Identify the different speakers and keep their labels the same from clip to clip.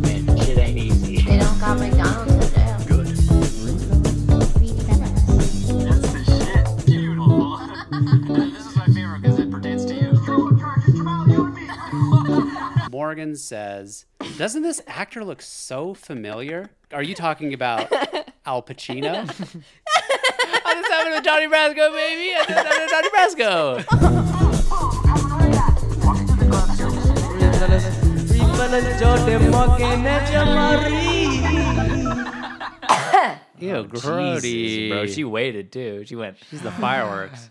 Speaker 1: Morgan says, "Doesn't this actor look so familiar? Are you talking about Al Pacino?" I just happened with Johnny Brasco, baby. I just happened with Johnny Brasco. Ew, grody.
Speaker 2: Oh, Jesus, bro. She waited too. She went.
Speaker 1: She's the fireworks.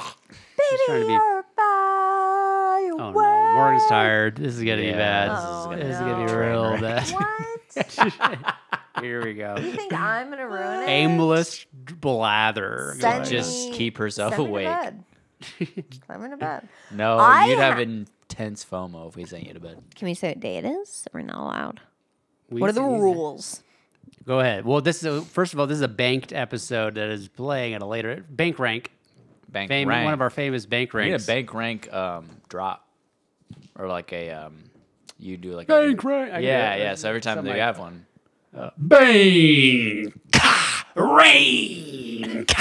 Speaker 1: She's trying to be. Oh no, Morgan's tired. This is gonna be
Speaker 2: Yeah,
Speaker 1: bad.
Speaker 2: this
Speaker 1: this
Speaker 3: Oh,
Speaker 1: is gonna, this is gonna be
Speaker 3: no.
Speaker 1: real
Speaker 2: Train
Speaker 1: bad.
Speaker 3: What?
Speaker 1: Here we go.
Speaker 3: You think I'm gonna ruin it?
Speaker 1: Aimless blather.
Speaker 3: Send
Speaker 2: Just
Speaker 3: me-
Speaker 2: keep herself
Speaker 3: send me to
Speaker 2: awake.
Speaker 3: bed. Send me to bed.
Speaker 2: No,
Speaker 3: I
Speaker 2: you'd have
Speaker 3: ha-
Speaker 2: intense FOMO if we sent you to bed.
Speaker 3: Can we say what day it is? We're not allowed.
Speaker 1: We
Speaker 3: What are the
Speaker 1: see-
Speaker 3: rules?
Speaker 1: Go ahead. Well, this is a, first of all, this is a banked episode that is playing at a later bank rank.
Speaker 2: Bank
Speaker 1: Fame,
Speaker 2: rank.
Speaker 1: one of our famous bank
Speaker 2: We need a
Speaker 1: ranks.
Speaker 2: bank rank um, drop, or like a um, you do like
Speaker 1: Bank
Speaker 2: a,
Speaker 1: rank. I can
Speaker 2: Yeah,
Speaker 1: do it.
Speaker 2: yeah. So every time
Speaker 1: Something
Speaker 2: they
Speaker 1: like-
Speaker 2: have one,
Speaker 1: bank rank.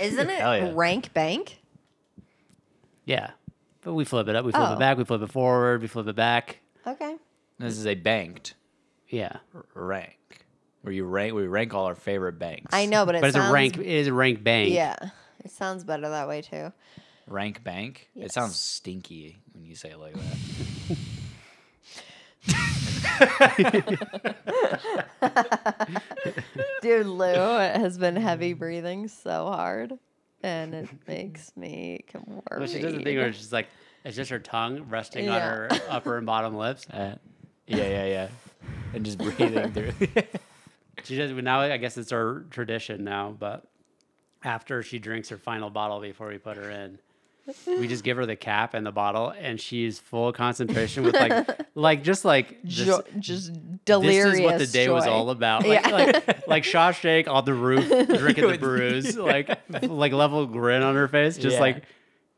Speaker 3: Isn't it
Speaker 2: Hell yeah.
Speaker 3: rank bank?
Speaker 1: Yeah, but we flip it up. We flip
Speaker 3: Oh.
Speaker 1: it back. We flip it forward. We flip it back.
Speaker 3: Okay.
Speaker 2: this is a banked
Speaker 1: Yeah,
Speaker 2: rank where you rank. We rank all our favorite banks.
Speaker 3: I know, but it
Speaker 1: but it's
Speaker 3: sounds,
Speaker 1: a rank. It is a rank bank.
Speaker 3: Yeah, it sounds better that way too.
Speaker 2: Rank bank. It
Speaker 3: Yes.
Speaker 2: sounds stinky when you say it like that.
Speaker 3: Dude, Lou has been heavy breathing so hard, and it makes me worried.
Speaker 1: Well, she does the thing where it's just like it's just her tongue resting on
Speaker 3: Yeah.
Speaker 1: her upper and bottom lips.
Speaker 2: Uh, yeah, yeah, yeah. And just breathing through.
Speaker 1: She does now. I guess it's her tradition now, but after she drinks her final bottle before we put her in, we just give her the cap and the bottle, and she's full concentration with like, like just like just,
Speaker 3: Jo- just delirious.
Speaker 1: This is what the day was
Speaker 3: joy.
Speaker 1: all about. Like,
Speaker 3: Yeah.
Speaker 1: like, like Shawshank on the roof, drinking the brews, like like level grin on her face, just
Speaker 2: Yeah.
Speaker 1: like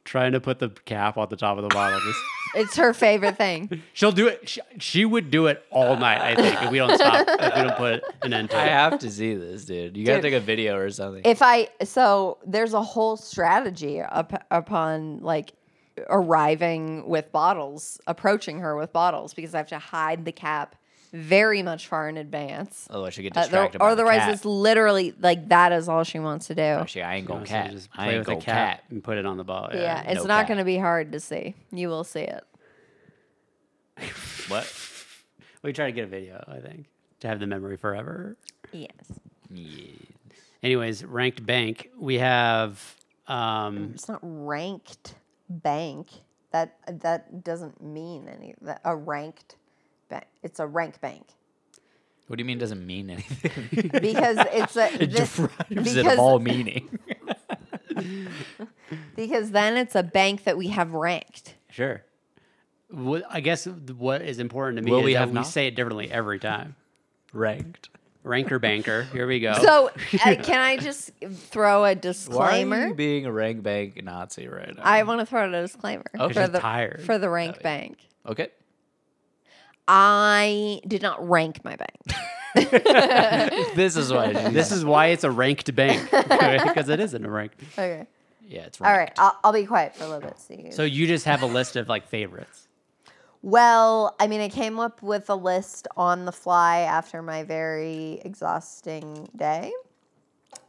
Speaker 1: trying to put the cap on the top of the bottle. Just,
Speaker 3: It's her favorite thing.
Speaker 1: she'll do it. She, she would do it all night. I think if we don't stop, if we don't put an end
Speaker 2: I
Speaker 1: to it.
Speaker 2: have to see this, dude. You gotta
Speaker 3: Dude.
Speaker 2: take a video or something.
Speaker 3: If I so, there's a whole strategy up, upon like arriving with bottles, approaching her with bottles, because I have to hide the cap very much far in advance.
Speaker 2: Otherwise, you Oh, get
Speaker 3: Uh,
Speaker 2: distracted. by the
Speaker 3: otherwise,
Speaker 2: cat.
Speaker 3: it's literally like that is all she wants to do.
Speaker 2: Actually, I ain't gonna
Speaker 1: So
Speaker 2: cat.
Speaker 1: Just
Speaker 2: I
Speaker 1: play
Speaker 2: ain't
Speaker 1: with a
Speaker 2: gonna
Speaker 1: cat,
Speaker 2: cat.
Speaker 1: and put it on the bottle.
Speaker 3: yeah, it's
Speaker 2: no
Speaker 3: not
Speaker 2: cat.
Speaker 3: going to be hard to see. You will see it.
Speaker 2: What?
Speaker 1: we try to get a video. I think to have the memory forever.
Speaker 3: Yes.
Speaker 2: Yeah.
Speaker 1: Anyways, ranked bank. We have. Um,
Speaker 3: It's not ranked bank. That that doesn't mean any that a ranked bank. It's a rank bank.
Speaker 2: What do you mean? Doesn't mean anything.
Speaker 3: Because it's a
Speaker 2: It
Speaker 3: this,
Speaker 2: deprives it
Speaker 3: because-
Speaker 2: of all meaning.
Speaker 3: because then it's a bank that we have ranked.
Speaker 1: Sure. What, I guess what is important to me
Speaker 2: Will
Speaker 1: is
Speaker 2: we
Speaker 1: that
Speaker 2: have
Speaker 1: we
Speaker 2: not?
Speaker 1: say it differently every time.
Speaker 2: Ranked.
Speaker 1: Ranker banker. Here we go.
Speaker 2: Oh.
Speaker 3: So uh, can I just throw a
Speaker 2: Why are
Speaker 3: disclaimer?
Speaker 2: you being a rank bank Nazi right now?
Speaker 3: I want to throw out a disclaimer
Speaker 2: Okay. Oh,
Speaker 3: for
Speaker 1: She's
Speaker 3: the
Speaker 1: tired.
Speaker 3: for the rank
Speaker 2: yeah.
Speaker 3: bank.
Speaker 2: okay.
Speaker 3: I did not rank my bank.
Speaker 2: This is why.
Speaker 1: this
Speaker 2: This is
Speaker 1: is why it's a ranked bank because it isn't a rank.
Speaker 3: Okay.
Speaker 2: yeah. It's
Speaker 3: All
Speaker 2: ranked.
Speaker 3: right. I'll, I'll be quiet for a little bit. So, you
Speaker 1: So you just have a list of like favorites.
Speaker 3: well, I mean, I came up with a list on the fly after my very exhausting day.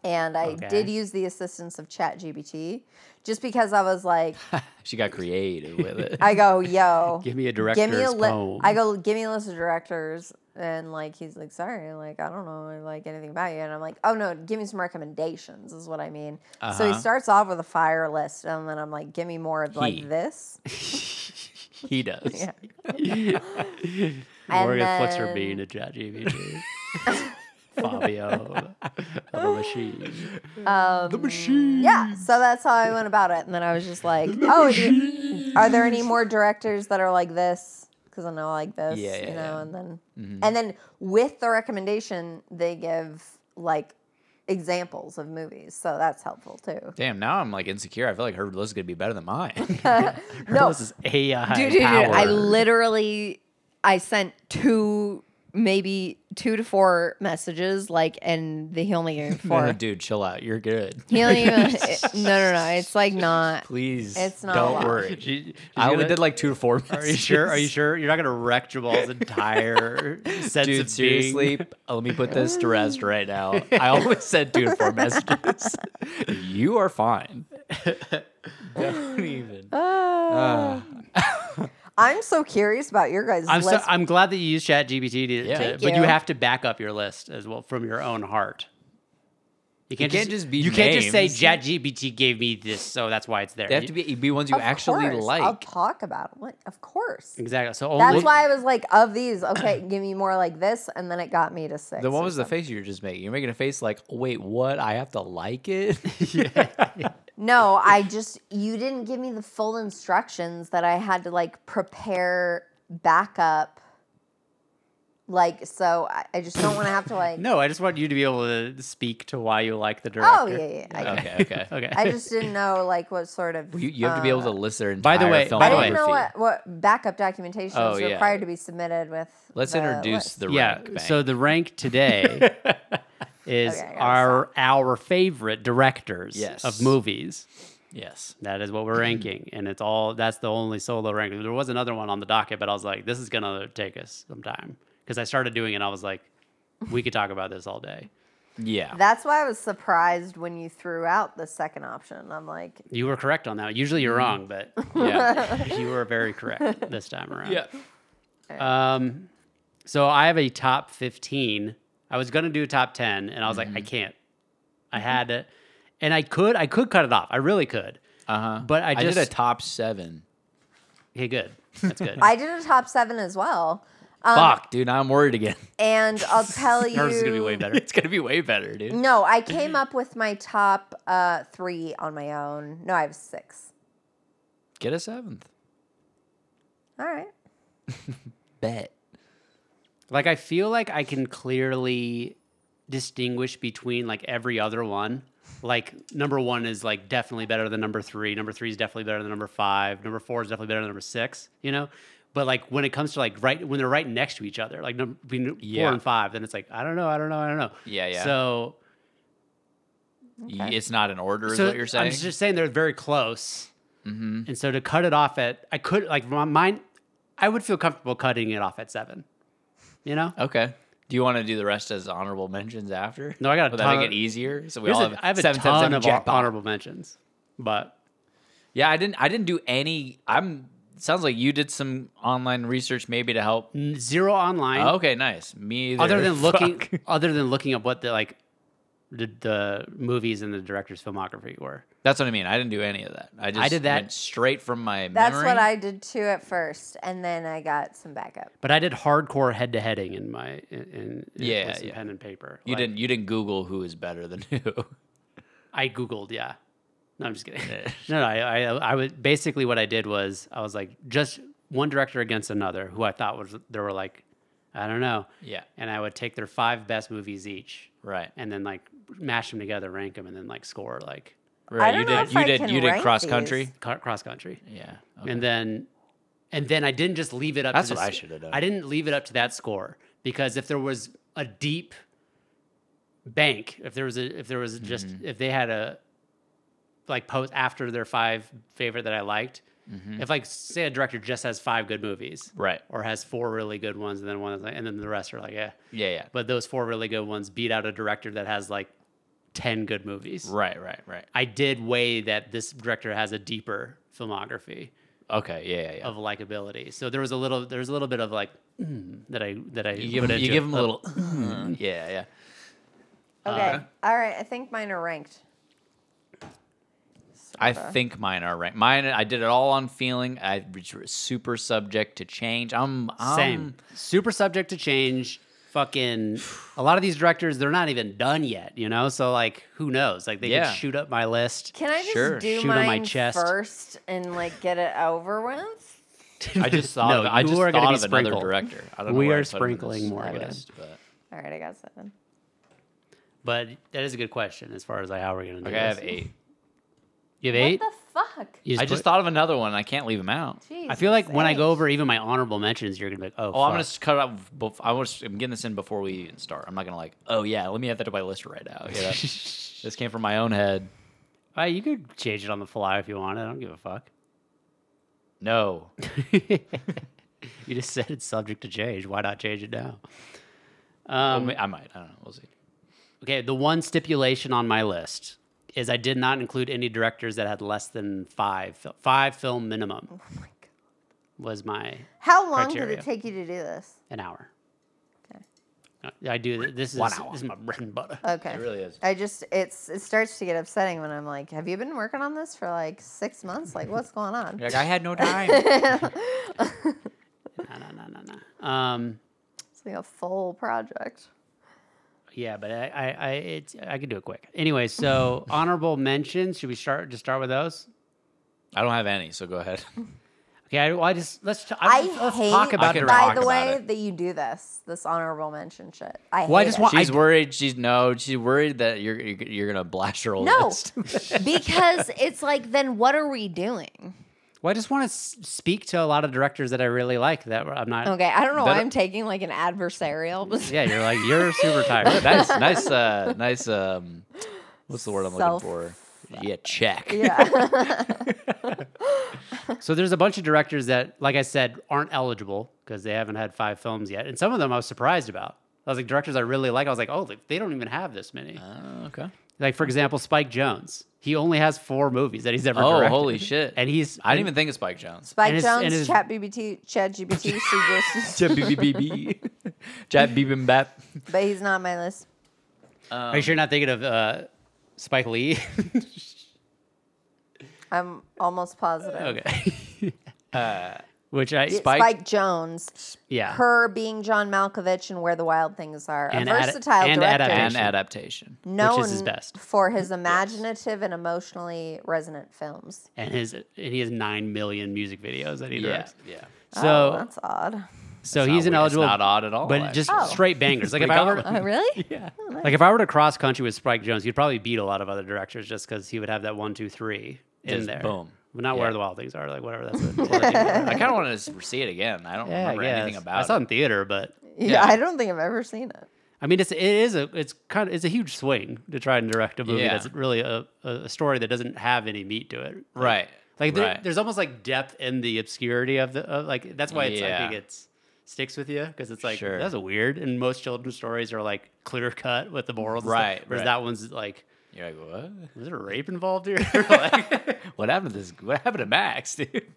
Speaker 3: And I
Speaker 1: Okay.
Speaker 3: did use the assistance of ChatGPT just because I was like,
Speaker 2: She got creative with it.
Speaker 3: I go, yo,
Speaker 1: Give me a
Speaker 3: give
Speaker 1: director's
Speaker 3: me a
Speaker 1: poem.
Speaker 3: list. I go, give me a list of directors, and like he's like, sorry, like I don't know, like anything about you, and I'm like, oh no, give me some recommendations, is what I mean. So he
Speaker 2: Uh-huh.
Speaker 3: starts off with a fire list, and then I'm like, give me more of like
Speaker 2: He.
Speaker 3: this.
Speaker 2: He does.
Speaker 3: Yeah. And
Speaker 1: Morgan flicks her
Speaker 3: then-
Speaker 1: bean to ChatGPT. Fabio of a machine.
Speaker 3: Um,
Speaker 1: The machine.
Speaker 3: yeah, so that's how I went about it, and then I was just like, oh, do- are there any more directors that are like this? Because I know I like this,
Speaker 2: Yeah,
Speaker 3: you
Speaker 2: yeah,
Speaker 3: know,
Speaker 2: yeah. Mm-hmm.
Speaker 3: and then and then with the recommendation, they give like examples of movies, so that's helpful too.
Speaker 2: Damn. Now I'm like insecure. I feel like her list is gonna be better than mine.
Speaker 1: Her
Speaker 3: No.
Speaker 1: list is AI
Speaker 3: dude, dude, dude, I
Speaker 1: powered.
Speaker 3: literally I sent two maybe two to four messages, like, and the, he only gave
Speaker 2: No,
Speaker 3: four.
Speaker 2: dude, chill out. You're good.
Speaker 3: He only even, it- no, no, no. It's like not.
Speaker 2: Please,
Speaker 3: It's not a
Speaker 2: don't
Speaker 3: lot.
Speaker 2: worry.
Speaker 1: She- she's
Speaker 2: I only
Speaker 1: gonna-
Speaker 2: did like two to four.
Speaker 1: Are you sure? Are you sure? You're not gonna wreck Jamal's entire sense
Speaker 2: Dude,
Speaker 1: of
Speaker 2: seriously, p- let me put this to rest right now. I always said two to four messages. you are fine. Don't even.
Speaker 3: Ah. I'm so curious about your guys'
Speaker 1: I'm so,
Speaker 3: list.
Speaker 1: I'm glad that you use ChatGPT to,
Speaker 2: Yeah.
Speaker 1: to-
Speaker 2: Thank
Speaker 1: but you
Speaker 3: you.
Speaker 1: have to back up your list as well from your own heart. You can't,
Speaker 2: can't just be
Speaker 1: you can't just say
Speaker 2: names.
Speaker 1: ChatGPT gave me this, so that's why it's there.
Speaker 2: They have to be, be ones you
Speaker 3: Of
Speaker 2: actually
Speaker 3: course,
Speaker 2: like.
Speaker 3: I'll talk about it. Like, Of course.
Speaker 1: exactly. So only
Speaker 3: That's why I was like, of these, okay, give me more like this, and then it got me to six.
Speaker 2: Then what
Speaker 3: or
Speaker 2: was the
Speaker 3: something.
Speaker 2: face you were just making? You're making a face like, wait, what? I have to like it?
Speaker 3: No, I just you didn't give me the full instructions that I had to like prepare backup. Like so, I, I just don't want to have to like.
Speaker 1: No, I just want you to be able to speak to why you like the director.
Speaker 3: oh yeah, yeah. yeah. I,
Speaker 2: okay, okay.
Speaker 1: Okay.
Speaker 3: I just didn't know like what sort of.
Speaker 2: You, you have to be able to
Speaker 3: uh,
Speaker 2: list their
Speaker 1: By
Speaker 2: entire
Speaker 1: the way-
Speaker 2: filmography.
Speaker 1: by
Speaker 3: I
Speaker 1: the
Speaker 3: didn't know what, what backup documentation
Speaker 2: Oh,
Speaker 3: is
Speaker 2: yeah.
Speaker 3: required to be submitted with.
Speaker 2: Let's
Speaker 3: the
Speaker 2: introduce
Speaker 3: list.
Speaker 2: the
Speaker 1: yeah.
Speaker 2: rank.
Speaker 1: So
Speaker 2: bank.
Speaker 1: the rank today is
Speaker 3: Okay, I gotta
Speaker 1: our our favorite directors
Speaker 2: Yes.
Speaker 1: of movies.
Speaker 2: yes.
Speaker 1: That is what we're ranking, and it's all that's the only solo ranking. There was another one on the docket, but I was like, this is gonna take us some time because I started doing it. and I was like, we could talk about this all day.
Speaker 2: Yeah.
Speaker 3: That's why I was surprised when you threw out the second option. I'm like,
Speaker 1: You were correct on that. Usually you're wrong, but
Speaker 2: yeah.
Speaker 1: you were very correct this time around.
Speaker 2: Yeah.
Speaker 1: Um, so I have a top 15. I was gonna do a top 10, and I was like, I can't. I had to, and I could, I could cut it off. I really could.
Speaker 2: Uh huh.
Speaker 1: But I
Speaker 2: did a
Speaker 1: just-
Speaker 2: top seven.
Speaker 1: Okay, good. That's good.
Speaker 3: I did a top seven as well,
Speaker 2: Fuck, dude. Now I'm worried again.
Speaker 3: and I'll tell you.
Speaker 1: Hers is gonna be way better.
Speaker 2: it's gonna be way better, dude.
Speaker 3: No, I came up with my top uh, three on my own. No, I have six.
Speaker 2: Get a seventh.
Speaker 3: All right.
Speaker 2: Bet.
Speaker 1: Like I feel like I can clearly distinguish between like every other one. Like number one is like definitely better than number three. Number three is definitely better than number five. Number four is definitely better than number six. You know, but like when it comes to like right when they're right next to each other, like number between
Speaker 2: Yeah.
Speaker 1: four and five, then it's like I don't know, I don't know, I don't know.
Speaker 2: Yeah, yeah.
Speaker 1: So,
Speaker 2: Y- It's not in order, is
Speaker 1: so
Speaker 2: what you're saying.
Speaker 1: I'm just saying they're very close.
Speaker 2: mm-hmm.
Speaker 1: And so to cut it off at, I could like my mine, I would feel comfortable cutting it off at seven. You know,
Speaker 2: Okay. Do you want to do the rest as honorable mentions after?
Speaker 1: No, I got a
Speaker 2: Would that
Speaker 1: ton-
Speaker 2: make it easier? So we
Speaker 1: Here's
Speaker 2: all
Speaker 1: a-
Speaker 2: have,
Speaker 1: I have a
Speaker 2: seven,
Speaker 1: ton
Speaker 2: seven, seven
Speaker 1: of
Speaker 2: jackpot.
Speaker 1: honorable mentions, but
Speaker 2: Yeah, I didn't. I didn't do any. I'm. Sounds like you did some online research, maybe to help.
Speaker 1: n- zero online.
Speaker 2: Okay, nice. Me either.
Speaker 1: other than
Speaker 2: Oh, Fuck.
Speaker 1: looking, other than looking up what the like the, the movies and the director's filmography were.
Speaker 2: That's what I mean. I didn't do any of that. I just
Speaker 1: did that-
Speaker 2: went straight from my
Speaker 3: That's
Speaker 2: memory.
Speaker 3: what I did too at first. And then I got some backup.
Speaker 1: But I did hardcore head to heading in my in, in in-
Speaker 2: Yeah,
Speaker 1: with some
Speaker 2: yeah.
Speaker 1: pen and paper.
Speaker 2: You
Speaker 1: Like,
Speaker 2: didn't. You didn't Google who is better than who.
Speaker 1: I googled. Yeah. No, I'm just kidding. no, no. I, I I was basically what I did was I was like just one director against another who I thought was there were like I don't know,
Speaker 2: yeah.
Speaker 1: and I would take their five best movies each.
Speaker 2: Right.
Speaker 1: and then like mash them together, rank them, and then like score like
Speaker 2: Right.
Speaker 3: don't
Speaker 2: you
Speaker 3: know
Speaker 2: did.
Speaker 3: if
Speaker 2: You
Speaker 3: I
Speaker 2: did.
Speaker 3: can
Speaker 2: You did
Speaker 3: rank
Speaker 2: cross country.
Speaker 3: these.
Speaker 1: co- cross country,
Speaker 2: Yeah.
Speaker 1: and then and then I didn't just leave it up.
Speaker 2: That's
Speaker 1: to
Speaker 2: what
Speaker 1: this-
Speaker 2: I should have done.
Speaker 1: I didn't leave it up to that score because if there was a deep bank, if there was a if there was
Speaker 2: Mm-hmm.
Speaker 1: just if they had a like post after their five favorite that I liked, if like say a director just has five good movies,
Speaker 2: Mm-hmm. Right.
Speaker 1: or has four really good ones, and then one, that's like, and then the rest are like yeah.
Speaker 2: Yeah. Yeah.
Speaker 1: But those four really good ones beat out a director that has like ten good movies.
Speaker 2: Right. Right. Right.
Speaker 1: I did weigh that this director has a deeper filmography
Speaker 2: Okay. Yeah. Yeah. yeah.
Speaker 1: of likability. So there was a little there was a little bit of like mm, that I that I
Speaker 2: You give
Speaker 1: put
Speaker 2: him. You give
Speaker 1: into it. Uh, hmm.
Speaker 2: him a little. yeah. Yeah.
Speaker 3: Okay. All right. I think mine are ranked.
Speaker 2: I
Speaker 3: Okay.
Speaker 2: think mine are ranked. Mine, I did it all on feeling. I which was super subject to change. I'm, i
Speaker 1: same. Super subject to change. Fucking a lot of these directors they're not even done yet, you know? So like who knows? Like they
Speaker 2: Yeah.
Speaker 1: could shoot up my list.
Speaker 3: Can I just
Speaker 2: Sure.
Speaker 3: do
Speaker 1: Shoot 'em
Speaker 3: mine
Speaker 1: my chest.
Speaker 3: first and like get it over with?
Speaker 2: I just thought.
Speaker 1: No,
Speaker 2: of, I
Speaker 1: you
Speaker 2: just
Speaker 1: are gonna
Speaker 2: thought
Speaker 1: be
Speaker 2: of another
Speaker 1: sprinkled.
Speaker 2: director. I don't know
Speaker 1: We
Speaker 2: where I
Speaker 1: are
Speaker 2: put him in
Speaker 1: sprinkling
Speaker 2: this
Speaker 1: more again.
Speaker 2: list, but-
Speaker 3: All right. I got seven.
Speaker 1: But that is a good question as far as like how we're gonna do
Speaker 2: Okay, I have
Speaker 1: this.
Speaker 2: eight.
Speaker 1: You have eight?
Speaker 3: What the fuck.
Speaker 1: You
Speaker 2: I
Speaker 1: put-
Speaker 2: just thought of another one. I can't leave him out.
Speaker 1: I feel like
Speaker 3: Jesus
Speaker 1: when I
Speaker 3: H.
Speaker 1: go over even my honorable mentions, you're gonna be like, oh,
Speaker 2: Oh, I'm gonna
Speaker 1: fuck.
Speaker 2: s- cut up. Bef- I was. I'm getting this in before we even start. I'm not gonna like. Oh yeah, let me add that to my list right now. you know? this came from my own head.
Speaker 1: Uh, you could change it on the fly if you want. I don't give a fuck.
Speaker 2: No,
Speaker 1: you just said it's subject to change. Why not change it now?
Speaker 2: I
Speaker 1: Um,
Speaker 2: mi- I might. I don't know. We'll see.
Speaker 1: okay, the one stipulation on my list is I did not include any directors that had less than five fil- five film minimum
Speaker 3: Oh my God.
Speaker 1: was my
Speaker 3: How long
Speaker 1: Criteria.
Speaker 3: did it take you to do this?
Speaker 1: an hour.
Speaker 3: Okay.
Speaker 1: Uh, I do this is
Speaker 2: One hour.
Speaker 1: this is my bread and butter.
Speaker 3: Okay.
Speaker 2: It really is.
Speaker 3: I just it's it starts to get upsetting when I'm like, have you been working on this for like six months? Like, what's going on?
Speaker 2: You're like I had no time.
Speaker 1: No, no, no,
Speaker 3: Uh.
Speaker 1: no, no. Um,
Speaker 3: It's like a full project.
Speaker 1: yeah, but I, I, I, it's, I can do it quick. Anyway, so honorable mentions. Should we start? Just start with those.
Speaker 2: I don't have any, so go ahead.
Speaker 1: Okay, I, well, I just let's t- I,
Speaker 3: I
Speaker 1: let's
Speaker 3: hate,
Speaker 1: talk about
Speaker 2: I can talk
Speaker 3: by
Speaker 1: directors.
Speaker 2: about
Speaker 3: the way,
Speaker 2: it.
Speaker 3: that you do this, this honorable mention shit. I
Speaker 1: Well, I
Speaker 3: hate
Speaker 1: just
Speaker 3: it.
Speaker 1: want-
Speaker 2: She's worried. She's no. She's worried that you're you're, you're gonna blast your old
Speaker 3: No.
Speaker 2: list.
Speaker 3: because it's like, then what are we doing?
Speaker 1: Well, I just want to s- speak to a lot of directors that I really like that I'm not.
Speaker 3: Okay, I don't know why
Speaker 2: That-
Speaker 3: I'm taking like an adversarial.
Speaker 1: Yeah, you're like you're super tired.
Speaker 2: nice, nice, uh, nice. Um, what's the word I'm
Speaker 3: Self-
Speaker 2: looking for? Yeah, check.
Speaker 3: yeah.
Speaker 1: So there's a bunch of directors that, like I said, aren't eligible because they haven't had five films yet, and some of them I was surprised about. I was like directors I really like. I was like, oh, they- they don't even have this many.
Speaker 2: Oh, okay.
Speaker 1: Like for example, Spike Jones. He only has four movies that he's ever
Speaker 2: Oh,
Speaker 1: directed.
Speaker 2: holy shit!
Speaker 1: And he's
Speaker 2: I didn't even think of Spike Jones.
Speaker 1: And
Speaker 3: Spike
Speaker 1: it's- and
Speaker 3: Jones,
Speaker 1: it's-
Speaker 3: Chat BBT, Chat GBT suggests,
Speaker 2: Jab beep beep beep. Jab beep and bap.
Speaker 3: but he's not on my list.
Speaker 1: Are you sure you're not thinking of uh, Spike Lee?
Speaker 3: I'm almost positive.
Speaker 1: okay.
Speaker 2: Uh,
Speaker 1: Which I
Speaker 3: It's
Speaker 1: Spike,
Speaker 3: Spike, Jones,
Speaker 1: yeah,
Speaker 3: her being John Malkovich and Where the Wild Things Are,
Speaker 1: And
Speaker 3: a
Speaker 1: ad-
Speaker 3: versatile
Speaker 1: and
Speaker 3: director,
Speaker 1: adaptation.
Speaker 2: And adaptation.
Speaker 3: known
Speaker 1: Which is his best.
Speaker 3: for his imaginative and emotionally resonant films.
Speaker 1: and his and he has nine million music videos that he
Speaker 2: Yeah,
Speaker 1: directs.
Speaker 2: yeah.
Speaker 1: So
Speaker 3: oh, that's odd.
Speaker 1: so
Speaker 2: It's not
Speaker 1: he's
Speaker 2: weird. It's
Speaker 1: ineligible.
Speaker 2: not odd at all,
Speaker 1: But just
Speaker 3: actually. Oh.
Speaker 1: straight bangers. Like if
Speaker 2: pretty
Speaker 1: I were
Speaker 2: common.
Speaker 3: Oh, really?
Speaker 1: yeah. like if I were to cross country with Spike Jones, he'd probably beat a lot of other directors just because he would have that one, two, three in
Speaker 2: Just
Speaker 1: there.
Speaker 2: boom.
Speaker 1: But not where
Speaker 2: Yeah.
Speaker 1: the wild things are. Like whatever. That's a,
Speaker 2: I kind of wanted to see it again. I don't
Speaker 1: yeah, I
Speaker 2: remember anything
Speaker 1: guess.
Speaker 2: about
Speaker 1: I saw it
Speaker 2: it.
Speaker 1: in theater, but
Speaker 3: Yeah,
Speaker 2: Yeah.
Speaker 3: I don't think I've ever seen it.
Speaker 1: I mean, it's it is a it's kind of it's a huge swing to try and direct a movie
Speaker 2: Yeah.
Speaker 1: that's really a, a a story that doesn't have any meat to it.
Speaker 2: Right.
Speaker 1: Like there,
Speaker 2: right.
Speaker 1: there's almost like depth in the obscurity of the of, like that's why it's I
Speaker 2: Yeah.
Speaker 1: think it's sticks with you because it's like
Speaker 2: Sure.
Speaker 1: that's a weird and most children's stories are like clear cut with the morals and stuff,
Speaker 2: Right,
Speaker 1: whereas
Speaker 2: right.
Speaker 1: that one's like
Speaker 2: You're like, what?
Speaker 1: was there a rape involved here like,
Speaker 2: What happened to this? What happened to Max, dude?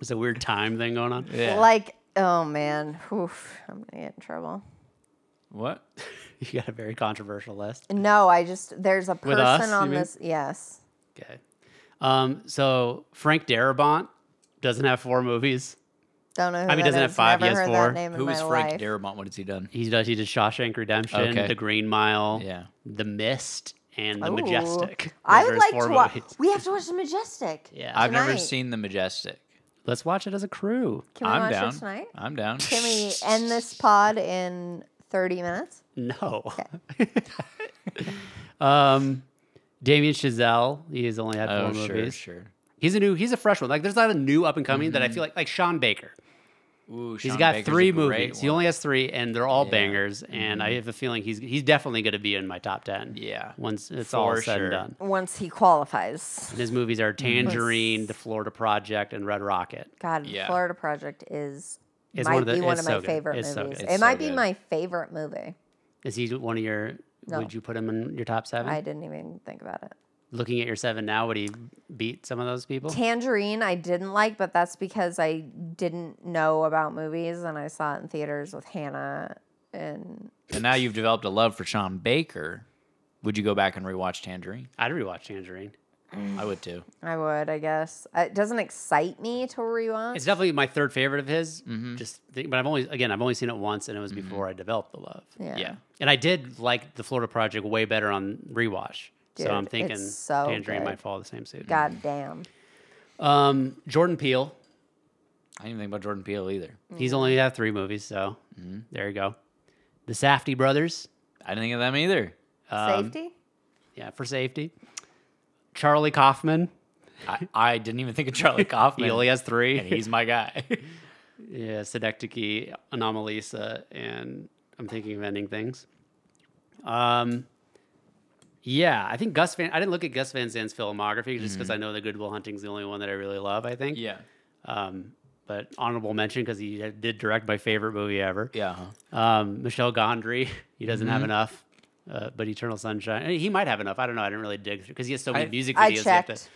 Speaker 1: it's a weird time thing going on
Speaker 2: Yeah.
Speaker 3: Like, oh man, oof, I'm gonna get in trouble.
Speaker 2: what?
Speaker 1: you got a very controversial list
Speaker 3: No, I just there's a person
Speaker 1: us, you
Speaker 3: on
Speaker 1: mean?
Speaker 3: this. Yes,
Speaker 1: okay um so Frank Darabont doesn't have four movies
Speaker 3: don't know. Who
Speaker 1: I mean,
Speaker 3: that
Speaker 1: doesn't have
Speaker 3: is,
Speaker 1: five, he
Speaker 3: Never
Speaker 1: has
Speaker 3: heard
Speaker 1: four.
Speaker 3: That name in
Speaker 2: Who
Speaker 3: my
Speaker 2: is Frank
Speaker 3: life.
Speaker 2: Darabont? What has he done?
Speaker 1: he does he did Shawshank Redemption
Speaker 2: Okay.
Speaker 1: The Green Mile
Speaker 2: Yeah.
Speaker 1: The Mist and The
Speaker 3: Ooh.
Speaker 1: Majestic
Speaker 3: I
Speaker 1: Those are
Speaker 3: would
Speaker 1: his
Speaker 3: like
Speaker 1: four
Speaker 3: to watch.
Speaker 1: movies.
Speaker 3: We have to watch The Majestic.
Speaker 1: Yeah.
Speaker 2: I've never
Speaker 3: Tonight.
Speaker 2: seen The Majestic.
Speaker 1: let's watch it as a crew
Speaker 3: Can we
Speaker 2: I'm
Speaker 3: watch
Speaker 2: down.
Speaker 3: it tonight?
Speaker 2: I'm down.
Speaker 3: Can we end this pod in 30 minutes?
Speaker 1: No. um, Damien Chazelle, he's only had four
Speaker 2: Oh,
Speaker 1: movies.
Speaker 2: sure, sure.
Speaker 1: He's a new, he's a fresh one. Like, there's not a new up and coming that I feel like, like Sean Baker.
Speaker 2: Ooh,
Speaker 1: He's
Speaker 2: Sean
Speaker 1: got
Speaker 2: Baker's a
Speaker 1: three
Speaker 2: great
Speaker 1: movies. He
Speaker 2: one. Mm-hmm.
Speaker 1: only has three, and they're all bangers. And I have a feeling he's he's definitely going to be in my top ten.
Speaker 2: Yeah.
Speaker 1: once it's all
Speaker 2: For
Speaker 1: said
Speaker 2: sure. Mm-hmm.
Speaker 1: and done.
Speaker 3: Once he qualifies.
Speaker 1: And his movies are Tangerine, The Florida Project, and Red Rocket.
Speaker 3: God,
Speaker 2: Yeah.
Speaker 3: Florida Project is
Speaker 1: It's
Speaker 3: might
Speaker 1: one of the-
Speaker 3: be one
Speaker 1: it's
Speaker 3: of my
Speaker 1: so good.
Speaker 3: favorite
Speaker 1: It's so
Speaker 3: movies.
Speaker 1: good.
Speaker 3: it
Speaker 2: It's
Speaker 3: might
Speaker 2: so
Speaker 3: be
Speaker 2: good.
Speaker 3: my favorite movie.
Speaker 1: Is he one of your?
Speaker 3: No.
Speaker 1: Would you put him in your top seven?
Speaker 3: I didn't even think about it.
Speaker 1: Looking at your seven now, would he beat some of those people?
Speaker 3: Tangerine, I didn't like, but that's because I didn't know about movies and I saw it in theaters with Hannah. And
Speaker 2: And now you've developed a love for Sean Baker. Would you go back and rewatch Tangerine?
Speaker 1: I'd rewatch Tangerine.
Speaker 2: I would too.
Speaker 3: I would, I guess. Uh, It doesn't excite me to rewatch.
Speaker 1: It's definitely my third favorite of his. Just, think, but I've only again I've only seen it once, and it was before I developed the love.
Speaker 3: yeah.
Speaker 2: Yeah.
Speaker 1: And I did like the Florida Project way better on rewatch.
Speaker 3: Dude,
Speaker 1: so I'm
Speaker 3: it's
Speaker 1: thinking
Speaker 3: so
Speaker 1: Tangerine
Speaker 3: good.
Speaker 1: might follow the same suit.
Speaker 3: God damn.
Speaker 1: Um, Jordan Peele.
Speaker 2: I didn't even think about Jordan Peele either.
Speaker 3: Mm.
Speaker 1: He's only had three movies, so there you go. The Safety brothers.
Speaker 2: I didn't think of them either.
Speaker 1: Um,
Speaker 3: Safety?
Speaker 1: Yeah, for safety. Charlie Kaufman.
Speaker 2: I, I didn't even think of Charlie Kaufman.
Speaker 1: He only has three.
Speaker 2: and he's my guy.
Speaker 1: Yeah, Sedectiki, Anomalisa, and I'm thinking of ending things. Um, yeah, I think Gus Van. I didn't look at Gus Van Zandt's filmography just because I know The Goodwill Hunting's the only one that I really love. I think.
Speaker 2: yeah.
Speaker 1: Um, but honorable mention because he did direct my favorite movie ever.
Speaker 2: Yeah. huh?
Speaker 1: Um, Michelle Gondry. He doesn't have enough. Uh, but Eternal Sunshine. He might have enough. I don't know. I didn't really dig because he has so many
Speaker 2: I-
Speaker 1: music videos.
Speaker 3: I
Speaker 1: you have to-
Speaker 3: checked.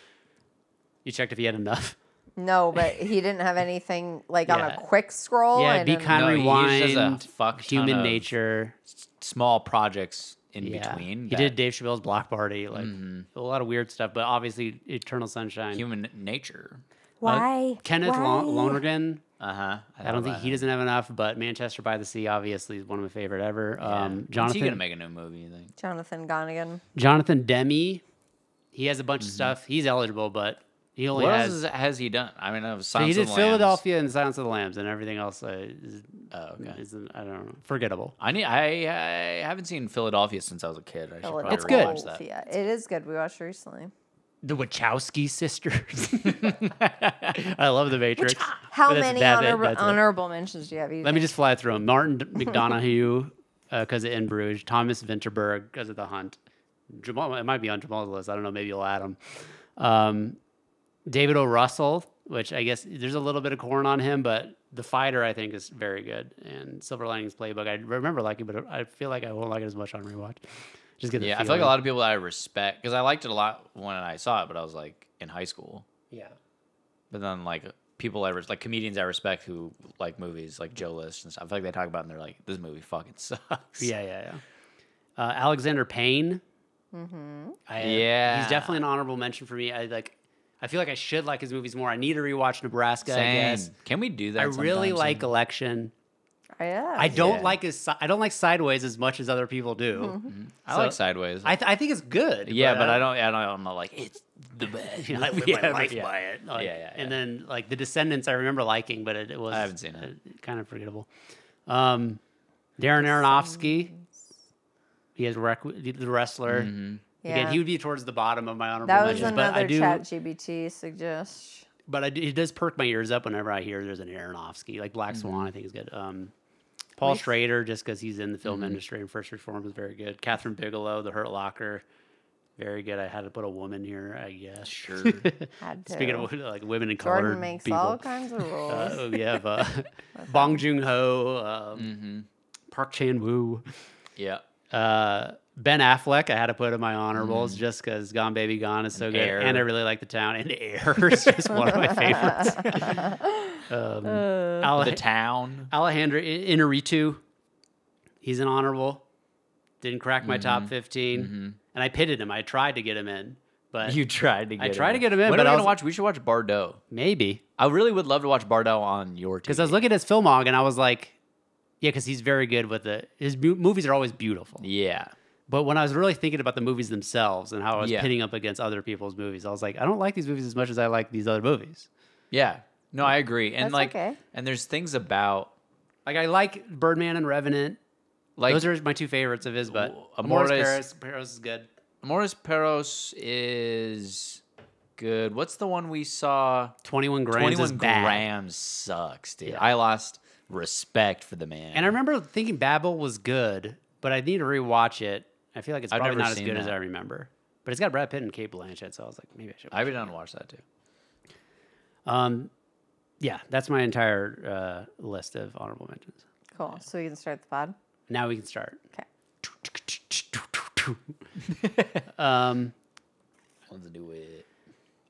Speaker 1: you checked if he had enough.
Speaker 3: No, but he didn't have anything like on
Speaker 1: Yeah.
Speaker 3: a quick scroll.
Speaker 1: yeah,
Speaker 3: and
Speaker 1: be
Speaker 3: an-
Speaker 1: kind.
Speaker 2: No,
Speaker 1: rewind.
Speaker 2: he just has a fuck ton
Speaker 1: human
Speaker 2: of
Speaker 1: nature.
Speaker 2: Small projects in
Speaker 1: Yeah.
Speaker 2: between.
Speaker 1: He
Speaker 2: that
Speaker 1: did Dave Chappelle's Block Party, like a lot of weird stuff, but obviously Eternal Sunshine.
Speaker 2: human nature.
Speaker 3: Why?
Speaker 1: uh, Kenneth
Speaker 3: Why?
Speaker 1: Lon- Lonergan.
Speaker 2: Uh huh.
Speaker 1: I don't think he doesn't have enough, but Manchester by the Sea obviously is one of my favorite ever. Um,
Speaker 2: Is he
Speaker 1: Jonathan
Speaker 2: gonna make a new movie? You think?
Speaker 3: Jonathan Gonigan.
Speaker 1: Jonathan Demi. He has a bunch of stuff. He's eligible, but he only
Speaker 2: Mm-hmm. What
Speaker 1: has.
Speaker 2: else has, has he done? I mean, of
Speaker 1: so
Speaker 2: Silence
Speaker 1: he
Speaker 2: of
Speaker 1: did
Speaker 2: the
Speaker 1: Philadelphia and Silence of the Lambs, and everything else uh, is,
Speaker 2: Lambs. Oh, okay.
Speaker 1: is I don't know, forgettable.
Speaker 2: I need. I, I haven't seen Philadelphia since I was a kid. I should probably
Speaker 1: It's good.
Speaker 2: rewatch that.
Speaker 3: Philadelphia. It is good. We watched it recently.
Speaker 1: The Wachowski sisters. I love the Matrix.
Speaker 3: How
Speaker 1: But that's-
Speaker 3: many
Speaker 1: that's it,
Speaker 3: honorable,
Speaker 1: that's it.
Speaker 3: honorable mentions do you have? You
Speaker 1: Let me
Speaker 3: think?
Speaker 1: just fly through them. Martin D- McDonough, because of In Bruges. Thomas Vinterberg, because of The Hunt. Jamal, it might be on Jamal's list. I don't know. Maybe you'll add him. Um, David O. Russell, which I guess there's a little bit of corn on him, but The Fighter, I think, is very good. And Silver Linings Playbook, I remember liking, but I feel like I won't like it as much on rewatch. Just get the
Speaker 2: Yeah, I feel like a
Speaker 1: feeling.
Speaker 2: lot of people that I respect because I liked it a lot when I saw it, but I was like in high school.
Speaker 1: Yeah.
Speaker 2: But then like people I res- like comedians I respect who like movies like Joe List and stuff. I feel like they talk about it and they're like, this movie fucking sucks.
Speaker 1: Yeah, yeah, yeah. Uh, Alexander Payne. Mm-hmm. I, yeah, he's
Speaker 2: Yeah.
Speaker 1: definitely an honorable mention for me. I like. I feel like I should like his movies more. I need to rewatch Nebraska. I guess.
Speaker 2: Same. Can we do that?
Speaker 1: I really
Speaker 2: sometime
Speaker 1: like
Speaker 2: soon?
Speaker 1: Election.
Speaker 3: Oh, Yeah.
Speaker 1: I don't
Speaker 2: Yeah.
Speaker 1: like his. si- I don't like Sideways as much as other people do.
Speaker 2: Mm-hmm. I
Speaker 1: so-
Speaker 2: like Sideways.
Speaker 1: I, th- I think it's good.
Speaker 2: yeah, but I don't. I don't. I'm not like it's the best.
Speaker 1: You know, I live
Speaker 2: Yeah,
Speaker 1: my
Speaker 2: but
Speaker 1: life
Speaker 2: yeah.
Speaker 1: by it. Like,
Speaker 2: yeah, yeah.
Speaker 1: And then like The Descendants, I remember liking, but it, it was
Speaker 2: I haven't seen it.
Speaker 1: uh, kind of forgettable. Um, Darren Aronofsky. He has Requ- the wrestler.
Speaker 2: Mm-hmm.
Speaker 1: Again,
Speaker 3: Yeah.
Speaker 1: he would be towards the bottom of my honorable
Speaker 3: that was
Speaker 1: mentions,
Speaker 3: another
Speaker 1: but I do,
Speaker 3: chat GBT suggestion.
Speaker 1: but I do, it does perk my ears up whenever I hear there's an Aronofsky, like Black
Speaker 3: Mm-hmm.
Speaker 1: Swan. I think is good. Um, Paul Schrader, just because he's in the film
Speaker 3: Mm-hmm.
Speaker 1: industry and First Reform is very good. Catherine Bigelow, The Hurt Locker, very good. I had to put a woman here, I guess.
Speaker 2: Sure.
Speaker 3: Had to.
Speaker 1: Speaking of like women in color,
Speaker 3: Jordan makes all kinds Mm. of rules.
Speaker 1: Uh, we have uh, Bong Joon Ho, um, Park Chan Woo.
Speaker 2: Mm-hmm. yeah.
Speaker 1: Uh, ben Affleck, I had to put in my honorables just because Gone Baby Gone is so good,
Speaker 2: Mm-hmm. Air.
Speaker 1: and I really like the town. And Air is just one of my favorites. um, Ale-
Speaker 2: Uh, The town.
Speaker 1: Alejandro I- Inarritu, he's an honorable. Didn't crack my
Speaker 2: Mm-hmm.
Speaker 1: top 15 and I pitted him. I tried to get him in, but
Speaker 2: You tried to. get
Speaker 1: I tried
Speaker 2: him
Speaker 1: to get him in,
Speaker 2: When
Speaker 1: but
Speaker 2: are we
Speaker 1: I
Speaker 2: gonna
Speaker 1: was-
Speaker 2: watch? We should watch Bardot.
Speaker 1: maybe
Speaker 2: I really would love to watch Bardot on your TV.
Speaker 1: because I was looking at his filmog and I was like, yeah, because he's very good with the his bu- movies are always beautiful.
Speaker 2: yeah.
Speaker 1: But when I was really thinking about the movies themselves and how I was
Speaker 2: Yeah.
Speaker 1: pitting up against other people's movies, I was like, I don't like these movies as much as I like these other movies.
Speaker 2: Yeah. No, I agree. And
Speaker 3: That's
Speaker 2: like
Speaker 3: okay.
Speaker 2: and there's things about
Speaker 1: Like I like Birdman and Revenant.
Speaker 2: like
Speaker 1: Those are my two favorites of his, but
Speaker 2: Well,
Speaker 1: Amores,
Speaker 2: Amores-
Speaker 1: Paris, Paris is good.
Speaker 2: Morris Peros is good. What's the one we saw?
Speaker 1: 21 Grams 21 is
Speaker 2: 21
Speaker 1: bad.
Speaker 2: grams sucks, dude. I lost respect for the man.
Speaker 1: And I remember thinking Babel was good, but I need to rewatch it. I feel like it's
Speaker 2: I've
Speaker 1: probably
Speaker 2: never
Speaker 1: not as
Speaker 2: seen
Speaker 1: good as
Speaker 2: that.
Speaker 1: I remember. But it's got Brad Pitt and Kate Blanchett, so I was like, maybe I should.
Speaker 2: I've been down to watch that too.
Speaker 1: Um, yeah, that's my entire uh, list of honorable mentions.
Speaker 3: Cool. So we can start the pod.
Speaker 1: Now we can start.
Speaker 3: Okay.
Speaker 1: um,
Speaker 2: Let's do it.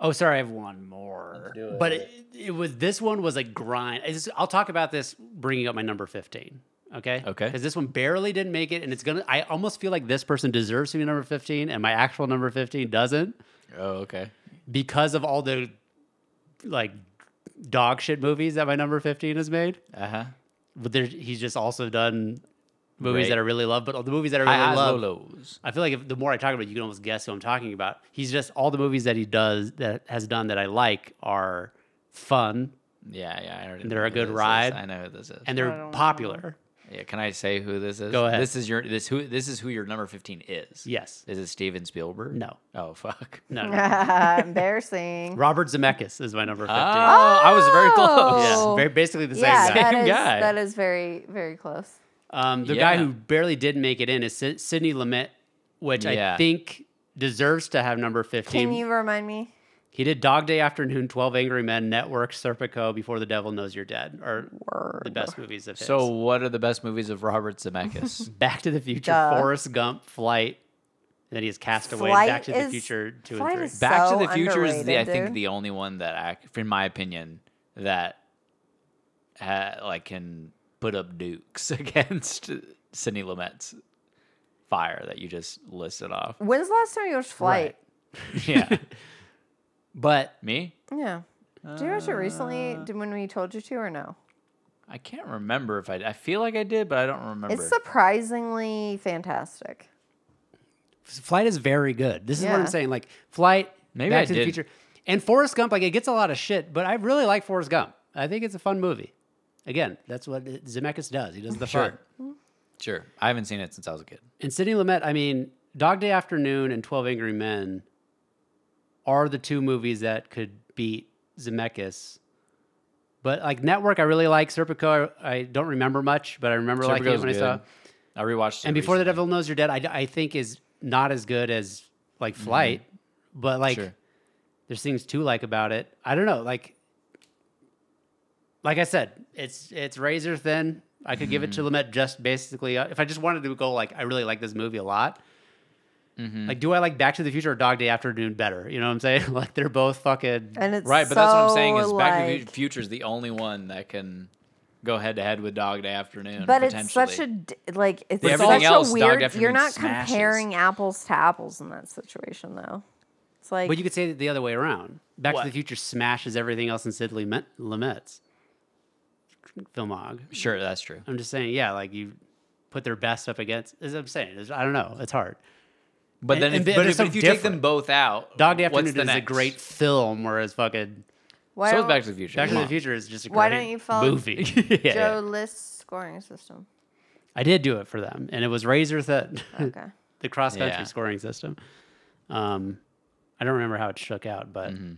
Speaker 1: oh, sorry, I have one more. But it, it was this one was a grind. I just- I'll talk about this bringing up my number fifteen. Okay.
Speaker 2: Okay.
Speaker 1: Because this one barely didn't make it, and it's gonna. I almost feel like this person deserves to be number fifteen, and my actual number fifteen doesn't
Speaker 2: Oh, okay.
Speaker 1: because of all the like dog shit movies that my number fifteen has made.
Speaker 2: Uh huh.
Speaker 1: But there, he's just also done movies
Speaker 2: Right.
Speaker 1: that I really love. But all the movies that I really
Speaker 2: I
Speaker 1: love,
Speaker 2: Lolos.
Speaker 1: I feel like if, the more I talk about it, you can almost guess who I'm talking about. He's just all the movies that he does that has done that I like are fun
Speaker 2: Yeah, yeah. I already
Speaker 1: They're
Speaker 2: know
Speaker 1: a
Speaker 2: who
Speaker 1: good
Speaker 2: this is.
Speaker 1: ride.
Speaker 2: I know who this is.
Speaker 1: and
Speaker 3: I
Speaker 1: they're
Speaker 3: don't
Speaker 1: popular.
Speaker 2: Yeah, can I say who this is?
Speaker 1: Go ahead.
Speaker 2: This is your this who this is who your number fifteen is.
Speaker 1: Yes.
Speaker 2: Is it Steven Spielberg?
Speaker 1: No.
Speaker 2: Oh fuck.
Speaker 1: No. no.
Speaker 3: Embarrassing.
Speaker 1: Robert Zemeckis is my number
Speaker 2: Oh,
Speaker 1: fifteen.
Speaker 2: I was very close.
Speaker 3: Oh.
Speaker 1: Yeah, very, basically the same
Speaker 3: Yeah,
Speaker 1: guy.
Speaker 3: that is,
Speaker 2: guy.
Speaker 3: that is very, very close.
Speaker 1: Um, the guy
Speaker 2: Yeah.
Speaker 1: who barely did make it in is Sy- Sidney Lumet, which
Speaker 2: Yeah.
Speaker 1: I think deserves to have number fifteen.
Speaker 3: Can you remind me?
Speaker 1: He did Dog Day Afternoon, Twelve Angry Men, Network, Serpico, Before the Devil Knows You're Dead, are the
Speaker 3: Word.
Speaker 1: best movies of his.
Speaker 2: So what are the best movies of Robert Zemeckis?
Speaker 1: Back to the Future,
Speaker 3: Duh.
Speaker 1: Forrest Gump, Flight, and then he has Castaway,
Speaker 3: Flight
Speaker 1: Back to the
Speaker 3: is-
Speaker 1: Future two
Speaker 3: Flight
Speaker 1: and three.
Speaker 3: is-
Speaker 2: Back
Speaker 3: So
Speaker 2: to the Future is the, I
Speaker 3: underrated,
Speaker 2: think
Speaker 3: dude.
Speaker 2: the only one that I, in my opinion, that ha, like can put up dukes against Sidney Lumet's fire that you just listed off.
Speaker 3: When's the last time you watched Flight?
Speaker 2: Yeah,
Speaker 1: but
Speaker 2: me?
Speaker 3: Yeah. Did you watch it
Speaker 2: Uh,
Speaker 3: recently? Did when we told you to or no?
Speaker 2: I can't remember if I. I feel like I did, but I don't remember.
Speaker 3: It's surprisingly fantastic.
Speaker 1: Flight is very good. This is what
Speaker 3: Yeah.
Speaker 1: I'm saying. Like Flight,
Speaker 2: Maybe
Speaker 1: Back
Speaker 2: I
Speaker 1: to the
Speaker 2: did.
Speaker 1: Future, and Forrest Gump. Like it gets a lot of shit, but I really like Forrest Gump. I think it's a fun movie. Again, that's what Zemeckis does. He does the fun.
Speaker 2: Sure. Sure. I haven't seen it since I was a kid.
Speaker 1: And Sidney Lumet. I mean, Dog Day Afternoon and Twelve Angry Men are the two movies that could beat Zemeckis. But like Network, I really like Serpico. I, I don't remember much, but I remember
Speaker 2: Serpico's
Speaker 1: liking it when I saw.
Speaker 2: good. I rewatched it.
Speaker 1: and before the
Speaker 2: recently.
Speaker 1: devil knows you're dead I, d- I think is not as good as like flight but like
Speaker 2: Sure.
Speaker 1: there's things to like about it i don't know like like i said it's it's razor thin i could give it to Lumet just basically uh, if i just wanted to go like i really like this movie a lot like do i like back to the future or dog day afternoon better you know what i'm saying like they're both fucking
Speaker 3: And it's
Speaker 2: Right, but that's what I'm saying is
Speaker 3: so,
Speaker 2: Back to
Speaker 3: like-
Speaker 2: the Fu- Future is the only one that can go head to head with Dog Day Afternoon.
Speaker 3: But it's such a
Speaker 2: potentially.
Speaker 3: d- like it's
Speaker 2: But
Speaker 3: such
Speaker 2: everything else,
Speaker 3: a
Speaker 2: Dog
Speaker 3: weird.
Speaker 2: Afternoon
Speaker 3: You're not
Speaker 2: smashes.
Speaker 3: comparing apples to apples in that situation though. It's like
Speaker 1: but you could say it the other way around back
Speaker 2: What?
Speaker 1: to the future smashes everything else in sidley Met- lumet's filmog
Speaker 2: sure that's true.
Speaker 1: I'm just saying, yeah, like you put their best up against. As I'm saying, it's- I don't know, it's hard.
Speaker 2: But then,
Speaker 1: and-
Speaker 2: if,
Speaker 1: but
Speaker 2: but
Speaker 1: they're
Speaker 2: if,
Speaker 1: so
Speaker 2: if you take them
Speaker 1: different.
Speaker 2: both out,
Speaker 1: Dog Day
Speaker 2: what's the
Speaker 1: Afternoon is a
Speaker 2: next?
Speaker 1: great film, whereas fucking
Speaker 3: why
Speaker 2: So is
Speaker 3: don't,
Speaker 2: Back to the Future.
Speaker 1: Back to
Speaker 2: Come
Speaker 1: the
Speaker 2: on.
Speaker 1: Future is just a great
Speaker 3: Why don't you follow
Speaker 1: movie. yeah, yeah.
Speaker 3: Joe List's scoring system?
Speaker 1: I did do it for them, and it was razor thin,
Speaker 3: Okay.
Speaker 1: the cross country
Speaker 2: Yeah.
Speaker 1: scoring system. Um, I don't remember how it shook out, but
Speaker 2: Mm-hmm.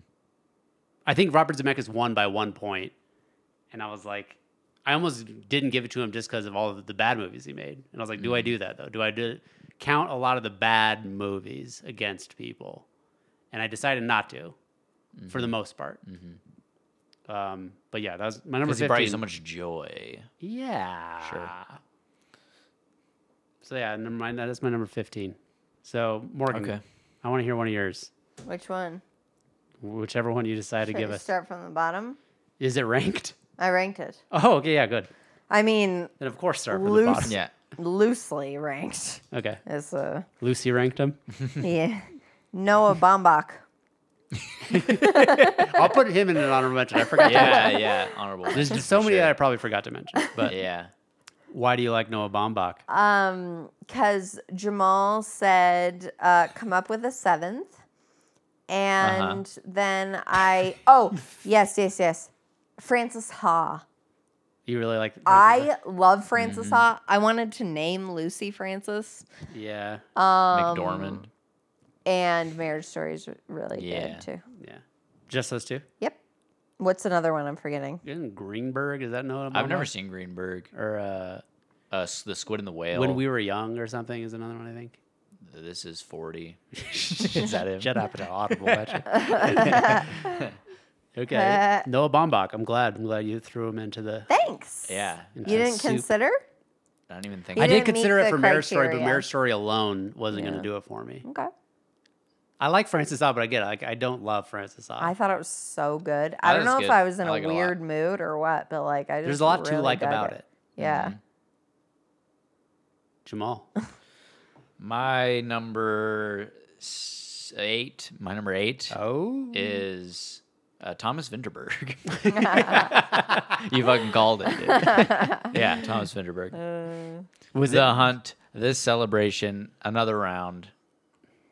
Speaker 1: I think Robert Zemeckis won by one point, and I was like. I almost didn't give it to him just because of all of the bad movies he made, and I was like,
Speaker 2: Mm-hmm.
Speaker 1: "Do I do that though? Do I do count a lot of the bad movies against people?" and I decided not to, for the
Speaker 2: Mm-hmm.
Speaker 1: most part. Um, but yeah, that was my number
Speaker 2: Because
Speaker 1: fifteen.
Speaker 2: he brought you so much joy.
Speaker 1: yeah,
Speaker 2: Sure.
Speaker 1: So yeah, never mind. That's my number fifteen. So Morgan,
Speaker 2: Okay.
Speaker 1: I want to hear one of yours,
Speaker 3: Which one?
Speaker 1: whichever one you decide
Speaker 3: Should
Speaker 1: to give
Speaker 3: we
Speaker 1: us.
Speaker 3: start from the bottom?
Speaker 1: Is it ranked?
Speaker 3: I ranked it.
Speaker 1: Oh, okay, yeah, good.
Speaker 3: I mean,
Speaker 1: Then of course start from
Speaker 3: Loose.
Speaker 1: the bottom.
Speaker 2: Yeah.
Speaker 3: loosely ranked
Speaker 1: Okay,
Speaker 3: as a
Speaker 1: Lucy ranked him.
Speaker 3: yeah. Noah Baumbach.
Speaker 1: I'll put him in an honorable mention. I forgot. to mention.
Speaker 2: Yeah, yeah. Honorable.
Speaker 1: There's
Speaker 2: mention
Speaker 1: just so
Speaker 2: for
Speaker 1: many
Speaker 2: sure.
Speaker 1: that I probably forgot to mention. But
Speaker 2: Yeah.
Speaker 1: why do you like Noah Baumbach?
Speaker 3: Um, because Jamal said, uh, come up with a seventh. And then I, oh, yes, yes, yes. Francis Ha.
Speaker 1: You really like?
Speaker 3: I love Francis Ha. I wanted to name Lucy Francis.
Speaker 1: Yeah,
Speaker 3: Um,
Speaker 1: Um,
Speaker 2: McDormand.
Speaker 3: And Marriage Story is really
Speaker 2: Yeah.
Speaker 3: good too.
Speaker 1: yeah. Just those two.
Speaker 3: Yep. What's another one I'm forgetting?
Speaker 1: Isn't Greenberg? Is that Noah?
Speaker 2: I've
Speaker 1: Baumbach?
Speaker 2: never seen Greenberg.
Speaker 1: Or uh,
Speaker 2: Uh, s- the Squid and the Whale.
Speaker 1: when we were young, or something is another one I think.
Speaker 2: This is forty. is that him?
Speaker 1: Jet Apatow, Audible. Actually. okay,
Speaker 3: Uh,
Speaker 1: Noah Baumbach. I'm glad. I'm glad you threw him into the.
Speaker 3: Thanks.
Speaker 2: Yeah.
Speaker 1: into
Speaker 3: You
Speaker 1: the
Speaker 3: didn't
Speaker 1: soup.
Speaker 3: consider?
Speaker 2: I don't even think.
Speaker 1: I
Speaker 3: He
Speaker 1: did
Speaker 3: didn't meet
Speaker 1: consider it
Speaker 3: the
Speaker 1: for Marriage Story, but
Speaker 3: criteria.
Speaker 1: Marriage Story alone wasn't going
Speaker 3: Yeah.
Speaker 1: to do it for me.
Speaker 3: Okay.
Speaker 1: I like Francis Ah, but I get it. Like, I don't love Francis Ah.
Speaker 3: I thought it was so good. I,
Speaker 2: That
Speaker 3: don't
Speaker 2: is
Speaker 3: know if
Speaker 2: good.
Speaker 3: I was in
Speaker 2: I like it
Speaker 3: a
Speaker 2: a lot.
Speaker 3: weird mood or what, but like I just
Speaker 1: There's a lot to
Speaker 3: really
Speaker 1: like
Speaker 3: dug
Speaker 1: about it.
Speaker 3: Yeah.
Speaker 1: Jamal.
Speaker 2: My number s- eight, my number eight
Speaker 1: Oh,
Speaker 2: is uh, Thomas Vinterberg. you fucking called it. dude. yeah, Thomas Vinterberg.
Speaker 1: Uh, was
Speaker 2: the
Speaker 1: it?
Speaker 2: hunt, this celebration, another round.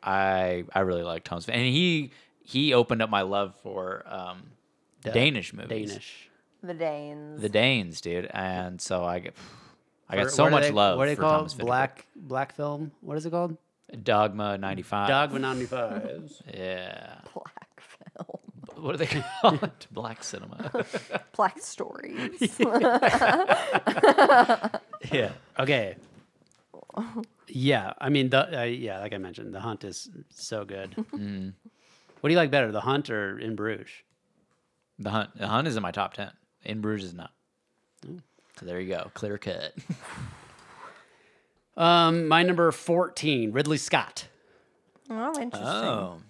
Speaker 2: I I really like Thomas, Vin- and he he opened up my love for um, Danish movies,
Speaker 1: Danish.
Speaker 3: The Danes.
Speaker 2: the Danes, dude. And so I get I got
Speaker 1: Or
Speaker 2: so
Speaker 1: what do
Speaker 2: much
Speaker 1: they-
Speaker 2: love
Speaker 1: What do they
Speaker 2: for
Speaker 1: call
Speaker 2: Thomas
Speaker 1: it?
Speaker 2: Vinterberg.
Speaker 1: black black film? What is it called?
Speaker 2: Dogma 95.
Speaker 1: Dogma ninety five.
Speaker 2: yeah.
Speaker 3: Black film,
Speaker 2: What do they call it? Black cinema.
Speaker 3: black stories.
Speaker 1: yeah. Okay. Yeah, I mean, the, uh, yeah, like I mentioned, the hunt is so good. What do you like better, the hunt or in Bruges?
Speaker 2: the Hunt. The Hunt is in my top 10. In Bruges is not.
Speaker 3: Mm.
Speaker 2: So there you go. Clear cut.
Speaker 1: Um, my number fourteen, Ridley Scott.
Speaker 3: oh, interesting.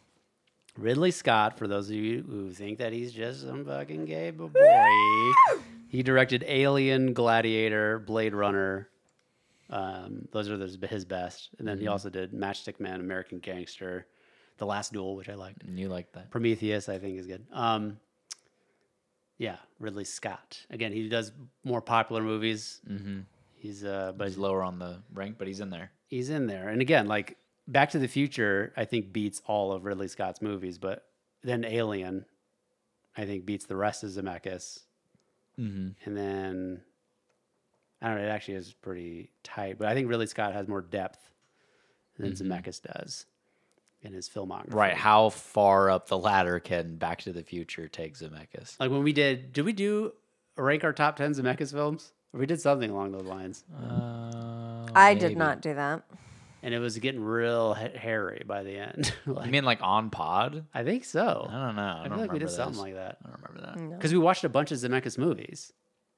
Speaker 1: Ridley Scott, for those of you who think that he's just some fucking gay b- boy, he directed Alien, Gladiator, Blade Runner. Um, those are those, his best. And then he also did Matchstick Man, American Gangster, The Last Duel, which I liked.
Speaker 2: And you like that.
Speaker 1: Prometheus, I think, is good. Um, yeah, Ridley Scott. Again, he does more popular movies.
Speaker 2: Mm-hmm.
Speaker 1: He's uh,
Speaker 2: But
Speaker 1: but
Speaker 2: he's lower on the rank, but he's in there.
Speaker 1: he's in there. And again, like Back to the Future, I think beats all of Ridley Scott's movies, but then Alien, I think beats the rest of Zemeckis,
Speaker 2: Mm-hmm.
Speaker 1: and then I don't know. It actually is pretty tight, but I think Ridley Scott has more depth than Zemeckis does in his filmography.
Speaker 2: Mm-hmm. Right. How far up the ladder can Back to the Future take Zemeckis?
Speaker 1: Like when we did, did we do rank our top ten Zemeckis films? Or we did something along those lines,
Speaker 2: Uh,
Speaker 3: I did
Speaker 2: maybe.
Speaker 3: not do that.
Speaker 1: and it was getting real ha- hairy by the end. like,
Speaker 2: You mean like on pod?
Speaker 1: I think so.
Speaker 2: I don't know. Oh. I, don't
Speaker 1: I, feel like we
Speaker 2: remember
Speaker 1: did something
Speaker 2: those.
Speaker 1: like that.
Speaker 2: I don't remember that.
Speaker 3: No.
Speaker 1: because we watched a bunch of Zemeckis movies,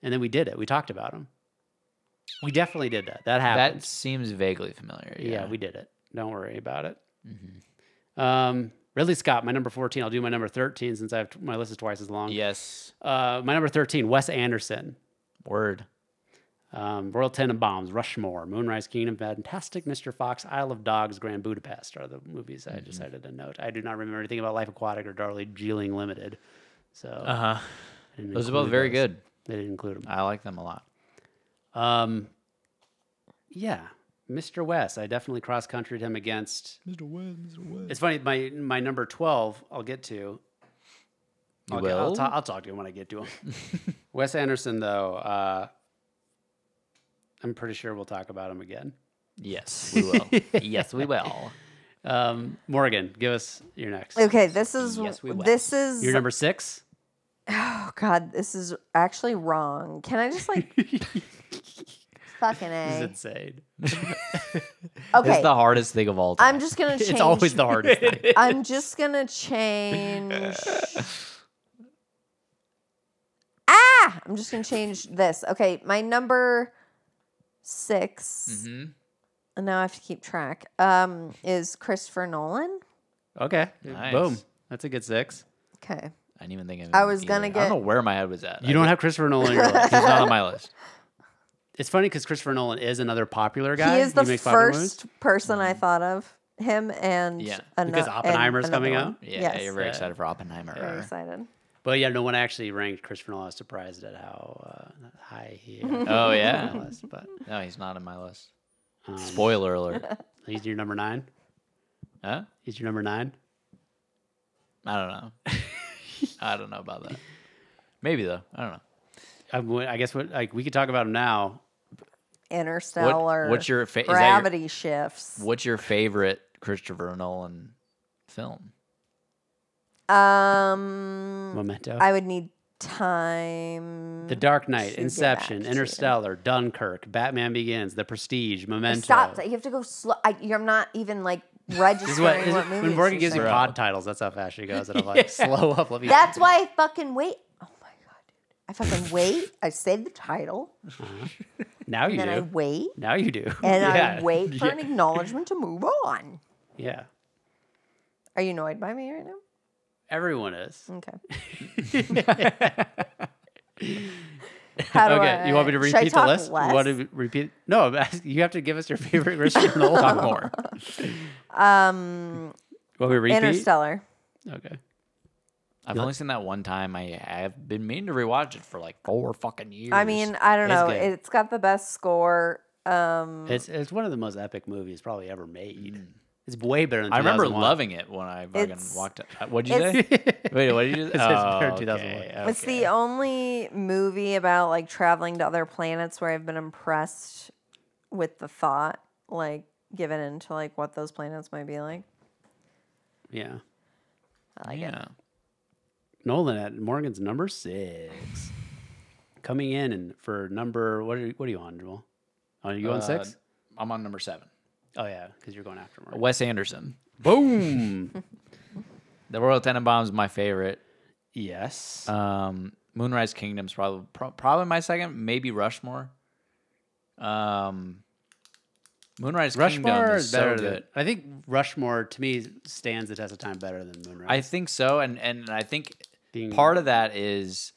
Speaker 1: and then we did it. We talked about them. We definitely did that. That happened.
Speaker 2: That seems vaguely familiar.
Speaker 1: yeah.
Speaker 2: Yeah, Mm-hmm.
Speaker 1: we did it. Don't worry about it. Um, Ridley Scott, my number fourteen. I'll do my number thirteen since I have t- my list is twice as long.
Speaker 2: Yes.
Speaker 1: Uh, my number thirteen, Wes Anderson.
Speaker 2: Word.
Speaker 1: Um, Royal Tenenbaums, Rushmore, Moonrise Kingdom, Fantastic Mr. Fox, Isle of Dogs, Grand Budapest are the movies
Speaker 2: Mm-hmm.
Speaker 1: I decided to note. I do not remember anything about Life Aquatic or Darley Geeling Limited, so
Speaker 2: Uh huh.
Speaker 1: I didn't
Speaker 2: Those are
Speaker 1: include
Speaker 2: both very
Speaker 1: those.
Speaker 2: good.
Speaker 1: They didn't include them.
Speaker 2: I like them a lot.
Speaker 1: Um, yeah, Mr. West. I definitely cross countryed him against.
Speaker 2: Mr. West, Mr. West.
Speaker 1: It's funny. My my number twelve. I'll get to.
Speaker 2: You
Speaker 1: I'll, get- I'll,
Speaker 2: will?
Speaker 1: ta- I'll talk to him when I get to him. Wes Anderson, though, uh, I'm pretty sure we'll talk about him again.
Speaker 2: Yes, we will. yes, we will.
Speaker 1: Um, Morgan, give us your next.
Speaker 3: Okay, this is
Speaker 2: Yes, we will.
Speaker 3: this is
Speaker 1: Your number six.
Speaker 3: oh god, this is actually wrong. Can I just like fucking
Speaker 1: This is
Speaker 3: a?
Speaker 1: insane.
Speaker 3: Okay,
Speaker 2: It's the hardest thing of all time.
Speaker 3: I'm just gonna change.
Speaker 1: It's always the hardest. thing.
Speaker 3: I'm just gonna change. ah, I'm just gonna change this. Okay, my number 6
Speaker 2: hmm
Speaker 3: and now I have to keep track. Um, is Christopher Nolan?
Speaker 1: Okay.
Speaker 2: Nice.
Speaker 1: Boom. That's a good six.
Speaker 3: Okay,
Speaker 2: I didn't even think of.
Speaker 3: I
Speaker 2: him
Speaker 3: was
Speaker 2: either.
Speaker 3: gonna
Speaker 2: I
Speaker 3: get-
Speaker 2: don't know where my head was at.
Speaker 1: You don't have Christopher Nolan in your list.
Speaker 2: He's not on my list.
Speaker 1: It's funny because Christopher Nolan is another popular guy.
Speaker 3: he is the
Speaker 1: makes popular movies.
Speaker 3: first person I thought of. Him and
Speaker 2: Mm-hmm. Yeah,
Speaker 3: ano-
Speaker 1: because
Speaker 3: and
Speaker 1: Oppenheimer's
Speaker 3: another
Speaker 1: coming
Speaker 3: one.
Speaker 1: out.
Speaker 2: Yeah,
Speaker 3: Yes.
Speaker 2: you're very
Speaker 1: Yeah.
Speaker 2: excited for Oppenheimer.
Speaker 3: Very excited.
Speaker 1: But yeah, no. When I actually ranked Christopher Nolan, I was surprised at how uh, high he. Is
Speaker 2: Oh
Speaker 1: on my
Speaker 2: yeah.
Speaker 1: list, but
Speaker 2: No, he's not on my list.
Speaker 1: um,
Speaker 2: Spoiler alert.
Speaker 1: he's your number nine.
Speaker 2: huh?
Speaker 1: He's your number nine.
Speaker 2: I don't know. I don't know about that. Maybe though. I don't know.
Speaker 1: I, w- I guess what like we could talk about him now.
Speaker 3: Interstellar.
Speaker 2: what's your fa- is that your-
Speaker 3: gravity shifts?
Speaker 2: What's your favorite Christopher Nolan film?
Speaker 3: Um,
Speaker 1: Memento,
Speaker 3: I would need time.
Speaker 1: The Dark Knight,
Speaker 3: get
Speaker 1: Inception,
Speaker 3: Mm-hmm. back to.
Speaker 1: Interstellar, Dunkirk, Batman Begins, The Prestige, Memento.
Speaker 3: Stop! You have to go slow. I, you're not even like registering
Speaker 1: This is
Speaker 3: what,
Speaker 1: what, this is,
Speaker 3: movies.
Speaker 1: when Morgan
Speaker 3: you're
Speaker 1: gives me
Speaker 3: saying.
Speaker 2: saying.
Speaker 1: pod titles. That's how fast she goes. And I'm like, slow up. Let me.
Speaker 3: That's why I fucking wait. Oh my god, dude! I fucking wait. I say the title,
Speaker 1: now you
Speaker 3: and then I
Speaker 1: do.
Speaker 3: wait,
Speaker 1: Now you do.
Speaker 3: and
Speaker 1: yeah.
Speaker 3: I wait for
Speaker 1: Yeah.
Speaker 3: an acknowledgement to move on.
Speaker 1: yeah.
Speaker 3: Are you annoyed by me right now?
Speaker 1: Everyone is.
Speaker 3: Okay. How do
Speaker 1: okay,
Speaker 3: I,
Speaker 1: you want me to
Speaker 3: should I
Speaker 1: repeat the
Speaker 3: talk
Speaker 1: list?
Speaker 3: Less?
Speaker 1: What do we repeat? No, I'm ask- you have to give us your favorite Christopher Nolan. Talk more.
Speaker 3: um,
Speaker 1: What we repeat?
Speaker 3: Interstellar.
Speaker 1: Okay.
Speaker 2: I've only seen that one time. I I've been meaning to rewatch it for like four fucking years.
Speaker 3: I mean, I don't
Speaker 1: It's
Speaker 3: know.
Speaker 1: good.
Speaker 3: It's got the best score. Um,
Speaker 1: It's it's one of the most epic movies probably ever made. It's way better than
Speaker 2: Hmm. I remember
Speaker 1: 2001.
Speaker 2: loving it when I fucking
Speaker 3: It's-
Speaker 2: walked up. What'd you say?
Speaker 3: it's-
Speaker 2: Wait, what did you just?
Speaker 1: It says
Speaker 2: Oh,
Speaker 1: better in
Speaker 2: okay,
Speaker 1: 2001.
Speaker 3: It's the only movie about like traveling to other planets where I've been impressed with the thought, like given into like what those planets might be like.
Speaker 1: Yeah.
Speaker 3: I like
Speaker 2: yeah.
Speaker 1: Nolan at Morgan's number six. Coming in and for number what are you, what are you on, Joel? Are you on
Speaker 2: Uh,
Speaker 1: six?
Speaker 2: I'm on number seven.
Speaker 1: Oh yeah, because you're going after Morgan.
Speaker 2: Wes Anderson.
Speaker 1: Boom.
Speaker 2: The Royal Tenenbaums is my favorite.
Speaker 1: yes.
Speaker 2: Um, Moonrise Kingdom's probably pro- probably my second. Maybe Rushmore. Um, Moonrise
Speaker 1: Rushmore
Speaker 2: Kingdom
Speaker 1: is
Speaker 2: is
Speaker 1: better
Speaker 2: so
Speaker 1: than
Speaker 2: good.
Speaker 1: I think Rushmore to me stands the test of time better than Moonrise.
Speaker 2: I think so, and and I think
Speaker 1: Being-
Speaker 2: part of that is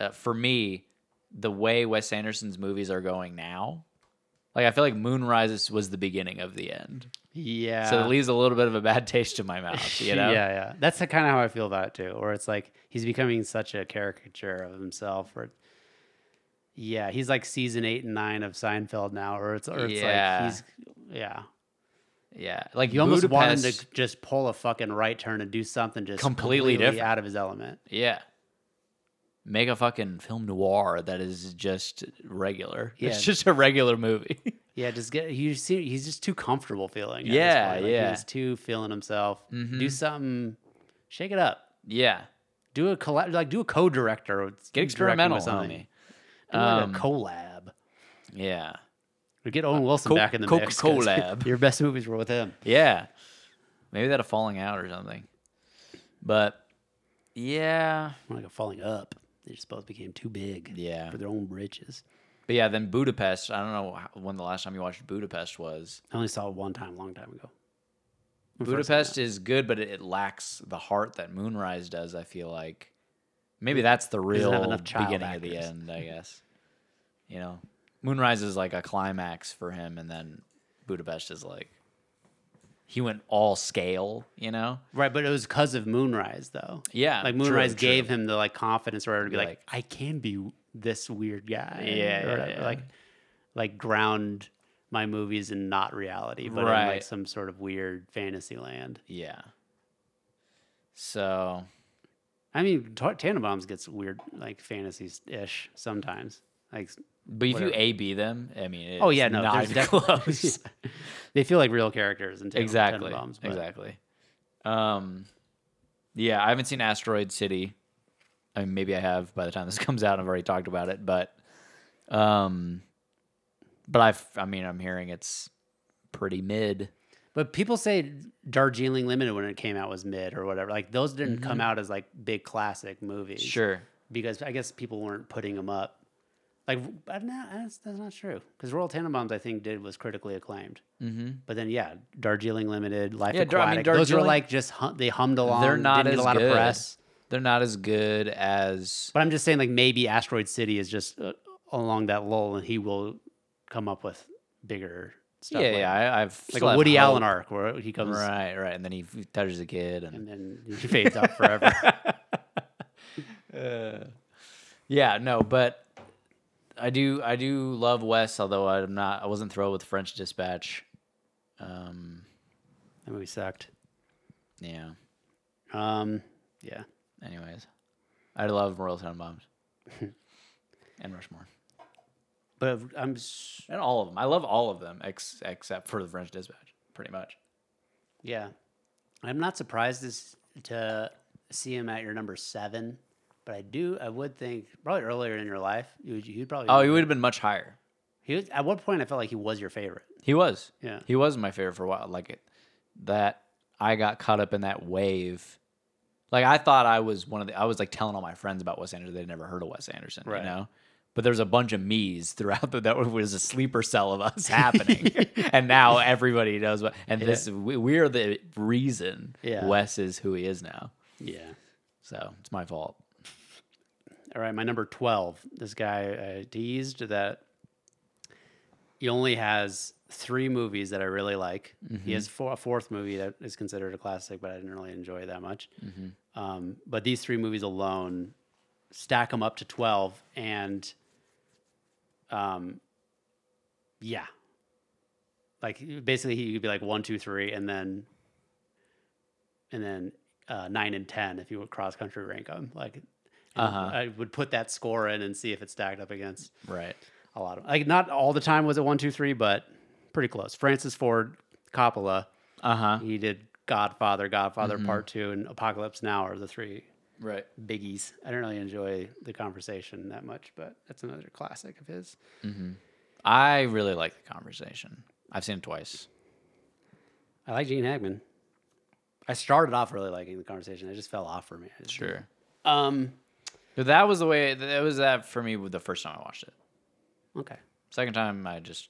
Speaker 2: uh, for me the way Wes Anderson's movies are going now. Like I feel like Moonrise was the beginning of the end,
Speaker 1: yeah.
Speaker 2: so it leaves a little bit of a bad taste in my mouth. You know,
Speaker 1: yeah, yeah. That's the kind of how I feel about it too. Where it's like he's becoming such a caricature of himself. Or yeah, he's like season eight and nine of Seinfeld now. Or it's or it's
Speaker 2: Yeah.
Speaker 1: like he's yeah.
Speaker 2: yeah. Like
Speaker 1: You almost want him
Speaker 2: Budapest-
Speaker 1: to just pull a fucking right turn and do something just
Speaker 2: Completely
Speaker 1: completely,
Speaker 2: different.
Speaker 1: out of his element.
Speaker 2: Yeah. Make a fucking film noir that is just regular.
Speaker 1: Yeah.
Speaker 2: It's just a regular movie.
Speaker 1: Yeah, just get you see he's just too comfortable feeling. at this
Speaker 2: Yeah,
Speaker 1: point. Like,
Speaker 2: yeah.
Speaker 1: He's too feeling himself.
Speaker 2: Mhm.
Speaker 1: Do something, shake it up.
Speaker 2: yeah.
Speaker 1: Do a collab, like do a co-director. with-
Speaker 2: Get
Speaker 1: directing with
Speaker 2: experimental,
Speaker 1: something.
Speaker 2: homie.
Speaker 1: Do like
Speaker 2: Um,
Speaker 1: a collab.
Speaker 2: Yeah.
Speaker 1: We get Owen Wilson
Speaker 2: co-
Speaker 1: back in the
Speaker 2: co-
Speaker 1: mix. 'cause
Speaker 2: collab.
Speaker 1: Your best movies were with him.
Speaker 2: Yeah. Maybe that a falling out or something. But yeah.
Speaker 1: More Like a falling up. They just both became too big.
Speaker 2: Yeah.
Speaker 1: For their own britches.
Speaker 2: But yeah, then Budapest. I don't know how- when the last time you watched Budapest was.
Speaker 1: I only saw it one time, a long time ago. When first came
Speaker 2: Budapest is good, but it, it lacks the heart that Moonrise does, I feel like. Maybe that's the real
Speaker 1: doesn't have enough child
Speaker 2: beginning of the
Speaker 1: actors.
Speaker 2: end, I guess. You know, Moonrise is like a climax for him, and then Budapest is like he went all scale, you know?
Speaker 1: out. Right, but it was because of Moonrise though.
Speaker 2: Yeah,
Speaker 1: Like
Speaker 2: true,
Speaker 1: Moonrise
Speaker 2: true.
Speaker 1: gave him the like confidence or to be like,
Speaker 2: Like-
Speaker 1: I can be w- this weird guy.
Speaker 2: Yeah,
Speaker 1: or
Speaker 2: yeah,
Speaker 1: whatever,
Speaker 2: yeah.
Speaker 1: Like like ground my movies in not reality, but in
Speaker 2: Right.
Speaker 1: like some sort of weird fantasy land.
Speaker 2: Yeah. So
Speaker 1: I mean, Ta- Tannenbaum's gets weird, like fantasy ish sometimes. Like,
Speaker 2: but if you
Speaker 1: Whatever.
Speaker 2: A B them, I mean it's
Speaker 1: oh yeah, no,
Speaker 2: not
Speaker 1: there's
Speaker 2: even
Speaker 1: definitely-
Speaker 2: close.
Speaker 1: they feel like real characters and
Speaker 2: exactly
Speaker 1: Tannenbaums, but-
Speaker 2: exactly um yeah i haven't seen asteroid city i mean maybe i have by the time this comes out i've already talked about it but um but i've i mean i'm hearing it's pretty mid
Speaker 1: But people say Darjeeling Limited when it came out was mid or whatever. Like those didn't come out as like big classic movies.
Speaker 2: Mm-hmm. sure
Speaker 1: Because I guess people weren't putting them up. Like, but no, that's, that's not true. Because Royal Tannenbaums, I think, did was critically acclaimed.
Speaker 2: mm-hmm.
Speaker 1: But then, yeah, Darjeeling Limited, Life
Speaker 2: Yeah, Dar- I mean,
Speaker 1: Aquatic. those were
Speaker 2: Darjeeling-
Speaker 1: like just hum- they hummed along.
Speaker 2: they're not as
Speaker 1: didn't get a lot
Speaker 2: good
Speaker 1: of press.
Speaker 2: they're not as good as
Speaker 1: But I'm just saying, like maybe Asteroid City is just uh, along that lull, and he will come up with bigger
Speaker 2: yeah
Speaker 1: stuff. later.
Speaker 2: yeah I, i've
Speaker 1: like
Speaker 2: still
Speaker 1: a
Speaker 2: have
Speaker 1: Woody
Speaker 2: hope.
Speaker 1: Allen arc where he comes
Speaker 2: right right and then he f- touches a kid and
Speaker 1: and then he fades out forever.
Speaker 2: Yeah, no, but I do I do love Wes, although I'm not I wasn't thrilled with French Dispatch. Um
Speaker 1: that movie sucked.
Speaker 2: yeah.
Speaker 1: Um, yeah,
Speaker 2: Anyways. I love Royal Tenenbaums. and Rushmore.
Speaker 1: but I'm s-
Speaker 2: And all of them. I love all of them ex- except for the French Dispatch, pretty much.
Speaker 1: yeah, I'm not surprised this, to see him at your number seven. But I do, I would think probably earlier in your life, you would, you'd probably.
Speaker 2: Oh, he would have been much higher.
Speaker 1: he was, at one point I felt like he was your favorite.
Speaker 2: He was.
Speaker 1: Yeah.
Speaker 2: He was my favorite for a while. Like it, that I got caught up in that wave. Like I thought I was one of the I was like telling all my friends about Wes Anderson. They'd never heard of Wes Anderson,
Speaker 1: Right.
Speaker 2: you know? But there's a bunch of me's throughout the, that was a sleeper cell of us happening. and now everybody knows what and this we, we are the reason
Speaker 1: Yeah.
Speaker 2: Wes is who he is now.
Speaker 1: Yeah.
Speaker 2: So it's my fault.
Speaker 1: All right, my number 12. This guy uh, teased that he only has three movies that I really like. He has four, a fourth movie that is considered a classic, but I didn't really enjoy it that much. Um, but these three movies alone stack them up to 12. And um, yeah, Like basically, he could be like one, two, three, and then and then uh, nine and ten if you would cross country rank them. Like, and
Speaker 2: Uh-huh.
Speaker 1: I would put that score in and see if it's stacked up against
Speaker 2: Right.
Speaker 1: a lot of like not all the time was it one, two, three, but pretty close. Francis Ford Coppola,
Speaker 2: Uh huh.
Speaker 1: he did Godfather, Godfather Part Two, and Apocalypse Now are the three
Speaker 2: Right.
Speaker 1: biggies. I don't really enjoy the conversation that much, but that's another classic of his.
Speaker 2: I really like the conversation. I've seen it twice.
Speaker 1: I like Gene Hackman. I started off really liking the conversation. It just fell off for me. I just-
Speaker 2: Sure.
Speaker 1: Um.
Speaker 2: But that was the way. That was that for me. The first time I watched it.
Speaker 1: Okay.
Speaker 2: Second time, I just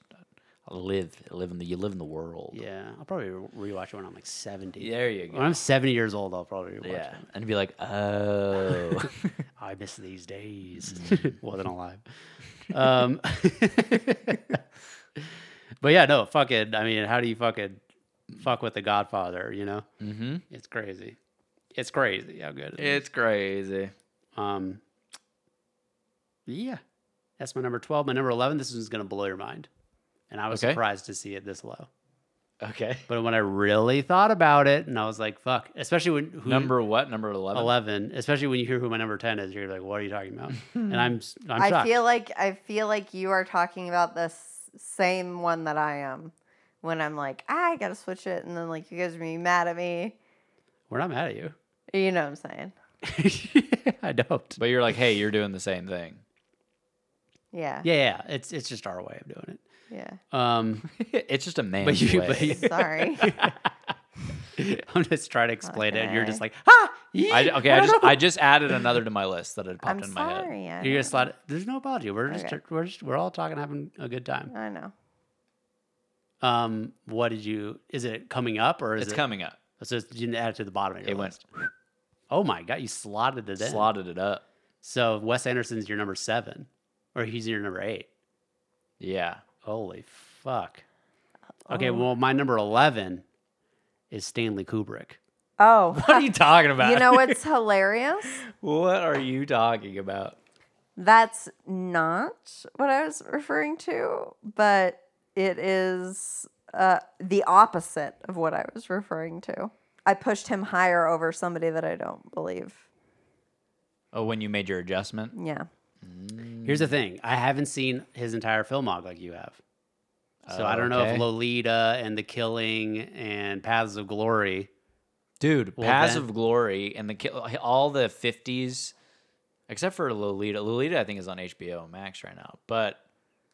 Speaker 2: I live I live in the you live in the world.
Speaker 1: Yeah, I'll probably re- rewatch it when I'm like 70.
Speaker 2: There you go.
Speaker 1: When I'm 70 years old, I'll probably rewatch
Speaker 2: yeah,
Speaker 1: it.
Speaker 2: and be like, oh,
Speaker 1: I miss these days. Wasn't alive. Um, but yeah, no, fucking. I mean, how do you fucking fuck with the Godfather? You know,
Speaker 2: mm-hmm.
Speaker 1: it's crazy. It's crazy how good it is.
Speaker 2: it's crazy.
Speaker 1: Um, yeah, that's my number 12. My number 11, this one's going to blow your mind. And I was
Speaker 2: Okay.
Speaker 1: surprised to see it this low.
Speaker 2: Okay,
Speaker 1: But when I really thought about it, and I was like, fuck, especially when who,
Speaker 2: number what? Number eleven.
Speaker 1: 11, especially when you hear who my number 10 is, you're like, what are you talking about? and I'm, s- I'm
Speaker 3: I
Speaker 1: shocked.
Speaker 3: feel like I feel like you are talking about the s- same one that I am. When I'm like, ah, I gotta switch it, and then like you guys are gonna be mad at me.
Speaker 1: We're not mad at you.
Speaker 3: You know what I'm saying?
Speaker 1: I don't.
Speaker 2: But you're like, hey, you're doing the same thing.
Speaker 3: Yeah.
Speaker 1: Yeah, yeah, it's it's just our way of doing it.
Speaker 3: Yeah.
Speaker 1: Um,
Speaker 2: it's just a man's
Speaker 1: you-
Speaker 2: way.
Speaker 1: but you-
Speaker 3: Sorry.
Speaker 1: I'm just trying to explain it, and you're just
Speaker 3: Okay.
Speaker 1: like, ha! yee,
Speaker 2: I, okay,
Speaker 1: I
Speaker 2: I just
Speaker 1: don't know."
Speaker 2: I just added another to my list that had popped
Speaker 3: I'm
Speaker 2: in my head.
Speaker 3: sorry. I
Speaker 1: you're
Speaker 3: know.
Speaker 1: gonna slide. There's no apology. We're just
Speaker 3: Okay.
Speaker 1: we're just we're all talking, having a good time.
Speaker 3: I know.
Speaker 1: Um, what did you? Is it coming up or is
Speaker 2: It's
Speaker 1: it?
Speaker 2: coming up.
Speaker 1: So it's, you didn't add it to the bottom. Of your
Speaker 2: It went
Speaker 1: list. Oh my god, you slotted it in.
Speaker 2: slotted it up.
Speaker 1: So Wes Anderson's your number seven, or he's your number eight.
Speaker 2: Yeah.
Speaker 1: Holy fuck. Okay, well my number eleven is Stanley Kubrick.
Speaker 3: Oh,
Speaker 2: What are you talking about?
Speaker 3: you know what's hilarious?
Speaker 2: what are you talking about?
Speaker 3: That's not what I was referring to, but it is uh, the opposite of what I was referring to. I pushed him higher over somebody that I don't believe.
Speaker 2: Oh, when you made your adjustment.
Speaker 3: Yeah.
Speaker 1: Here's
Speaker 2: Hmm.
Speaker 1: the thing: I haven't seen his entire filmog like you have, so I don't know
Speaker 2: Okay.
Speaker 1: if Lolita and The Killing and Paths of Glory.
Speaker 2: Dude,
Speaker 1: Well,
Speaker 2: Paths
Speaker 1: then-
Speaker 2: of Glory and the ki- all the 50s except for Lolita. Lolita I think is on HBO Max right now. But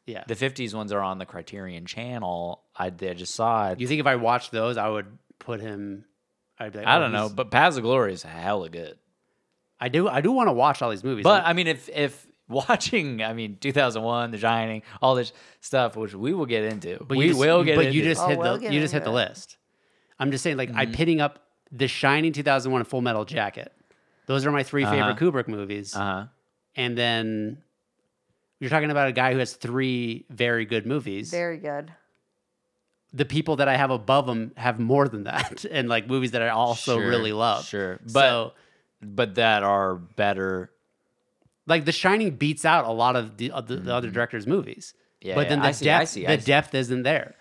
Speaker 1: Yeah,
Speaker 2: the 50s ones are on the Criterion channel. I, I just saw it.
Speaker 1: you think if I watched those, I would put him? I'd be like,
Speaker 2: I
Speaker 1: "Oh,
Speaker 2: don't know,
Speaker 1: he's-
Speaker 2: but Paths of Glory is hella good.
Speaker 1: I do. I do want to watch all these movies.
Speaker 2: But I mean if if watching, I mean 2001, The Shining, all this stuff which we will get into.
Speaker 1: But
Speaker 2: we
Speaker 1: you just,
Speaker 2: will get
Speaker 1: But
Speaker 2: into. Mm-hmm.
Speaker 1: you just
Speaker 3: Oh,
Speaker 1: hit
Speaker 3: we'll
Speaker 1: the
Speaker 3: get
Speaker 1: you just hit
Speaker 3: into
Speaker 1: the list. I'm just saying, like I'm pitting up The Shining, 2001, and Full Metal Jacket. Those are my 3 favorite Kubrick movies.
Speaker 2: uh-huh.
Speaker 1: And then you're talking about a guy who has three very good movies.
Speaker 3: Very good.
Speaker 1: the people that I have above him have more than that, and like movies that I also
Speaker 2: Sure,
Speaker 1: really love.
Speaker 2: sure. But-
Speaker 1: so,
Speaker 2: But that are better.
Speaker 1: like The Shining beats out a lot of the, of the, the other director's movies.
Speaker 2: Mm-hmm. Yeah,
Speaker 1: but then
Speaker 2: yeah,
Speaker 1: the
Speaker 2: I see, I
Speaker 1: depth,
Speaker 2: see,
Speaker 1: the
Speaker 2: I see.
Speaker 1: depth isn't there.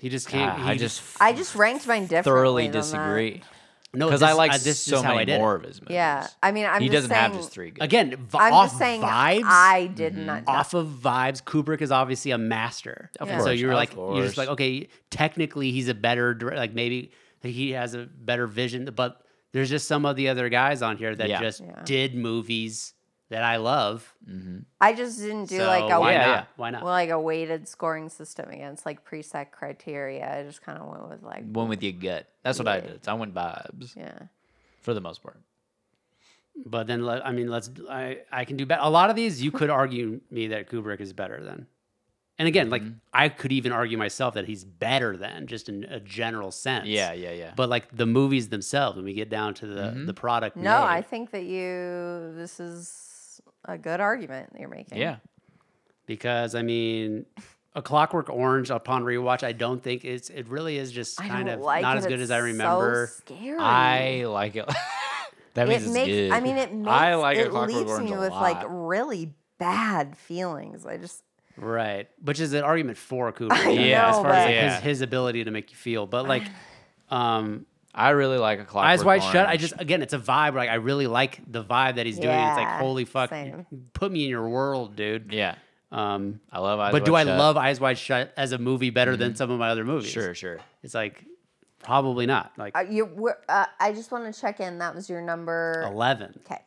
Speaker 1: He just can't.
Speaker 2: God,
Speaker 1: he
Speaker 2: Ah, I just
Speaker 3: I just ranked mine differently.
Speaker 2: thoroughly
Speaker 3: than that.
Speaker 2: disagree.
Speaker 1: no
Speaker 2: because
Speaker 1: this-
Speaker 2: Oh, I like
Speaker 1: uh, this is
Speaker 2: so
Speaker 1: how I
Speaker 2: many
Speaker 1: did it.
Speaker 2: more of his movies.
Speaker 3: Yeah. I mean, I'm
Speaker 2: he
Speaker 3: just
Speaker 2: doesn't
Speaker 3: saying,
Speaker 2: have just three good.
Speaker 1: Again, v-
Speaker 3: I'm
Speaker 1: off
Speaker 3: just saying
Speaker 1: vibes. Mm-hmm.
Speaker 3: I did not.
Speaker 1: off of vibes, Kubrick is obviously a master.
Speaker 2: Of
Speaker 1: And So
Speaker 2: course,
Speaker 1: you're
Speaker 2: of
Speaker 1: like, you're just
Speaker 2: course.
Speaker 1: like, okay, technically he's a better director. Like maybe he has a better vision, but there's just some of the other guys on here that
Speaker 2: Yeah.
Speaker 1: just
Speaker 3: Yeah.
Speaker 1: did movies that I love.
Speaker 3: I just didn't do
Speaker 1: so
Speaker 3: like a
Speaker 1: why
Speaker 2: Yeah,
Speaker 1: not?
Speaker 2: yeah.
Speaker 1: Why not?
Speaker 3: well, like a weighted scoring system against like preset criteria. I just kind of went with like
Speaker 2: One with your gut. That's what I
Speaker 3: Yeah.
Speaker 2: did. I went vibes
Speaker 3: yeah.
Speaker 2: for the most part.
Speaker 1: but then let, I mean, let's. I I can do better. A lot of these you could argue me that Kubrick is better than. And again, like
Speaker 2: Mm-hmm.
Speaker 1: I could even argue myself that he's better than just in a general sense.
Speaker 2: Yeah, yeah, yeah.
Speaker 1: But like the movies themselves, when we get down to the
Speaker 2: Mm-hmm.
Speaker 1: the product,
Speaker 3: No,
Speaker 1: made,
Speaker 3: I think that you. This is a good argument that you're making.
Speaker 2: yeah,
Speaker 1: because I mean, A Clockwork Orange upon rewatch, I don't think it's it really is just
Speaker 3: I
Speaker 1: kind
Speaker 3: don't
Speaker 1: of
Speaker 3: like
Speaker 1: not
Speaker 3: it.
Speaker 1: as good
Speaker 3: It's
Speaker 1: as I remember.
Speaker 3: So scary.
Speaker 2: I like it. that means
Speaker 3: It
Speaker 2: it's
Speaker 3: makes.
Speaker 2: good.
Speaker 3: I mean, it makes.
Speaker 2: I like A
Speaker 3: it
Speaker 2: Clockwork
Speaker 3: leaves
Speaker 2: Orange
Speaker 3: me
Speaker 2: a
Speaker 3: with like
Speaker 2: lot.
Speaker 3: really bad feelings. I just.
Speaker 1: Right. Which is an argument for Cooper.
Speaker 3: I
Speaker 1: yeah. as
Speaker 3: know,
Speaker 1: far as like,
Speaker 2: but-
Speaker 1: his, his ability to make you feel. But like, um,
Speaker 2: I really like a clockwork.
Speaker 1: Eyes Wide Shut, I
Speaker 2: Orange.
Speaker 1: just, again, it's a vibe. Like, I really like the vibe that he's doing. it's like,
Speaker 3: Yeah,
Speaker 1: holy fuck,
Speaker 3: same.
Speaker 1: put me in your world, dude.
Speaker 2: yeah,
Speaker 1: Um,
Speaker 2: I love Eyes.
Speaker 1: but do
Speaker 2: Wide
Speaker 1: I
Speaker 2: Shut. Mm-hmm.
Speaker 1: love Eyes Wide Shut as a movie better than some of my other movies?
Speaker 2: Sure, sure.
Speaker 1: It's like, probably not. Like,
Speaker 3: Uh, you, we're- uh, I just want to check in. That was your number.
Speaker 1: 11.
Speaker 3: Okay.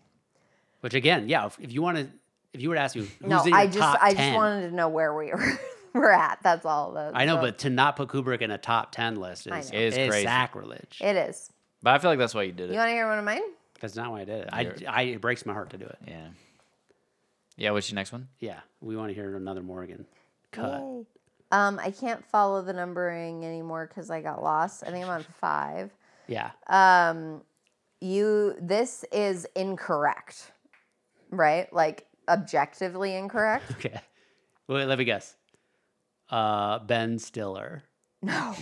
Speaker 1: Which, again, yeah, if, if you want to, if you were to ask me, who's
Speaker 3: No,
Speaker 1: in your
Speaker 3: I just
Speaker 1: top
Speaker 3: I
Speaker 1: 10?
Speaker 3: just wanted to know where we were, we're at. That's all. That,
Speaker 1: I know,
Speaker 3: so-
Speaker 1: but to not put Kubrick in a top 10 list
Speaker 3: I
Speaker 1: is,
Speaker 3: know.
Speaker 2: It is crazy.
Speaker 1: sacrilege.
Speaker 3: it is.
Speaker 2: But I feel like that's why you did it.
Speaker 3: You want to hear one of mine?
Speaker 1: That's not why I did it. I, I, it breaks my heart to do it.
Speaker 2: yeah. Yeah. What's your next one?
Speaker 1: Yeah, we want to hear another Morgan cut.
Speaker 3: Yay. Um, I can't follow the numbering anymore because I got lost. I think I'm on five.
Speaker 1: Yeah,
Speaker 3: Um, you. This is incorrect, right? Like objectively incorrect.
Speaker 1: okay. Wait, let me guess. Uh, Ben Stiller,
Speaker 3: No.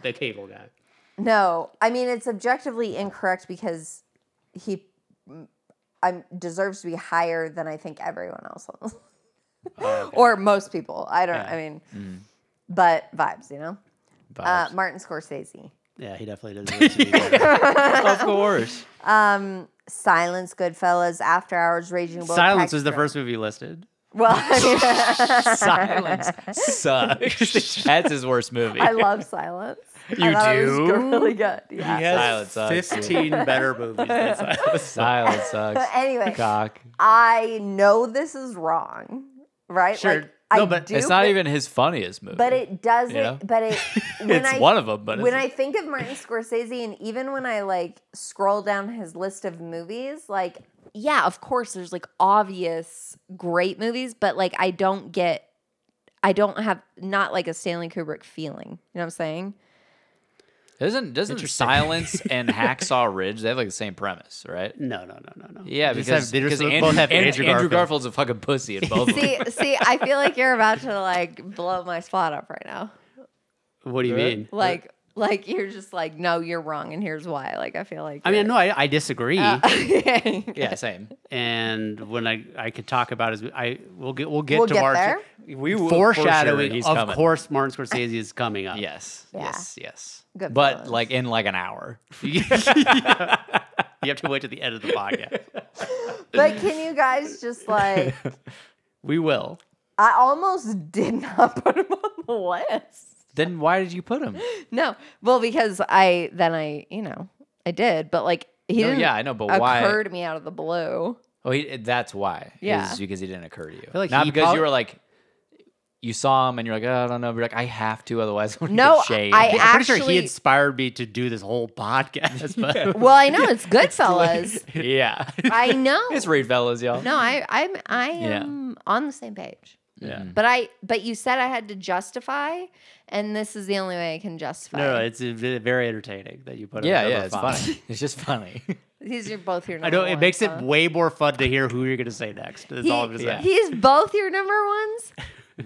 Speaker 1: the cable guy.
Speaker 3: No, I mean it's objectively incorrect because he I deserves to be higher than I think everyone else on this-
Speaker 1: Oh,
Speaker 3: or most people. I don't. I mean,
Speaker 1: Mm-hmm.
Speaker 3: but vibes, you know. Uh,
Speaker 2: Vibes.
Speaker 3: Martin Scorsese.
Speaker 1: Yeah, he definitely does. yeah.
Speaker 2: of course.
Speaker 3: Silence, Goodfellas, After Hours, Raging Bull.
Speaker 1: Silence was the
Speaker 3: Taxi-
Speaker 1: first movie listed.
Speaker 3: Well, I,
Speaker 2: Silence sucks. That's his worst movie.
Speaker 3: mean, I love Silence.
Speaker 1: You
Speaker 3: I thought it was
Speaker 1: do?
Speaker 3: really good. Yeah.
Speaker 2: Silence sucks.
Speaker 1: Fifteen better movies. Than Silence.
Speaker 2: Silence sucks.
Speaker 3: But anyway,
Speaker 2: Cock.
Speaker 3: I know this is wrong, right?
Speaker 1: Sure.
Speaker 3: I
Speaker 1: No, but
Speaker 3: do
Speaker 2: It's not
Speaker 3: be-
Speaker 2: even his funniest movie.
Speaker 3: But it doesn't.
Speaker 2: know?
Speaker 3: But it. When
Speaker 2: it's
Speaker 3: I,
Speaker 2: one of them. But
Speaker 3: when
Speaker 2: it's,
Speaker 3: I think of Martin Scorsese, and even when I like scroll down his list of movies, like yeah, of course, there's like obvious great movies, but like I don't get, I don't have not like a Stanley Kubrick feeling. You know what I'm saying?
Speaker 2: doesn't doesn't
Speaker 1: Interesting.
Speaker 2: Silence and Hacksaw Ridge they have like the same premise, right?
Speaker 1: No, no, no, no, no.
Speaker 2: Yeah,
Speaker 1: They
Speaker 2: because
Speaker 1: just have- they just
Speaker 2: because
Speaker 1: both
Speaker 2: Andrew,
Speaker 1: have
Speaker 2: An-
Speaker 1: Andrew,
Speaker 2: Andrew
Speaker 1: Garfield.
Speaker 2: Garfield's a fucking pussy in both. of them.
Speaker 3: See, see, I feel like you're about to like blow my spot up right now.
Speaker 1: What do you mean?
Speaker 3: Like, like you're just like, no, you're wrong, and here's why. Like, I feel like
Speaker 1: I mean, no, I, I disagree.
Speaker 3: Uh. mean,
Speaker 2: Yeah, same.
Speaker 1: and when I, I could talk about his, I we'll get we'll get
Speaker 3: We'll
Speaker 1: to
Speaker 3: get
Speaker 1: March.
Speaker 3: there.
Speaker 2: We
Speaker 1: Foreshadowing,
Speaker 2: he's
Speaker 1: of
Speaker 2: coming.
Speaker 1: course, Martin Scorsese is coming up.
Speaker 2: Yes.
Speaker 3: Yeah.
Speaker 2: Yes. Yes.
Speaker 3: Good
Speaker 2: but
Speaker 3: fellas.
Speaker 2: like in like an hour.
Speaker 1: You have to wait to the end of the podcast.
Speaker 3: but can you guys just like?
Speaker 1: We will.
Speaker 3: I almost did not put him on the list.
Speaker 2: then why did you put him?
Speaker 3: No, well, because I then I you know I did, but like he
Speaker 2: No,
Speaker 3: didn't.
Speaker 2: yeah, I know, but
Speaker 3: occur
Speaker 2: why?
Speaker 3: to me out of the blue.
Speaker 2: Oh, he, that's why.
Speaker 3: Yeah.
Speaker 2: Is because he didn't occur to you.
Speaker 1: feel like
Speaker 2: Not
Speaker 1: he
Speaker 2: because
Speaker 1: prob-
Speaker 2: you were like, you saw him and you're like, oh, I don't know. But you're like, I have to, otherwise I'm gonna
Speaker 3: No,
Speaker 2: get shamed.
Speaker 1: I'm
Speaker 3: I-
Speaker 1: pretty sure he
Speaker 3: actually-
Speaker 1: inspired me to do this whole podcast. But
Speaker 3: Well, I know it's good, fellas.
Speaker 2: yeah.
Speaker 3: I know.
Speaker 2: it's Reed fellas, y'all.
Speaker 3: No, I I'm I
Speaker 2: Yeah.
Speaker 3: am on the same page.
Speaker 1: yeah.
Speaker 3: But I but you said I had to justify, and this is the only way I can justify.
Speaker 1: No, no, it's uh, v- very entertaining that you put it.
Speaker 2: Yeah,
Speaker 1: at
Speaker 2: yeah,
Speaker 1: number
Speaker 2: it's
Speaker 1: five.
Speaker 2: funny. It's just funny.
Speaker 3: These are both your.
Speaker 1: I
Speaker 3: Number
Speaker 1: know it makes it
Speaker 3: ones, huh?
Speaker 1: way more fun to hear who you're going to say next. That's all I'm going to
Speaker 3: He-
Speaker 1: say.
Speaker 3: He's both your number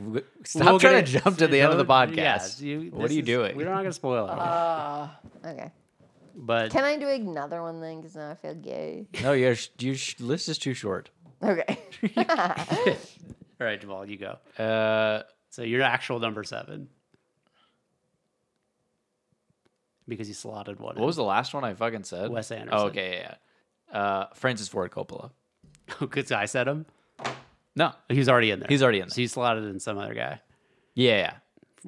Speaker 3: ones.
Speaker 2: Stop
Speaker 1: We'll
Speaker 2: trying
Speaker 1: get
Speaker 2: to
Speaker 1: it-
Speaker 2: jump to the end of the
Speaker 1: don't-
Speaker 2: podcast.
Speaker 1: yeah, you-
Speaker 2: what
Speaker 1: this
Speaker 2: are you
Speaker 1: is-
Speaker 2: doing?
Speaker 1: We're not going to spoil it.
Speaker 3: Uh, Okay.
Speaker 1: but
Speaker 3: Can I do another one then? Because now I feel gay.
Speaker 2: no, your sh- your sh- list is too short.
Speaker 3: Okay.
Speaker 1: all right, Jamal, you go.
Speaker 2: Uh,
Speaker 1: So you're actual number seven because you slotted one.
Speaker 2: what was the last one I fucking said?
Speaker 1: Wes Anderson.
Speaker 2: Oh, okay, yeah, yeah. Uh, Francis Ford Coppola.
Speaker 1: Because Oh, I said him.
Speaker 2: No,
Speaker 1: He was already in there.
Speaker 2: he's already in
Speaker 1: So
Speaker 2: there.
Speaker 1: you slotted in some other guy.
Speaker 2: Yeah, yeah.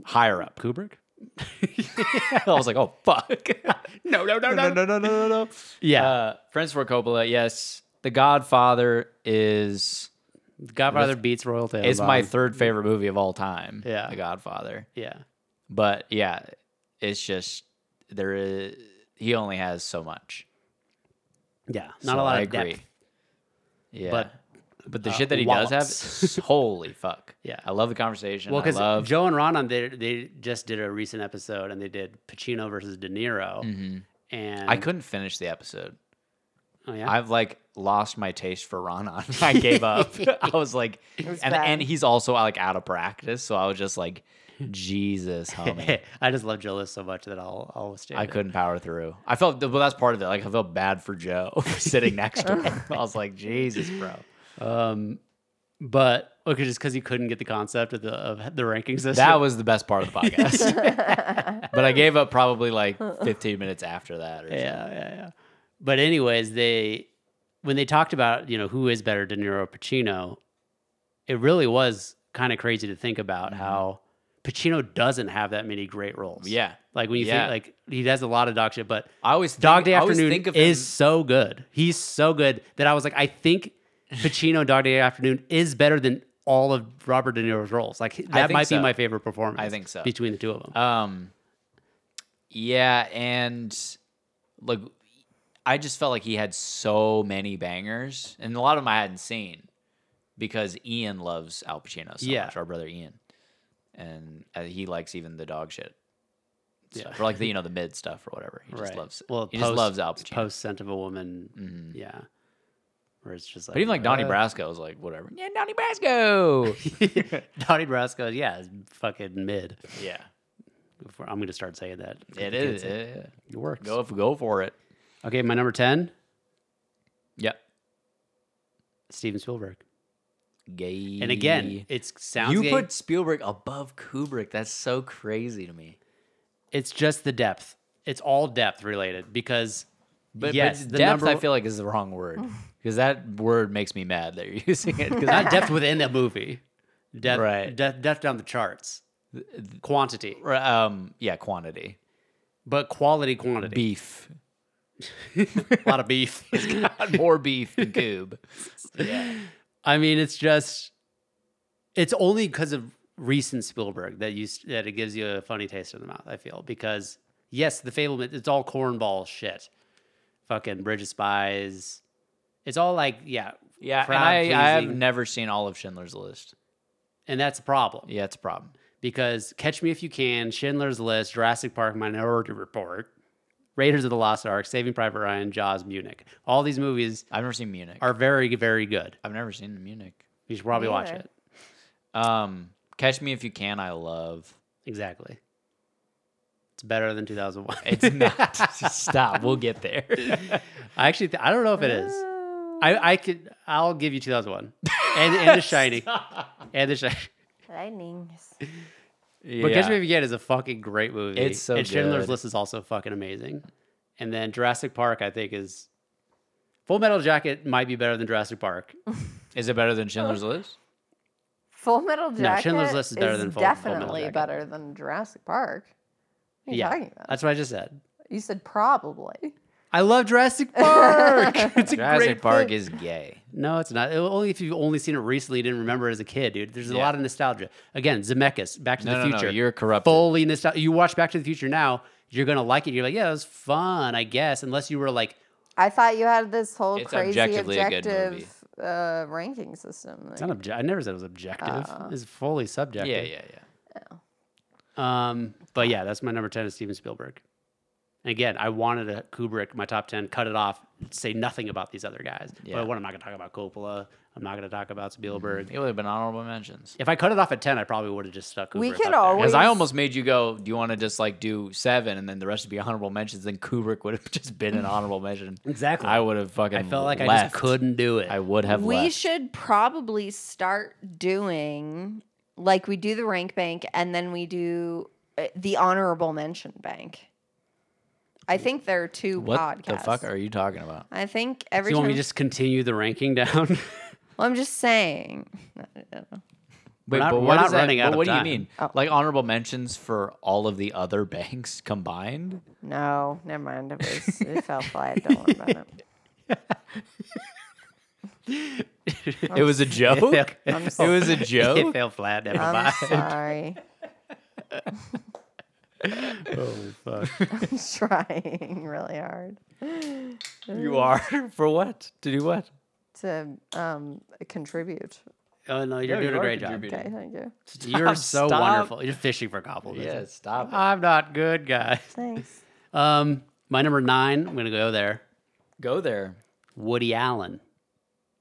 Speaker 2: Higher up.
Speaker 1: Kubrick?
Speaker 2: I was like, oh fuck.
Speaker 1: No, no, no,
Speaker 2: no, no, no, no, no, no.
Speaker 1: Yeah.
Speaker 2: Uh, Francis Ford Coppola. Yes, The Godfather is
Speaker 1: Godfather beats Royal Tenenbaums.
Speaker 2: is my third favorite movie of all time.
Speaker 1: Yeah.
Speaker 2: The Godfather.
Speaker 1: yeah.
Speaker 2: But yeah, it's just there is he only has so much.
Speaker 1: Yeah. Not
Speaker 2: So
Speaker 1: a lot
Speaker 2: I
Speaker 1: of
Speaker 2: agree.
Speaker 1: depth.
Speaker 2: Yeah.
Speaker 1: But,
Speaker 2: but the
Speaker 1: uh,
Speaker 2: shit that he does
Speaker 1: wallops.
Speaker 2: have, holy fuck.
Speaker 1: Yeah.
Speaker 2: I love the conversation.
Speaker 1: Well,
Speaker 2: I love
Speaker 1: because Joe and Ron, on they they just did a recent episode and they did Pacino versus De Niro, and
Speaker 2: Mm. Mm-hmm. I couldn't finish the episode.
Speaker 1: Oh, yeah.
Speaker 2: I've like lost my taste for Ronan. I gave up. I was like,
Speaker 3: was
Speaker 2: and,
Speaker 3: bad.
Speaker 2: and he's also like out of practice, so I was just like, Jesus, homie,
Speaker 1: I just love Joe List so much that I'll I'll stay.
Speaker 2: Um, I
Speaker 1: with it.
Speaker 2: couldn't power through. I felt well. That's part of it. Like I felt bad for Joe sitting next to him. I was like, Jesus, bro.
Speaker 1: Um, but okay, just because he couldn't get the concept of the of the ranking system.
Speaker 2: That was the best part of the podcast. but I gave up probably like 15 minutes after that. Or something.
Speaker 1: yeah, yeah, yeah. But anyways, they when they talked about you know who is better, De Niro or Pacino, it really was kind of crazy to think about
Speaker 2: Mm-hmm.
Speaker 1: how Pacino doesn't have that many great roles.
Speaker 2: Yeah.
Speaker 1: like when you
Speaker 2: Yeah.
Speaker 1: think like he does a lot of dog shit, but
Speaker 2: I always think,
Speaker 1: Dog Day
Speaker 2: I always
Speaker 1: Afternoon
Speaker 2: think of him-
Speaker 1: is so good. He's so good that I was like, I think Pacino Dog Day Afternoon is better than all of Robert De Niro's roles. Like that
Speaker 2: think
Speaker 1: might
Speaker 2: so.
Speaker 1: be my favorite performance.
Speaker 2: I think so.
Speaker 1: between the two of them.
Speaker 2: Um, yeah, and like I just felt like he had so many bangers, and a lot of them I hadn't seen because Ian loves Al Pacino so
Speaker 1: Yeah.
Speaker 2: much, our brother Ian, and uh, he likes even the dog shit.
Speaker 1: Yeah.
Speaker 2: Yeah. Or like the you know the mid stuff or whatever. He just loves
Speaker 1: Well,
Speaker 2: he just loves Al Pacino. Mm. Mm-hmm.
Speaker 1: Post scent of a woman. Yeah. Where it's just like.
Speaker 2: But even like uh, Donnie Brasco was like whatever. Yeah, Donnie Brasco.
Speaker 1: Brasco. Donnie Brasco, yeah, is fucking mid.
Speaker 2: yeah,
Speaker 1: Before- I'm going to start saying that.
Speaker 2: it is. yeah.
Speaker 1: It works.
Speaker 2: Go go for it.
Speaker 1: Okay, my number 10,
Speaker 2: Yep.
Speaker 1: Steven Spielberg.
Speaker 2: Gay.
Speaker 1: And again, it sounds
Speaker 2: you
Speaker 1: gay.
Speaker 2: put Spielberg above Kubrick. That's so crazy to me.
Speaker 1: it's just the depth. It's all depth related because
Speaker 2: But,
Speaker 1: yes,
Speaker 2: but
Speaker 1: the
Speaker 2: depth
Speaker 1: number
Speaker 2: I feel like is the wrong word because that word makes me mad that you're using it. 'cause
Speaker 1: not depth within the movie. Depth,
Speaker 2: Right.
Speaker 1: depth, depth down the charts. Quantity,
Speaker 2: I- um, yeah, quantity,
Speaker 1: but quality, quantity.
Speaker 2: beef,
Speaker 1: A lot of beef.
Speaker 2: more beef than Cube. yeah,
Speaker 1: I mean, it's just, it's only because of recent Spielberg that you s- that it gives you a funny taste in the mouth. I feel because yes, the Fableman, it's all cornball shit, fucking Bridge of Spies. It's all like yeah,
Speaker 2: yeah. And
Speaker 1: Crowd
Speaker 2: I, I have
Speaker 1: pleasing.
Speaker 2: never seen all of Schindler's List.
Speaker 1: and that's a problem
Speaker 2: Yeah, it's a problem.
Speaker 1: because Catch Me If You Can, Schindler's List, Jurassic Park, Minority Report, Raiders of the Lost Ark, Saving Private Ryan, Jaws, Munich. All these movies
Speaker 2: I've never seen Munich.
Speaker 1: are very very good.
Speaker 2: I've never seen the Munich.
Speaker 1: You should probably watch
Speaker 3: Neither.
Speaker 1: it.
Speaker 2: Um, Catch Me If You Can. I love.
Speaker 1: Exactly. It's better than 2001.
Speaker 2: It's not. Stop. We'll get there.
Speaker 1: I actually, th- I don't know if it is. I, I could, I'll give you 2001 and, and The Shining. and The Shining.
Speaker 3: Lightnings.
Speaker 1: But Catch
Speaker 2: Yeah.
Speaker 1: Me If You Can is a fucking great movie.
Speaker 2: It's so
Speaker 1: And Schindler's
Speaker 2: good.
Speaker 1: List is also fucking amazing. And then Jurassic Park, I think, is Full Metal Jacket might be better than Jurassic Park.
Speaker 2: Is it better than Schindler's List?
Speaker 3: Full Metal Jacket.
Speaker 1: Schindler's List is better than Full- Full Metal
Speaker 3: definitely
Speaker 1: Jacket.
Speaker 3: better than Jurassic Park. What are you
Speaker 1: yeah, Uh,
Speaker 3: talking about?
Speaker 1: that's what I just said.
Speaker 3: You said probably.
Speaker 1: I love Jurassic Park. it's a
Speaker 2: Jurassic
Speaker 1: great
Speaker 2: Park
Speaker 1: film.
Speaker 2: is gay.
Speaker 1: No, it's not. It- only if you've only seen it recently, you didn't remember it as a kid, dude. There's a
Speaker 2: Yeah.
Speaker 1: lot of nostalgia. Again, Zemeckis, Back to
Speaker 2: No,
Speaker 1: the
Speaker 2: no, no,
Speaker 1: Future.
Speaker 2: you're corrupted.
Speaker 1: Fully nostalgic. You watch Back to the Future now, you're gonna like it. You're like, yeah, it was fun, I guess. Unless you were like,
Speaker 3: I thought you had this whole
Speaker 2: It's
Speaker 3: crazy
Speaker 2: objectively a good movie.
Speaker 3: objective uh, ranking system.
Speaker 1: it's not obje- I never said it was objective. it's fully subjective.
Speaker 2: Uh. Yeah, yeah, yeah.
Speaker 1: Um, but yeah, that's my number ten is Steven Spielberg. And again, I wanted a Kubrick, my top ten, cut it off, say nothing about these other guys.
Speaker 2: Yeah. Mm-hmm.
Speaker 1: But what I'm not gonna talk about Coppola. I'm not gonna talk about Spielberg.
Speaker 2: It would have been honorable mentions.
Speaker 1: If I cut it off at ten, I probably would have just stuck. Kubrick
Speaker 3: We
Speaker 1: up
Speaker 3: could
Speaker 1: there.
Speaker 2: Because I
Speaker 3: Always-
Speaker 2: almost made you go, do you want to just like do seven and then the rest would be honorable mentions? Then Kubrick would have just been an honorable mention.
Speaker 1: Exactly.
Speaker 2: I would have fucking
Speaker 1: I felt like I
Speaker 2: left.
Speaker 1: just couldn't do it.
Speaker 2: I would have
Speaker 3: we
Speaker 2: left.
Speaker 3: should probably start doing like we do the rank bank and then we do uh, the honorable mention bank. I think there are two
Speaker 2: what
Speaker 3: podcasts.
Speaker 2: the fuck are you talking about?
Speaker 3: I think
Speaker 1: Do
Speaker 3: every
Speaker 1: you want
Speaker 3: time.
Speaker 1: me to just continue the ranking down?
Speaker 3: well, I'm just saying. I don't know.
Speaker 2: Wait,
Speaker 1: not-
Speaker 2: but
Speaker 1: we're
Speaker 2: what
Speaker 1: not
Speaker 2: is that-
Speaker 1: running
Speaker 2: but
Speaker 1: out of
Speaker 2: What do
Speaker 1: time.
Speaker 2: you mean?
Speaker 3: Oh.
Speaker 2: Like honorable mentions for all of the other banks combined?
Speaker 3: No, never mind. It, was, it fell flat. Don't worry about it.
Speaker 2: It was a joke. it
Speaker 1: I'm
Speaker 2: was a
Speaker 1: it
Speaker 2: joke.
Speaker 1: fell flat. Never
Speaker 3: I'm
Speaker 1: mind.
Speaker 3: sorry.
Speaker 1: Holy Oh, fuck.
Speaker 3: I'm trying really hard
Speaker 2: you are for what? To do what?
Speaker 3: to um, contribute.
Speaker 1: Oh no, you're
Speaker 2: No, you
Speaker 1: doing a
Speaker 2: are
Speaker 1: great job.
Speaker 2: contributing.
Speaker 3: Okay, thank you.
Speaker 1: You're so
Speaker 2: Stop.
Speaker 1: wonderful. You're fishing for compliments.
Speaker 2: Yeah, stop. it.
Speaker 1: I'm not good, guys.
Speaker 3: Thanks.
Speaker 1: Um, my number nine. I'm gonna go there.
Speaker 2: Go there.
Speaker 1: Woody Allen.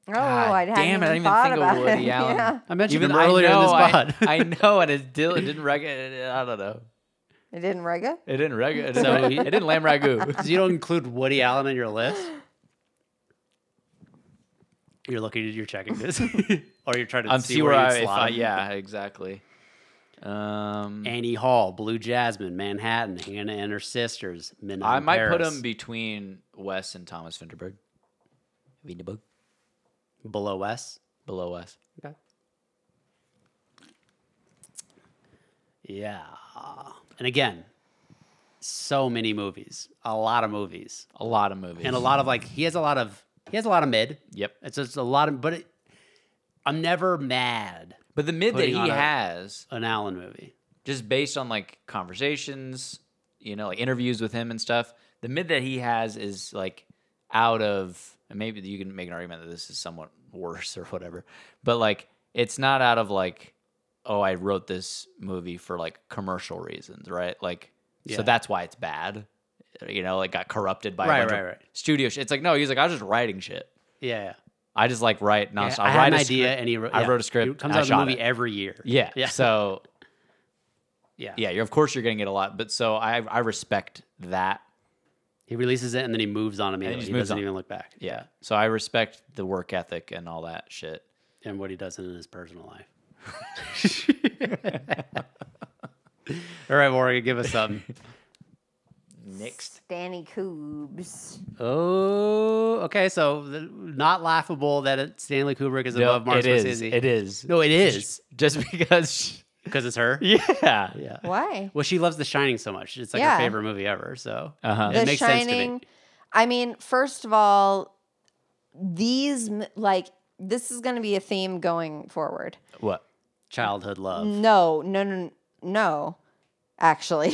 Speaker 3: Oh,
Speaker 2: God
Speaker 3: I hadn't
Speaker 2: damn it, I
Speaker 3: even
Speaker 2: didn't even
Speaker 3: thought
Speaker 2: think of
Speaker 3: about
Speaker 2: Woody
Speaker 3: it.
Speaker 2: Allen.
Speaker 3: Yeah.
Speaker 1: I mentioned
Speaker 2: Even
Speaker 1: him earlier
Speaker 2: I know,
Speaker 1: in this
Speaker 2: I-
Speaker 1: pod.
Speaker 2: I, know, and it, dil- it didn't reg- I don't know.
Speaker 3: It didn't regga?
Speaker 2: It didn't reg- it didn't,
Speaker 1: So
Speaker 2: ra-
Speaker 1: he-
Speaker 2: it didn't lamb ragu.
Speaker 1: you don't include Woody Allen on your list? You're looking at your checking this, or you're trying to
Speaker 2: I'm
Speaker 1: see,
Speaker 2: Um, see
Speaker 1: where,
Speaker 2: where
Speaker 1: you'd
Speaker 2: I, if
Speaker 1: slot
Speaker 2: I-
Speaker 1: 'em.
Speaker 2: yeah, exactly. Um,
Speaker 1: Annie Hall, Blue Jasmine, Manhattan, Hannah and her sisters, Midnight
Speaker 2: I
Speaker 1: in
Speaker 2: might put
Speaker 1: Paris,
Speaker 2: him between Wes and Thomas Vinterberg. Vinterberg
Speaker 1: below us.
Speaker 2: below Wes.
Speaker 1: Okay. Yeah. And again, so many movies, a lot of movies,
Speaker 2: A lot of movies
Speaker 1: and a lot of like he has a lot of he has a lot of mid.
Speaker 2: Yep.
Speaker 1: It's just a lot of, but it, I'm never mad
Speaker 2: But the mid that
Speaker 1: putting
Speaker 2: he
Speaker 1: on a-
Speaker 2: has,
Speaker 1: an Allen movie.
Speaker 2: just based on like conversations, you know, like interviews with him and stuff, the mid that he has is like out of and maybe you can make an argument that this is somewhat worse or whatever, but like it's not out of like, oh, I wrote this movie for like commercial reasons, right? Like,
Speaker 1: Yeah.
Speaker 2: so that's why it's bad, you know, like got corrupted by
Speaker 1: Right,
Speaker 2: a bunch of
Speaker 1: right, right.
Speaker 2: studio shit. It's like, no, he's like, I was just writing shit.
Speaker 1: Yeah. yeah.
Speaker 2: I just like write
Speaker 1: I,
Speaker 2: nonstop.
Speaker 1: I
Speaker 2: write
Speaker 1: had an
Speaker 2: a
Speaker 1: idea,
Speaker 2: script.
Speaker 1: and he wrote,
Speaker 2: I
Speaker 1: yeah.
Speaker 2: wrote a script.
Speaker 1: It comes
Speaker 2: and I
Speaker 1: out
Speaker 2: shot
Speaker 1: a movie
Speaker 2: it.
Speaker 1: every year.
Speaker 2: Yeah.
Speaker 1: yeah,
Speaker 2: So
Speaker 1: yeah,
Speaker 2: yeah, you're, of course you're going to get a lot, but so I I respect that.
Speaker 1: He releases it, and then he moves on immediately.
Speaker 2: just
Speaker 1: He,
Speaker 2: moves
Speaker 1: doesn't
Speaker 2: on.
Speaker 1: even look back.
Speaker 2: Yeah. So I respect the work ethic and all that shit.
Speaker 1: and what he does in his personal life. All right, Morgan, give us some.
Speaker 2: Next.
Speaker 3: Danny Coobs.
Speaker 1: Oh, okay. So the, not laughable that it, Stanley Kubrick is above Mark
Speaker 2: it is.
Speaker 1: Scorsese.
Speaker 2: It is.
Speaker 1: No, it is
Speaker 2: Just because.
Speaker 1: because it's her.
Speaker 2: Yeah.
Speaker 1: Yeah.
Speaker 3: Why?
Speaker 1: Well, she loves The Shining so much. It's like
Speaker 3: Yeah.
Speaker 1: her favorite movie ever. So
Speaker 2: Uh-huh.
Speaker 1: it makes sense to me.
Speaker 3: I mean, first of all, these m- like this is going to be a theme going forward.
Speaker 2: What?
Speaker 1: Childhood love.
Speaker 3: No, no, no, no. Actually,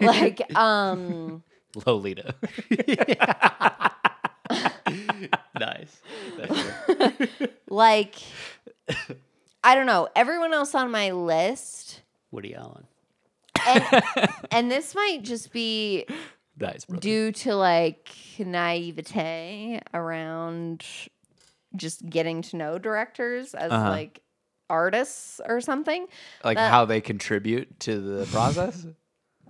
Speaker 3: like, um,
Speaker 2: Lolita.
Speaker 1: Nice.
Speaker 3: like, I don't know. Everyone else on my list,
Speaker 1: Woody Allen.
Speaker 3: and, and this might just be
Speaker 2: nice, brother.
Speaker 3: due to like naivete around just getting to know directors as
Speaker 2: Uh-huh.
Speaker 3: like artists or something.
Speaker 2: like
Speaker 3: that-
Speaker 2: how they contribute to the process?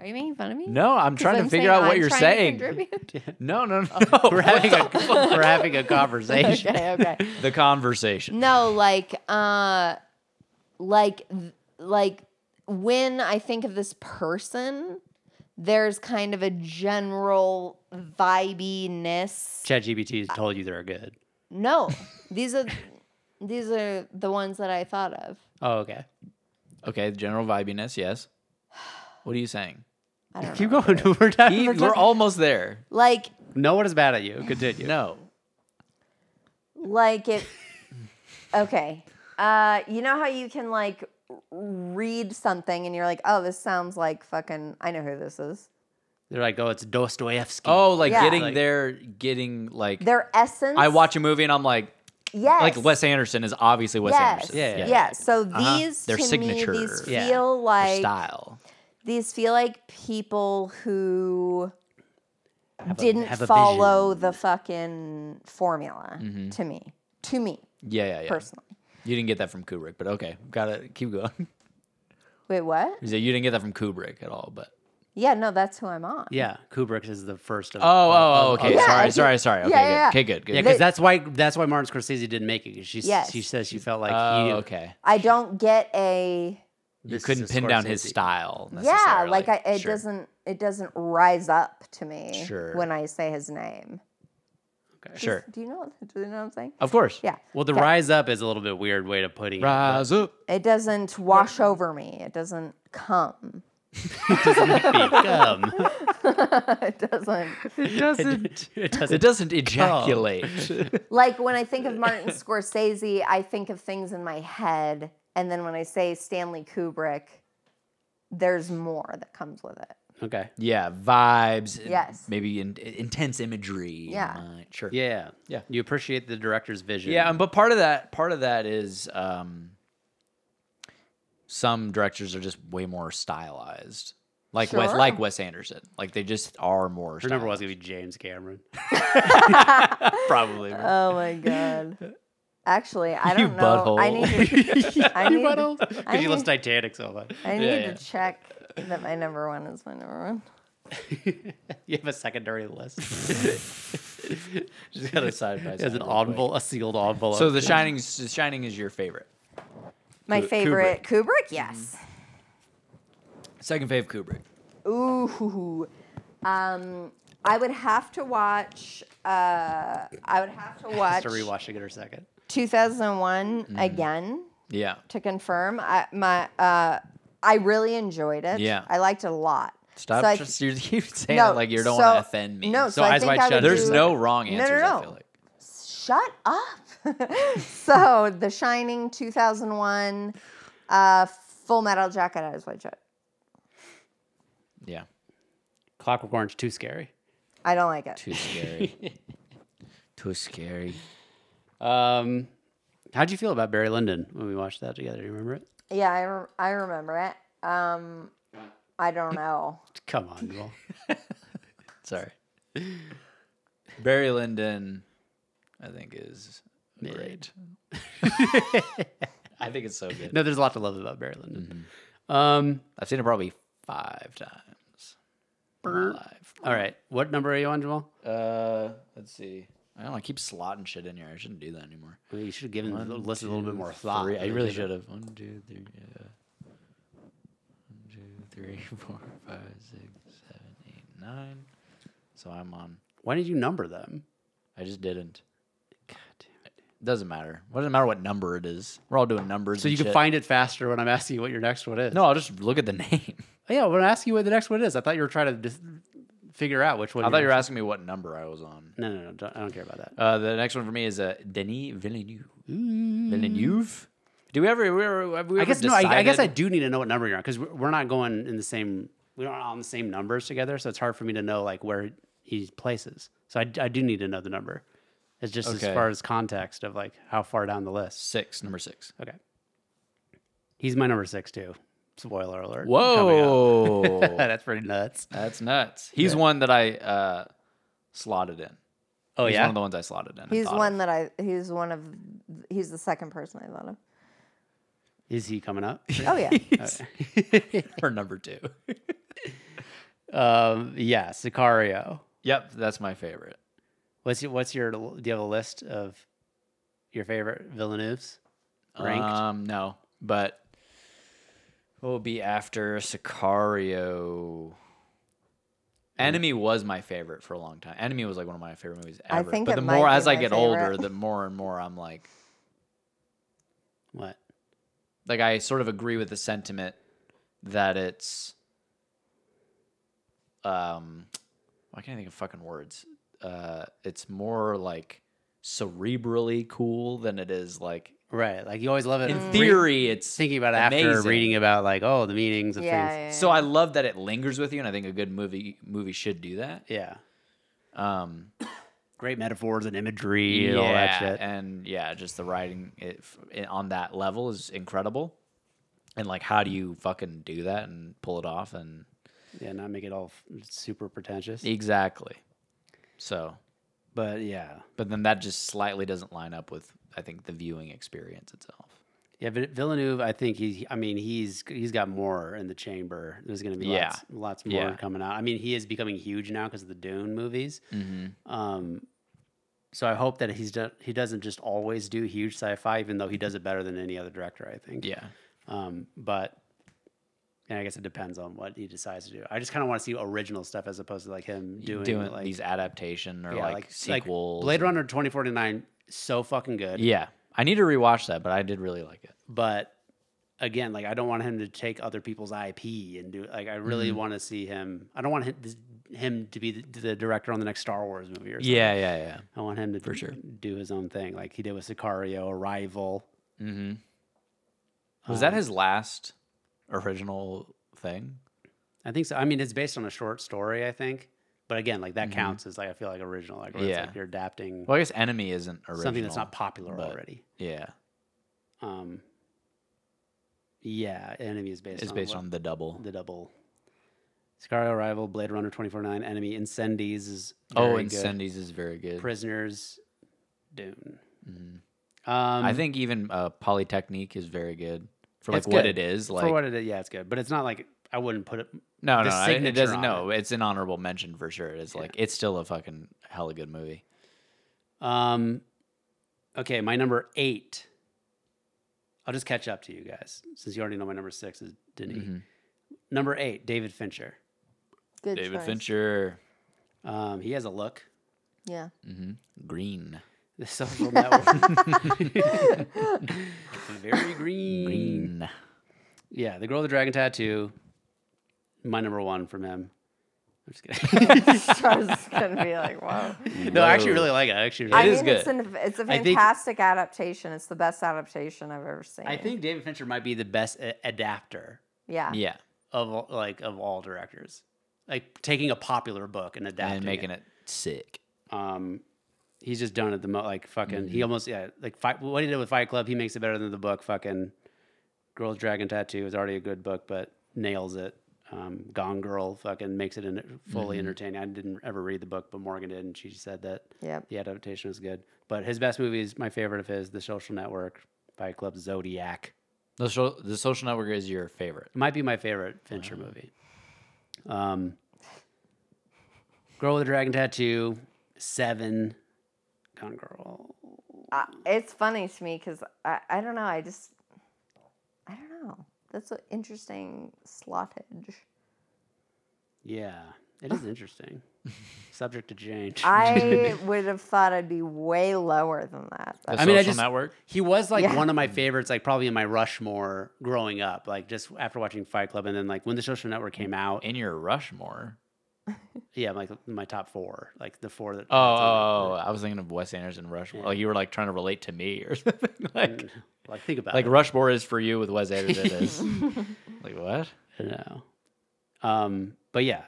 Speaker 3: Are you making fun of me?
Speaker 2: no, I'm
Speaker 3: 'Cause
Speaker 2: trying to
Speaker 3: I'm
Speaker 2: figure
Speaker 3: saying
Speaker 2: out what
Speaker 3: I'm
Speaker 2: you're
Speaker 3: trying to
Speaker 2: saying.
Speaker 3: contribute?
Speaker 2: No, no, no.
Speaker 1: We're having a we're having a conversation.
Speaker 3: okay, okay.
Speaker 2: the conversation.
Speaker 3: No, like, uh, like, th- like when I think of this person, there's kind of a general vibiness.
Speaker 1: ChatGPT told you they're good.
Speaker 3: No, these are these are the ones that I thought of.
Speaker 1: Oh, okay.
Speaker 2: Okay, the general vibiness, yes. What are you saying?
Speaker 3: I don't know.
Speaker 1: Keep going. We're done.
Speaker 2: He,
Speaker 1: we're
Speaker 2: we're
Speaker 1: done.
Speaker 2: almost there.
Speaker 3: Like,
Speaker 1: No one is bad at you. Continue.
Speaker 2: No.
Speaker 3: like it. Okay. Uh, you know how you can like read something and you're like, oh, this sounds like fucking. I know who this is.
Speaker 1: They're like, oh, it's Dostoevsky.
Speaker 2: Oh, like
Speaker 3: Yeah.
Speaker 2: getting
Speaker 1: Like-
Speaker 2: there, getting like.
Speaker 3: Their essence.
Speaker 2: I watch a movie and I'm like,
Speaker 3: Yes.
Speaker 2: like Wes Anderson is obviously Wes
Speaker 3: Yes.
Speaker 2: Anderson.
Speaker 1: Yeah,
Speaker 3: Yeah.
Speaker 1: yeah,
Speaker 3: So
Speaker 2: Uh-huh.
Speaker 3: these
Speaker 2: Their
Speaker 3: to
Speaker 2: signature.
Speaker 3: me, these
Speaker 1: Yeah.
Speaker 3: feel
Speaker 2: Their
Speaker 3: like
Speaker 2: style.
Speaker 3: these feel like people who
Speaker 1: Have a-
Speaker 3: didn't
Speaker 1: have a
Speaker 3: follow
Speaker 1: vision.
Speaker 3: the fucking formula to me. To me
Speaker 2: Yeah, yeah, yeah.
Speaker 3: personally.
Speaker 2: You didn't get that from Kubrick, but okay, gotta keep going.
Speaker 3: Wait, what?
Speaker 2: You said you didn't get that from Kubrick at all, but
Speaker 3: Yeah, no, that's who I'm on.
Speaker 1: Yeah, Kubrick is the first of.
Speaker 2: oh, oh, oh okay,
Speaker 3: Yeah,
Speaker 2: sorry,
Speaker 3: I
Speaker 2: sorry,
Speaker 3: think-
Speaker 2: sorry. Okay,
Speaker 3: yeah, yeah, yeah.
Speaker 2: good. okay, good, good.
Speaker 3: they-
Speaker 1: yeah, because that's why that's why Martin Scorsese didn't make it. 'cause She s-
Speaker 3: Yes.
Speaker 1: she says she felt like
Speaker 2: oh,
Speaker 1: he
Speaker 2: okay.
Speaker 3: I don't get a
Speaker 2: You
Speaker 1: this
Speaker 2: couldn't
Speaker 1: is a
Speaker 2: pin down his
Speaker 1: Scorsese.
Speaker 2: style.
Speaker 3: yeah, like I,
Speaker 2: necessarily.
Speaker 3: it
Speaker 2: Sure.
Speaker 3: doesn't it doesn't rise up to me
Speaker 2: Sure.
Speaker 3: when I say his name.
Speaker 1: Okay.
Speaker 3: Does-
Speaker 2: Sure,
Speaker 3: Do you know what- do you know what I'm saying?
Speaker 2: of course.
Speaker 3: Yeah.
Speaker 1: Well, the rise up is a little bit weird way to putting it.
Speaker 2: Rise up.
Speaker 3: It doesn't wash over me. It doesn't come.
Speaker 1: Become.
Speaker 3: it doesn't
Speaker 1: it doesn't. It
Speaker 2: It
Speaker 1: doesn't.
Speaker 2: doesn't ejaculate.
Speaker 3: like when I think of Martin Scorsese, I think of things in my head, and then when I say Stanley Kubrick, there's more that comes with it.
Speaker 1: Okay.
Speaker 2: yeah, vibes. and
Speaker 3: Yes.
Speaker 2: Maybe in, intense imagery. in
Speaker 3: Yeah.
Speaker 2: mind. Sure.
Speaker 1: Yeah.
Speaker 2: Yeah.
Speaker 1: You appreciate the director's vision.
Speaker 2: Yeah, um, but part of that part of that is um, some directors are just way more stylized. Like Wes,
Speaker 3: Sure.
Speaker 2: like Wes Anderson. Like they just are more
Speaker 1: Her number
Speaker 2: stylized.
Speaker 1: was gonna be James Cameron.
Speaker 2: probably.
Speaker 3: Oh my god. Actually, I
Speaker 2: You
Speaker 3: don't know. I
Speaker 2: butthole.
Speaker 3: need to. I need, to,
Speaker 1: Because
Speaker 3: I
Speaker 1: he loves
Speaker 3: need,
Speaker 1: Titanic so much.
Speaker 3: I need
Speaker 2: Yeah, yeah.
Speaker 3: to check that my number one is my number one.
Speaker 1: You have a secondary list.
Speaker 2: Just got a side by side.
Speaker 1: As an
Speaker 2: real quick.
Speaker 1: envelope, a sealed envelope.
Speaker 2: So the Shining's the Shining is your favorite.
Speaker 3: My
Speaker 2: Ku- Mm-hmm.
Speaker 3: favorite Kubrick, yes.
Speaker 2: Second fave Kubrick.
Speaker 3: Ooh. Um, I would have to watch. Uh, I would have to watch
Speaker 1: has to rewatch to get her second.
Speaker 3: 2001
Speaker 2: Mm-hmm.
Speaker 3: again
Speaker 2: Yeah.
Speaker 3: to confirm. I my uh, I really enjoyed it.
Speaker 2: Yeah.
Speaker 3: I liked it a lot.
Speaker 2: Stop.
Speaker 3: So I-
Speaker 2: just, you keep saying
Speaker 3: No,
Speaker 2: it like you don't
Speaker 3: so-
Speaker 2: want to offend me.
Speaker 3: No, so,
Speaker 1: So
Speaker 3: I
Speaker 1: Eyes
Speaker 3: think
Speaker 1: Wide
Speaker 3: I would
Speaker 1: Shut
Speaker 2: There's
Speaker 1: is
Speaker 3: do-
Speaker 2: no wrong
Speaker 3: No, no,
Speaker 2: answers.
Speaker 3: no.
Speaker 2: I feel like.
Speaker 3: Shut up. so The Shining, 2001, uh, Full Metal Jacket, Eyes Wide Shut.
Speaker 2: Yeah.
Speaker 1: Clockwork Orange too scary.
Speaker 3: I don't like it.
Speaker 2: Too scary. Too scary.
Speaker 1: Um, how'd you feel about Barry Lyndon when we watched that together? Do you remember it?
Speaker 3: Yeah, I, re- I remember it. Um, I don't know.
Speaker 1: Come on, Joel.
Speaker 2: Sorry. Barry Lyndon, I think is great. I think it's so good.
Speaker 1: No, there's a lot to love about Barry Lyndon. Um,
Speaker 2: I've seen it probably five times. in my life.
Speaker 1: all right. What number are you on, Jamal?
Speaker 2: Uh, let's see. I don't know. I keep slotting shit in here. I shouldn't do that anymore.
Speaker 1: I mean, you should have given the
Speaker 2: One,
Speaker 1: list a little bit
Speaker 2: two,
Speaker 1: more thought.
Speaker 2: three. I
Speaker 1: but
Speaker 2: really
Speaker 1: they
Speaker 2: should have. One, two, three. Yeah. One, two, three, four, five, six, seven, eight, nine. So I'm on.
Speaker 1: Why did you number them?
Speaker 2: I just didn't. Doesn't matter. What doesn't matter what number it is. We're all doing numbers.
Speaker 1: So
Speaker 2: and
Speaker 1: you can
Speaker 2: shit.
Speaker 1: find it faster when I'm asking you what your next one is.
Speaker 2: No, I'll just look at the name.
Speaker 1: yeah, when I ask you what the next one is, I thought you were trying to just figure out which one.
Speaker 2: I thought you were asking
Speaker 1: asking.
Speaker 2: me what number I was on.
Speaker 1: No, no, no. Don't, I don't care about that.
Speaker 2: Uh, the next one for me is uh, Denis Villeneuve. Villeneuve. Do we ever? We ever have we
Speaker 1: I
Speaker 2: ever
Speaker 1: guess no. I, I guess I
Speaker 2: decided-
Speaker 1: do need to know what number you're on because we're not going in the same. We're not on the same numbers together, so it's hard for me to know like where he places. So I, I do need to know the number. It's just
Speaker 2: Okay.
Speaker 1: as far as context of like how far down the list.
Speaker 2: six. Number six.
Speaker 1: Okay, he's my number six too. Spoiler alert. coming up.
Speaker 2: Whoa,
Speaker 1: that's pretty nuts.
Speaker 2: that's nuts. He's one that I uh, slotted in.
Speaker 1: Oh
Speaker 2: he's
Speaker 1: yeah,
Speaker 2: one of the ones I slotted in. and
Speaker 3: He's
Speaker 2: thought
Speaker 3: one
Speaker 2: of.
Speaker 3: that I, he's one of, he's the second person I thought of.
Speaker 1: is he coming up? Uh,
Speaker 3: Oh, yeah.
Speaker 2: or number two.
Speaker 1: um, yeah, Sicario.
Speaker 2: yep, that's my favorite.
Speaker 1: What's your, what's your? Do you have a list of your favorite Villeneuves? Ranked?
Speaker 2: Um, no, but what will be after Sicario? Enemy was my favorite for a long time. Enemy was like one of my favorite movies
Speaker 3: I
Speaker 2: ever.
Speaker 3: think
Speaker 2: but
Speaker 3: it
Speaker 2: the
Speaker 3: might
Speaker 2: more
Speaker 3: be
Speaker 2: as I
Speaker 3: my
Speaker 2: get older,
Speaker 3: favorite.
Speaker 2: the more and more I'm like,
Speaker 1: What?
Speaker 2: like I sort of agree with the sentiment that it's um why can't I think of fucking words? Uh it's more like cerebrally cool than it is like
Speaker 1: Right. Like you always love it.
Speaker 2: in
Speaker 1: re-
Speaker 2: theory it's
Speaker 1: thinking about it after
Speaker 2: amazing.
Speaker 1: reading about like oh the meanings of
Speaker 3: Yeah,
Speaker 1: things.
Speaker 3: yeah,
Speaker 2: So I love that it lingers with you and I think a good movie movie should do that.
Speaker 1: Yeah.
Speaker 2: Um
Speaker 1: Great metaphors and imagery and all that shit.
Speaker 2: And yeah, just the writing it, f- it- on that level is incredible. And like how do you fucking do that and pull it off and
Speaker 1: yeah, not make it all f- super pretentious.
Speaker 2: Exactly. So,
Speaker 1: But yeah.
Speaker 2: but then that just slightly doesn't line up with I think the viewing experience itself.
Speaker 1: Yeah, but Villeneuve, I think he's. I mean, he's he's got more in the chamber. There's going to be
Speaker 2: Yeah.
Speaker 1: lots, lots more
Speaker 2: Yeah.
Speaker 1: coming out. I mean, he is becoming huge now because of the Dune movies. Um, so I hope that he's done. He doesn't just always do huge sci-fi, even though he does it better than any other director. I think.
Speaker 2: Yeah.
Speaker 1: Um, but and I guess it depends on what he decides to do. I just kind of want to see original stuff as opposed to like him doing,
Speaker 2: Doing,
Speaker 1: like
Speaker 2: these adaptation or
Speaker 1: yeah,
Speaker 2: like, sequels.
Speaker 1: Blade
Speaker 2: and-
Speaker 1: Runner twenty forty nine, so fucking good.
Speaker 2: Yeah. I need to rewatch that, but I did really like it.
Speaker 1: But again, like I don't want him to take other people's IP and do like I really
Speaker 2: Mm-hmm.
Speaker 1: want to see him. I don't want him, him to be the, the director on the next Star Wars movie or something.
Speaker 2: Yeah, yeah, yeah.
Speaker 1: I want him to for
Speaker 2: sure.
Speaker 1: do his own thing, like he did with Sicario, Arrival.
Speaker 2: Mm-hmm. Was
Speaker 1: Um,
Speaker 2: that his last original thing?
Speaker 1: I think so. I mean, it's based on a short story, I think. But again, like that counts as like I feel like original, like where it's
Speaker 2: Mm-hmm. Yeah.
Speaker 1: like you're adapting
Speaker 2: Well, I guess Enemy isn't original.
Speaker 1: something that's not popular
Speaker 2: but-
Speaker 1: already.
Speaker 2: Yeah.
Speaker 1: Um, yeah, Enemy is based.
Speaker 2: It's
Speaker 1: on
Speaker 2: based
Speaker 1: what-
Speaker 2: on the double.
Speaker 1: the double. Sicario Arrival, Blade Runner 24/9, Enemy, Incendies is
Speaker 2: oh,
Speaker 1: very good.
Speaker 2: Incendies is very good. Mm-hmm.
Speaker 1: Prisoners, Dune. Um,
Speaker 2: I think even uh, Polytechnique is very good for like
Speaker 1: it's
Speaker 2: what
Speaker 1: good.
Speaker 2: it is. Like
Speaker 1: for what it is, yeah, it's good, but it's not like I wouldn't put it.
Speaker 2: No,
Speaker 1: the
Speaker 2: no, I- it
Speaker 1: signature
Speaker 2: doesn't.
Speaker 1: on
Speaker 2: No, it's an honorable mention for sure. It's like it's still a fucking hella good movie.
Speaker 1: Um, okay, my number eight. I'll just catch up to you guys since you already know my number six is Denis.
Speaker 2: Mm-hmm.
Speaker 1: Number eight, David Fincher.
Speaker 3: Good
Speaker 2: David
Speaker 3: choice.
Speaker 2: Fincher, mm-hmm.
Speaker 1: Um, he has a look.
Speaker 3: Yeah.
Speaker 2: Green.
Speaker 1: The social network. Very green.
Speaker 2: Green.
Speaker 1: Yeah, the girl with the dragon tattoo. My number one from him. I'm just kidding.
Speaker 3: so I was gonna be like, wow.
Speaker 1: no, I actually
Speaker 2: Whoa.
Speaker 1: really like it. I actually
Speaker 3: I
Speaker 1: really.
Speaker 2: is
Speaker 3: mean, it's
Speaker 2: good.
Speaker 3: an it's a
Speaker 1: I think-
Speaker 3: fantastic adaptation. It's the best adaptation I've ever seen.
Speaker 1: I think David Fincher might be the best a- adapter
Speaker 3: Yeah.
Speaker 2: Yeah,
Speaker 1: of all- like of all directors, like taking a popular book and adapting
Speaker 2: and making
Speaker 1: it.
Speaker 2: it sick.
Speaker 1: Um, he's just done it the most. Like fucking, he almost yeah. Like fight, what he did with Fight Club, he makes it better than the book. Fucking, Girl's Dragon Tattoo is already a good book, but nails it. Um, Gone Girl fucking makes it in, fully entertaining. I didn't ever read the book, but Morgan did, and she said that
Speaker 3: Yep.
Speaker 1: the adaptation was good. But his best movie is my favorite of his, The Social Network, Fight Club, Zodiac.
Speaker 2: The social, the social network is your favorite.
Speaker 1: It might be my favorite Fincher movie. Um, Girl with a Dragon Tattoo, Seven, Gone Girl.
Speaker 3: I, Uh, it's funny to me because I, I don't know. I just I don't know. That's an interesting slottage.
Speaker 1: Yeah, it is interesting. Subject to change.
Speaker 3: I would have thought I'd be way lower than that.
Speaker 2: The
Speaker 3: but-
Speaker 1: I mean, I
Speaker 2: social
Speaker 1: just-
Speaker 2: network.
Speaker 1: he was like
Speaker 3: Yeah.
Speaker 1: one of my favorites, like probably in my Rushmore growing up, like just after watching Fight Club, and then like when The Social Network came out.
Speaker 2: in your Rushmore.
Speaker 1: Yeah, like my top four, like the four that.
Speaker 2: Oh, oh, oh, I was thinking of Wes Anderson Rushmore. Like you were like trying to relate to me or something. Like,
Speaker 1: like think about
Speaker 2: oh. like
Speaker 1: it.
Speaker 2: Rushmore is for you with Wes Anderson is. like what?
Speaker 1: I know. Um, but yeah,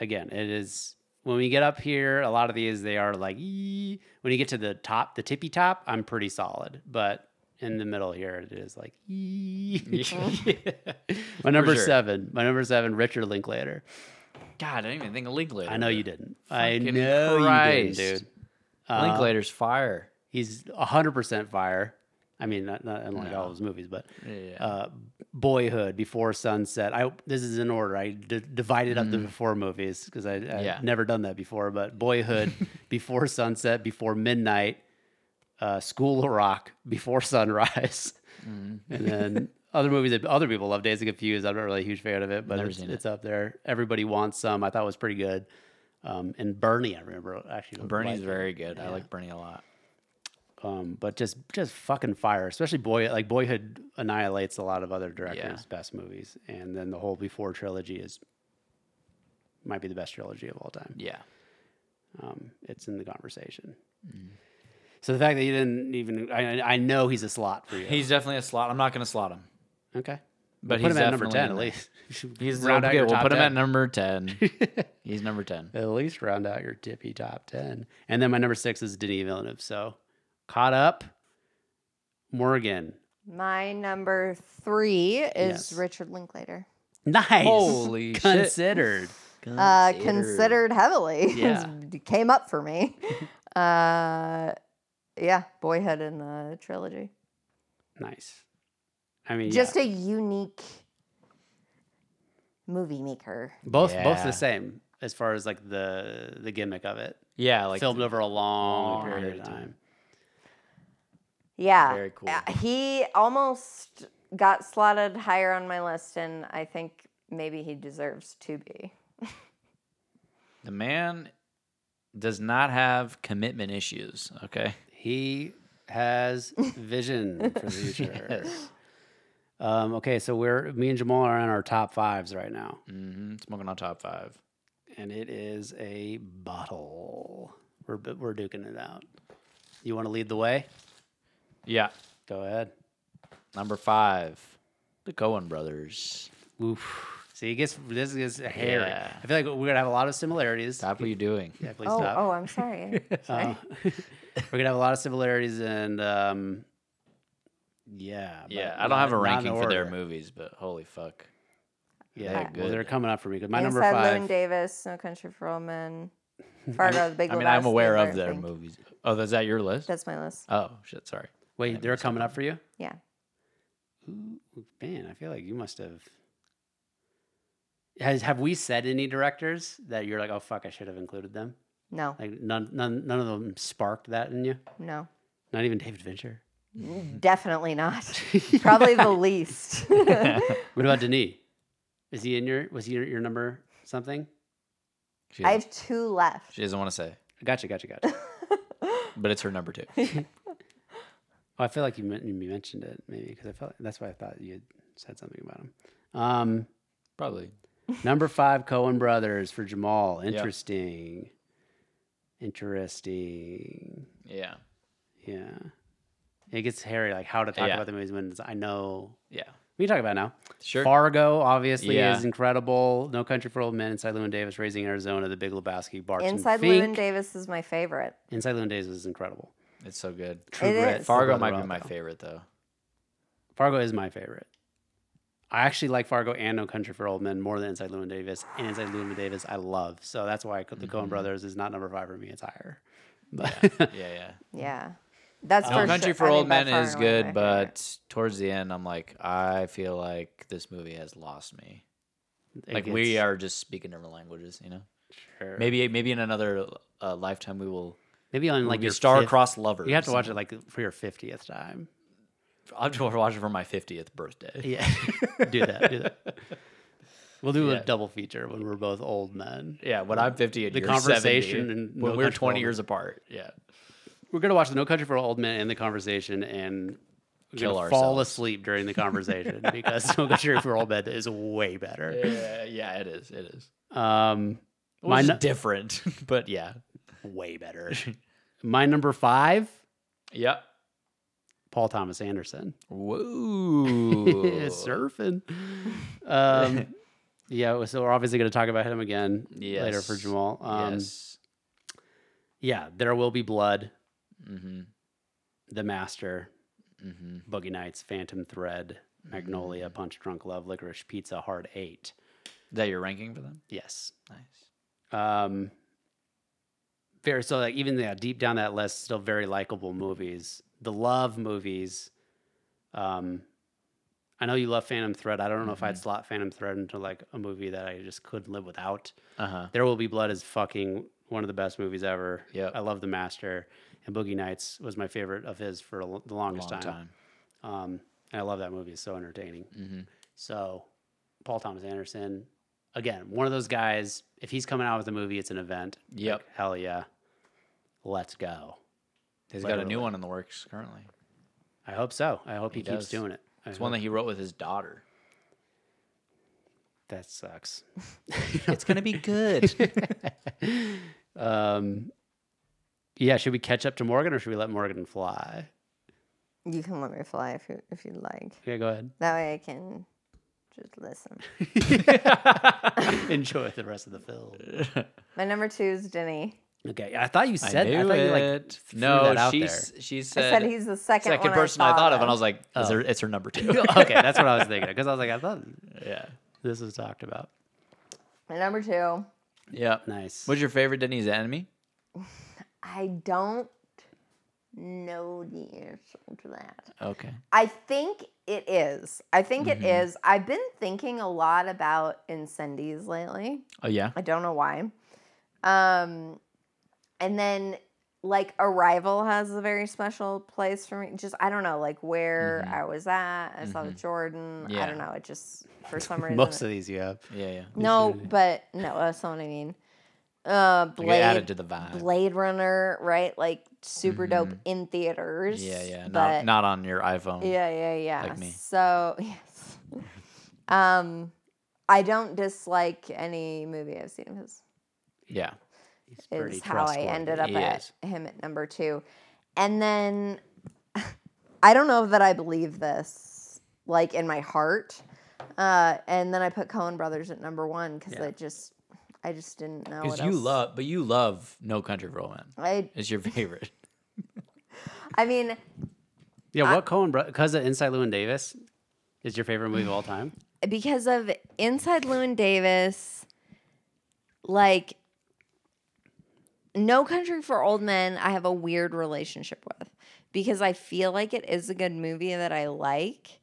Speaker 1: again, it is when we get up here. A lot of these they are like "Ee." when you get to the top, the tippy top. I'm pretty solid, but in the middle here, it is like "Ee." my number
Speaker 2: sure.
Speaker 1: seven. My number seven, Richard Linklater.
Speaker 2: God, I didn't even think of Linklater.
Speaker 1: I know you didn't. I
Speaker 2: Fucking
Speaker 1: know
Speaker 2: Christ.
Speaker 1: you didn't, dude. uh,
Speaker 2: Linklater's fire.
Speaker 1: He's hundred percent fire. I mean, not, not unlike all his movies, but
Speaker 2: Yeah.
Speaker 1: uh, Boyhood, Before Sunset. I this is in order. I d- divided up the before movies because I I've
Speaker 2: Mm. Yeah.
Speaker 1: never done that before. But Boyhood, Before Sunset, Before Midnight, uh, School of Rock, Before Sunrise,
Speaker 2: Mm.
Speaker 1: and then other movies that other people love. Days of Confused. I'm not really a huge fan of it, but
Speaker 2: Never
Speaker 1: it's,
Speaker 2: seen it.
Speaker 1: it's up there. Everybody wants some. I thought was pretty good. Um, and Bernie, I remember actually.
Speaker 2: Bernie's
Speaker 1: liked it.
Speaker 2: very good. I like Bernie a lot.
Speaker 1: Um, but just just fucking fire, especially boy like Boyhood annihilates a lot of other directors' best movies, and then the whole Before trilogy is might be the best trilogy of all time.
Speaker 2: Yeah.
Speaker 1: Um, it's in the conversation.
Speaker 2: Mm.
Speaker 1: So the fact that you didn't even I, I know he's a slot for you.
Speaker 2: He's definitely a slot. I'm not going to slot him.
Speaker 1: okay,
Speaker 2: But
Speaker 1: put
Speaker 2: he's
Speaker 1: him at number
Speaker 2: definitely
Speaker 1: ten
Speaker 2: in
Speaker 1: at
Speaker 2: there.
Speaker 1: least.
Speaker 2: He's
Speaker 1: Round out
Speaker 2: okay,
Speaker 1: your
Speaker 2: We'll
Speaker 1: top
Speaker 2: put him
Speaker 1: 10.
Speaker 2: at number 10. He's number 10.
Speaker 1: at least round out your tippy top 10. And then my number six is Denis Villeneuve. So caught up. Morgan.
Speaker 3: My number three is
Speaker 1: Yes.
Speaker 3: Richard Linklater.
Speaker 1: Nice.
Speaker 2: Holy shit.
Speaker 1: Considered.
Speaker 3: Uh, considered heavily.
Speaker 1: Mm, Yeah.
Speaker 3: It came up for me. uh, yeah, Boyhood in the trilogy.
Speaker 1: Nice. I mean,
Speaker 3: Just
Speaker 1: yeah.
Speaker 3: a unique movie maker.
Speaker 1: both both
Speaker 2: Yeah.
Speaker 1: the same as far as like the the gimmick of it.
Speaker 2: Yeah, like
Speaker 1: Filmed over a long,
Speaker 2: long
Speaker 1: period of time.
Speaker 3: Yeah.
Speaker 2: Very cool.
Speaker 3: Uh, He almost got slotted higher on my list, and I think maybe he deserves to be.
Speaker 2: the man does not have commitment issues, okay?
Speaker 1: He has vision for the future. Um, okay, so we're me and Jamal are on our top fives right now,
Speaker 2: hmm Smoking on top 5.
Speaker 1: and it is a bottle. We're bu- we're duking it out. You want to lead the way?
Speaker 2: Yeah.
Speaker 1: Go ahead.
Speaker 2: Number 5. The Cohen brothers.
Speaker 1: Oof. See, it gets this gets hairy.
Speaker 2: Yeah.
Speaker 1: I feel like we're gonna have a lot of similarities.
Speaker 2: Stop what you're doing.
Speaker 1: Yeah, please
Speaker 3: Oh,
Speaker 1: stop.
Speaker 3: oh, I'm sorry.
Speaker 1: Uh, we're gonna have a lot of similarities and um, yeah,
Speaker 2: Yeah,
Speaker 1: but
Speaker 2: I don't
Speaker 1: not-
Speaker 2: have a
Speaker 1: not in
Speaker 2: ranking for their
Speaker 1: order.
Speaker 2: movies, but holy fuck.
Speaker 1: Yeah,
Speaker 2: They're
Speaker 1: well, they're
Speaker 2: good.
Speaker 1: coming up for me because my number
Speaker 3: Inside Llewyn
Speaker 1: five.
Speaker 3: Davis, No Country for Old Men, Fargo, The Big
Speaker 2: I mean,
Speaker 3: Lebowski,
Speaker 2: I'm aware of
Speaker 3: Bert
Speaker 2: their
Speaker 3: Fink.
Speaker 2: movies. Oh, is that your list?
Speaker 3: That's my list.
Speaker 2: oh, shit, sorry.
Speaker 1: Wait, they're coming up for you?
Speaker 3: Yeah.
Speaker 1: Ooh, man, I feel like you must have. Has have we said any directors that you're like, oh fuck, I should have included them?
Speaker 3: No,
Speaker 1: Like none, none, none of them sparked that in you.
Speaker 3: no,
Speaker 1: Not even David Fincher.
Speaker 2: Mm.
Speaker 3: definitely not. Probably the least.
Speaker 1: What about Denis? Is he in your? Was he your, your number something?
Speaker 2: She,
Speaker 3: I have two left.
Speaker 2: she doesn't want to say,
Speaker 1: Gotcha, gotcha, gotcha.
Speaker 2: but it's her number two.
Speaker 1: Oh, I feel like you, men- you mentioned it maybe because I felt that's why I thought you had said something about him. Um,
Speaker 2: Probably.
Speaker 1: number five, Cohen Brothers for Jamal. Interesting. Interesting.
Speaker 2: Yeah.
Speaker 1: Yeah. It gets hairy, like how to talk
Speaker 2: Yeah.
Speaker 1: about the movies when it's- I know.
Speaker 2: Yeah.
Speaker 1: We can talk about it now.
Speaker 2: Sure.
Speaker 1: Fargo obviously
Speaker 2: Yeah.
Speaker 1: is incredible. No Country for Old Men, Inside Llewyn Davis, Raising Arizona, The Big Lebowski, Barton
Speaker 3: Inside
Speaker 1: Fink.
Speaker 3: Llewyn Davis is my favorite.
Speaker 1: Inside Llewyn Davis is incredible.
Speaker 2: it's so good.
Speaker 1: True
Speaker 3: It
Speaker 1: Grit.
Speaker 3: is.
Speaker 2: Fargo
Speaker 1: Brother
Speaker 2: might be my
Speaker 1: Rothko.
Speaker 2: favorite though.
Speaker 1: Fargo is my favorite. I actually like Fargo and No Country for Old Men more than Inside Llewyn Davis. And Inside Llewyn Davis, I love. So that's why the Coen Brothers is not number five for me. It's higher. But
Speaker 2: Mm-hmm. Yeah, yeah.
Speaker 3: Yeah, that's
Speaker 2: No
Speaker 3: for
Speaker 2: Country
Speaker 3: sure.
Speaker 2: for
Speaker 3: I mean,
Speaker 2: Old
Speaker 3: by
Speaker 2: Men
Speaker 3: far
Speaker 2: is
Speaker 3: and away my
Speaker 2: good,
Speaker 3: favorite.
Speaker 2: but towards the end, I'm like, I feel like this movie has lost me.
Speaker 1: it
Speaker 2: like we
Speaker 1: gets-
Speaker 2: are just speaking different languages, you know.
Speaker 1: Sure.
Speaker 2: Maybe maybe in another uh, lifetime we will
Speaker 1: maybe on like
Speaker 2: like
Speaker 1: your
Speaker 2: your
Speaker 1: fifth-
Speaker 2: star-crossed lovers.
Speaker 1: You have to watch it like for your fiftieth time.
Speaker 2: I'll just watch it for my 50th birthday.
Speaker 1: Yeah, do that. Do that. We'll do a
Speaker 2: Yeah.
Speaker 1: double feature when we're both old men.
Speaker 2: Yeah, when I'm 50 and
Speaker 1: The
Speaker 2: you're
Speaker 1: Conversation
Speaker 2: 70,
Speaker 1: and
Speaker 2: when
Speaker 1: No
Speaker 2: we're
Speaker 1: Country for
Speaker 2: 20
Speaker 1: Old
Speaker 2: years apart. Yeah.
Speaker 1: We're gonna watch the No Country for Old Men and the conversation and we're
Speaker 2: Kill
Speaker 1: gonna fall
Speaker 2: ourselves.
Speaker 1: asleep during the conversation because No Country for Old Men is way better.
Speaker 2: Yeah, yeah, it is. It is.
Speaker 1: Um,
Speaker 2: Well,
Speaker 1: my
Speaker 2: it's
Speaker 1: nu-
Speaker 2: different, but yeah.
Speaker 1: way better. My number five,
Speaker 2: Yep.
Speaker 1: Paul Thomas Anderson.
Speaker 2: Whoa.
Speaker 1: Surfing. Um, yeah, so we're obviously gonna talk about him again later for
Speaker 2: Yes.
Speaker 1: Jamal. Um,
Speaker 2: yes.
Speaker 1: Yeah, there will be blood.
Speaker 2: Mm-hmm.
Speaker 1: The Master,
Speaker 2: Mm-hmm.
Speaker 1: Boogie Nights, Phantom Thread, Magnolia, Punch Drunk Love, Licorice Pizza, Hard Eight.
Speaker 2: Is that your ranking for them?
Speaker 1: Yes.
Speaker 2: Nice.
Speaker 1: Um, very so like even yeah, deep down that list, still very likable movies. The love movies. Um, I know you love Phantom Thread. I don't know if I'd slot Phantom Thread into like a movie that I just couldn't live without.
Speaker 2: Uh huh.
Speaker 1: There Will Be Blood is fucking one of the best movies ever.
Speaker 2: Yep.
Speaker 1: I love The Master, and Boogie Nights was my favorite of his for a l- the longest
Speaker 2: Long time.
Speaker 1: time. Um, and I love that movie; it's so entertaining.
Speaker 2: Mm-hmm.
Speaker 1: So, Paul Thomas Anderson, again, one of those guys. If he's coming out with a movie, it's an event.
Speaker 2: Yep.
Speaker 1: Like, hell yeah, let's go.
Speaker 2: He's got a
Speaker 1: Literally.
Speaker 2: new one in the works currently.
Speaker 1: I hope so. I hope he,
Speaker 2: He
Speaker 1: keeps
Speaker 2: does.
Speaker 1: doing it. I
Speaker 2: It's one
Speaker 1: hope-
Speaker 2: that he wrote with his daughter.
Speaker 1: that sucks.
Speaker 2: It's gonna be good.
Speaker 1: Um, yeah, should we catch up to Morgan or should we let Morgan fly?
Speaker 3: you can let me fly if you if you'd like.
Speaker 1: Yeah, go ahead.
Speaker 3: That way I can just listen.
Speaker 1: Enjoy the rest of the film.
Speaker 3: My number two is Denny.
Speaker 1: Okay, I thought you
Speaker 2: I
Speaker 1: said. I,
Speaker 2: knew
Speaker 1: thought you like
Speaker 2: it.
Speaker 1: threw
Speaker 2: no,
Speaker 1: that out
Speaker 2: she
Speaker 1: there.
Speaker 2: s- she
Speaker 3: I
Speaker 2: said,
Speaker 3: said he's the second,
Speaker 2: second
Speaker 3: one
Speaker 2: person I thought of, and I
Speaker 3: of.
Speaker 2: was like, is her, it's her number two.
Speaker 1: okay, that's what I was thinking because I was like, I thought
Speaker 2: yeah,
Speaker 1: this was talked about.
Speaker 3: My number two.
Speaker 2: yeah.
Speaker 1: Nice.
Speaker 2: What's your favorite Denny's enemy?
Speaker 3: I don't know the answer to that.
Speaker 2: Okay,
Speaker 3: I think it is. I think
Speaker 1: Mm-hmm.
Speaker 3: it is. I've been thinking a lot about incendies lately.
Speaker 2: oh yeah,
Speaker 3: I don't know why. Um, and then like Arrival has a very special place for me. Just I don't know, like where
Speaker 1: Mm-hmm.
Speaker 3: I was at. I saw the Jordan. I
Speaker 2: Yeah.
Speaker 3: don't know. It just for some reason.
Speaker 1: Most of these you have.
Speaker 2: yeah, yeah.
Speaker 3: no, but no, that's not what I mean. Uh,
Speaker 2: Like, it added
Speaker 3: Blade,
Speaker 2: to the vibe.
Speaker 3: Blade Runner, right? Like super dope in theaters.
Speaker 2: Mm-hmm. Yeah, yeah.
Speaker 3: but-
Speaker 2: Not not on your iPhone.
Speaker 3: yeah, yeah, yeah.
Speaker 2: Like me.
Speaker 3: So yes, um, I don't dislike any movie I've seen of his.
Speaker 2: yeah.
Speaker 1: It's pretty
Speaker 3: is how I
Speaker 1: trustworthy.
Speaker 3: ended up
Speaker 2: He
Speaker 3: at
Speaker 2: is.
Speaker 3: him at number two. And then I don't know that I believe this, like in my heart. Uh, and then I put Cohen Brothers at number one because I just, I just didn't know.
Speaker 2: Because
Speaker 3: what
Speaker 2: you
Speaker 3: else.
Speaker 2: love, but you love No Country for Old Men.
Speaker 3: I,
Speaker 2: It's your favorite.
Speaker 3: I mean,
Speaker 1: Yeah, what Cohen because of Inside Llewyn Davis is your favorite movie of all time?
Speaker 3: because of Inside Llewyn Davis, like No Country for Old Men, I have a weird relationship with because I
Speaker 2: Mm-hmm.
Speaker 3: feel like it is a good movie that I like.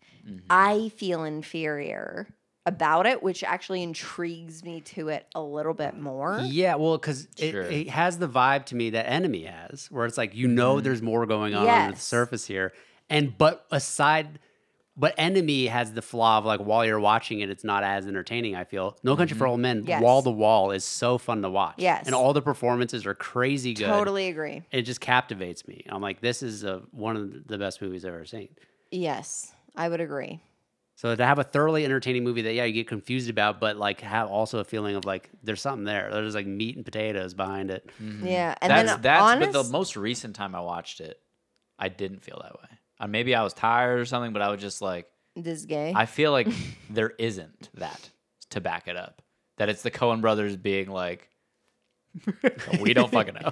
Speaker 3: I feel inferior about it, which actually intrigues me to it a little bit more.
Speaker 1: Yeah, well, because it,
Speaker 2: Sure.
Speaker 1: it has the vibe to me that Enemy has, where it's like you know there's more going on under the
Speaker 3: Yes.
Speaker 1: surface here, and but aside, but Enemy has the flaw of like while you're watching it, it's not as entertaining. I feel No Country for Old Men,
Speaker 3: Yes.
Speaker 1: wall to wall, is so fun to watch.
Speaker 3: Yes.
Speaker 1: and all the performances are crazy good.
Speaker 3: Totally agree.
Speaker 1: it just captivates me. I'm like, this is a, one of the best movies I've ever seen.
Speaker 3: Yes, I would agree.
Speaker 1: So to have a thoroughly entertaining movie that yeah you get confused about, but like have also a feeling of like there's something there. There's like meat and potatoes behind it.
Speaker 2: Mm-hmm.
Speaker 3: Yeah, and
Speaker 2: Hmm. that's
Speaker 3: then uh,
Speaker 2: that's
Speaker 3: honest,
Speaker 2: but the most recent time I watched it, I didn't feel that way. Uh, maybe I was tired or something, but I was just like,
Speaker 3: this is gay.
Speaker 2: I feel like there isn't that to back it up. That it's the Cohen brothers being like, we don't fucking know.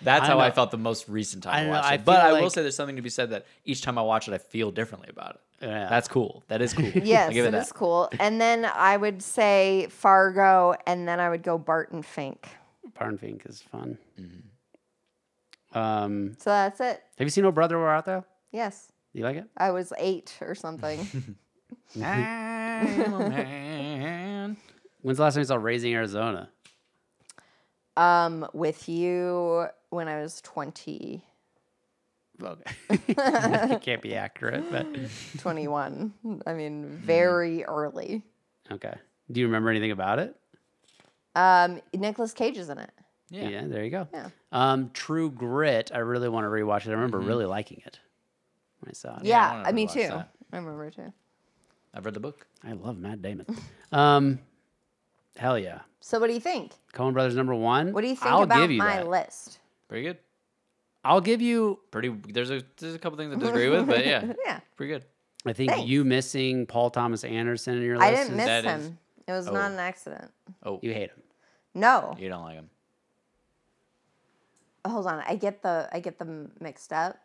Speaker 2: That's how I
Speaker 1: know.
Speaker 2: felt the most recent time
Speaker 1: I
Speaker 2: I,
Speaker 1: know,
Speaker 2: watched
Speaker 1: I
Speaker 2: it. But
Speaker 1: feel
Speaker 2: I will
Speaker 1: like-
Speaker 2: say there's something to be said that each time I watch it, I feel differently about it.
Speaker 1: Yeah.
Speaker 2: That's cool. That is cool.
Speaker 3: yes,
Speaker 2: I'll give it,
Speaker 3: it
Speaker 2: that.
Speaker 3: is cool. And then I would say Fargo, and then I would go Barton Fink.
Speaker 1: Barnfink is fun.
Speaker 2: Mm-hmm.
Speaker 1: Um,
Speaker 3: So that's it.
Speaker 1: have you seen Oh Brother Where Art Thou?
Speaker 3: Yes,
Speaker 1: You like it?
Speaker 3: I was eight or something.
Speaker 2: Ah. I'm a man.
Speaker 1: When's the last time you saw Raising Arizona?
Speaker 3: um, with you when I was 20,
Speaker 1: Okay, it can't be accurate, but
Speaker 3: 21. I
Speaker 2: Hmm.
Speaker 3: mean, very early.
Speaker 1: okay. Do you remember anything about it?
Speaker 3: Um, Nicolas Cage is in it.
Speaker 2: Yeah.
Speaker 1: there you go.
Speaker 3: Yeah.
Speaker 1: Um, True Grit. I really want to rewatch it. I remember
Speaker 2: Mm-hmm.
Speaker 1: really liking it when I saw it.
Speaker 2: Yeah, I
Speaker 3: Yeah,
Speaker 2: wanted
Speaker 3: I
Speaker 2: to
Speaker 3: me
Speaker 2: watch
Speaker 3: too.
Speaker 2: that.
Speaker 3: I remember too.
Speaker 2: I've read the book.
Speaker 1: I love Matt Damon. Um, hell yeah.
Speaker 3: So what do you think?
Speaker 1: Cohen Brothers number one.
Speaker 3: What do you think
Speaker 1: I'll
Speaker 3: about
Speaker 1: give you
Speaker 3: my
Speaker 1: that.
Speaker 3: list?
Speaker 2: Pretty good.
Speaker 1: I'll give you.
Speaker 2: Pretty. There's a there's a couple things I disagree with, but yeah,
Speaker 3: Yeah,
Speaker 2: pretty good.
Speaker 1: I think
Speaker 3: Thanks.
Speaker 1: you missing Paul Thomas Anderson in your list.
Speaker 3: I didn't
Speaker 1: is-
Speaker 3: miss
Speaker 2: that
Speaker 3: him.
Speaker 2: is-
Speaker 3: it was
Speaker 2: oh.
Speaker 3: not an accident.
Speaker 2: Oh,
Speaker 1: You hate him.
Speaker 3: No,
Speaker 2: you don't like him.
Speaker 3: hold on. I get the I get them mixed up.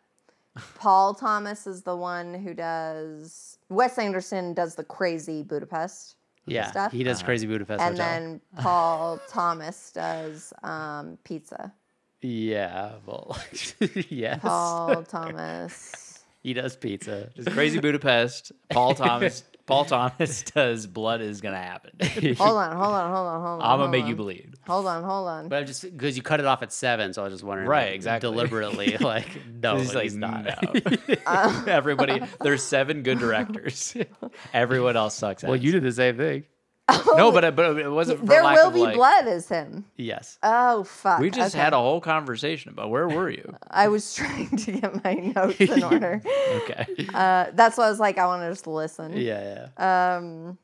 Speaker 3: Paul Thomas is the one who does. Wes Anderson does the crazy Budapest,
Speaker 1: Yeah,
Speaker 3: stuff?
Speaker 1: he
Speaker 2: Uh,
Speaker 1: does Crazy Budapest
Speaker 3: and
Speaker 1: Hotel.
Speaker 3: then Paul Thomas does um, pizza.
Speaker 1: yeah, well, yes,
Speaker 3: Paul Thomas.
Speaker 1: he does pizza.
Speaker 2: It's Crazy Budapest. Paul Thomas. Paul Thomas does blood is gonna happen. I'm
Speaker 3: Hold on, hold on, hold on, hold on.
Speaker 2: gonna
Speaker 3: hold
Speaker 2: make
Speaker 3: on.
Speaker 2: you bleed.
Speaker 3: Hold on, hold on.
Speaker 1: But I'm just because you cut it off at seven, so I was just wondering,
Speaker 2: Right,
Speaker 1: like,
Speaker 2: exactly.
Speaker 1: deliberately, like no,
Speaker 2: He's
Speaker 1: he's,
Speaker 2: like,
Speaker 1: not.
Speaker 3: Uh-huh.
Speaker 2: no. Everybody, there's seven good directors. Everyone else sucks. Ass.
Speaker 1: Well, you did the same thing.
Speaker 2: no, but but it wasn't. For
Speaker 3: there
Speaker 2: lack
Speaker 3: will
Speaker 2: of,
Speaker 3: be
Speaker 2: like-
Speaker 3: blood is him.
Speaker 1: Yes,
Speaker 3: Oh fuck.
Speaker 2: We just
Speaker 3: okay.
Speaker 2: had a whole conversation about where were you?
Speaker 3: I was trying to get my notes in order.
Speaker 2: Okay.
Speaker 3: Uh, that's why I was like, I want to just listen.
Speaker 1: yeah, yeah.
Speaker 3: Um,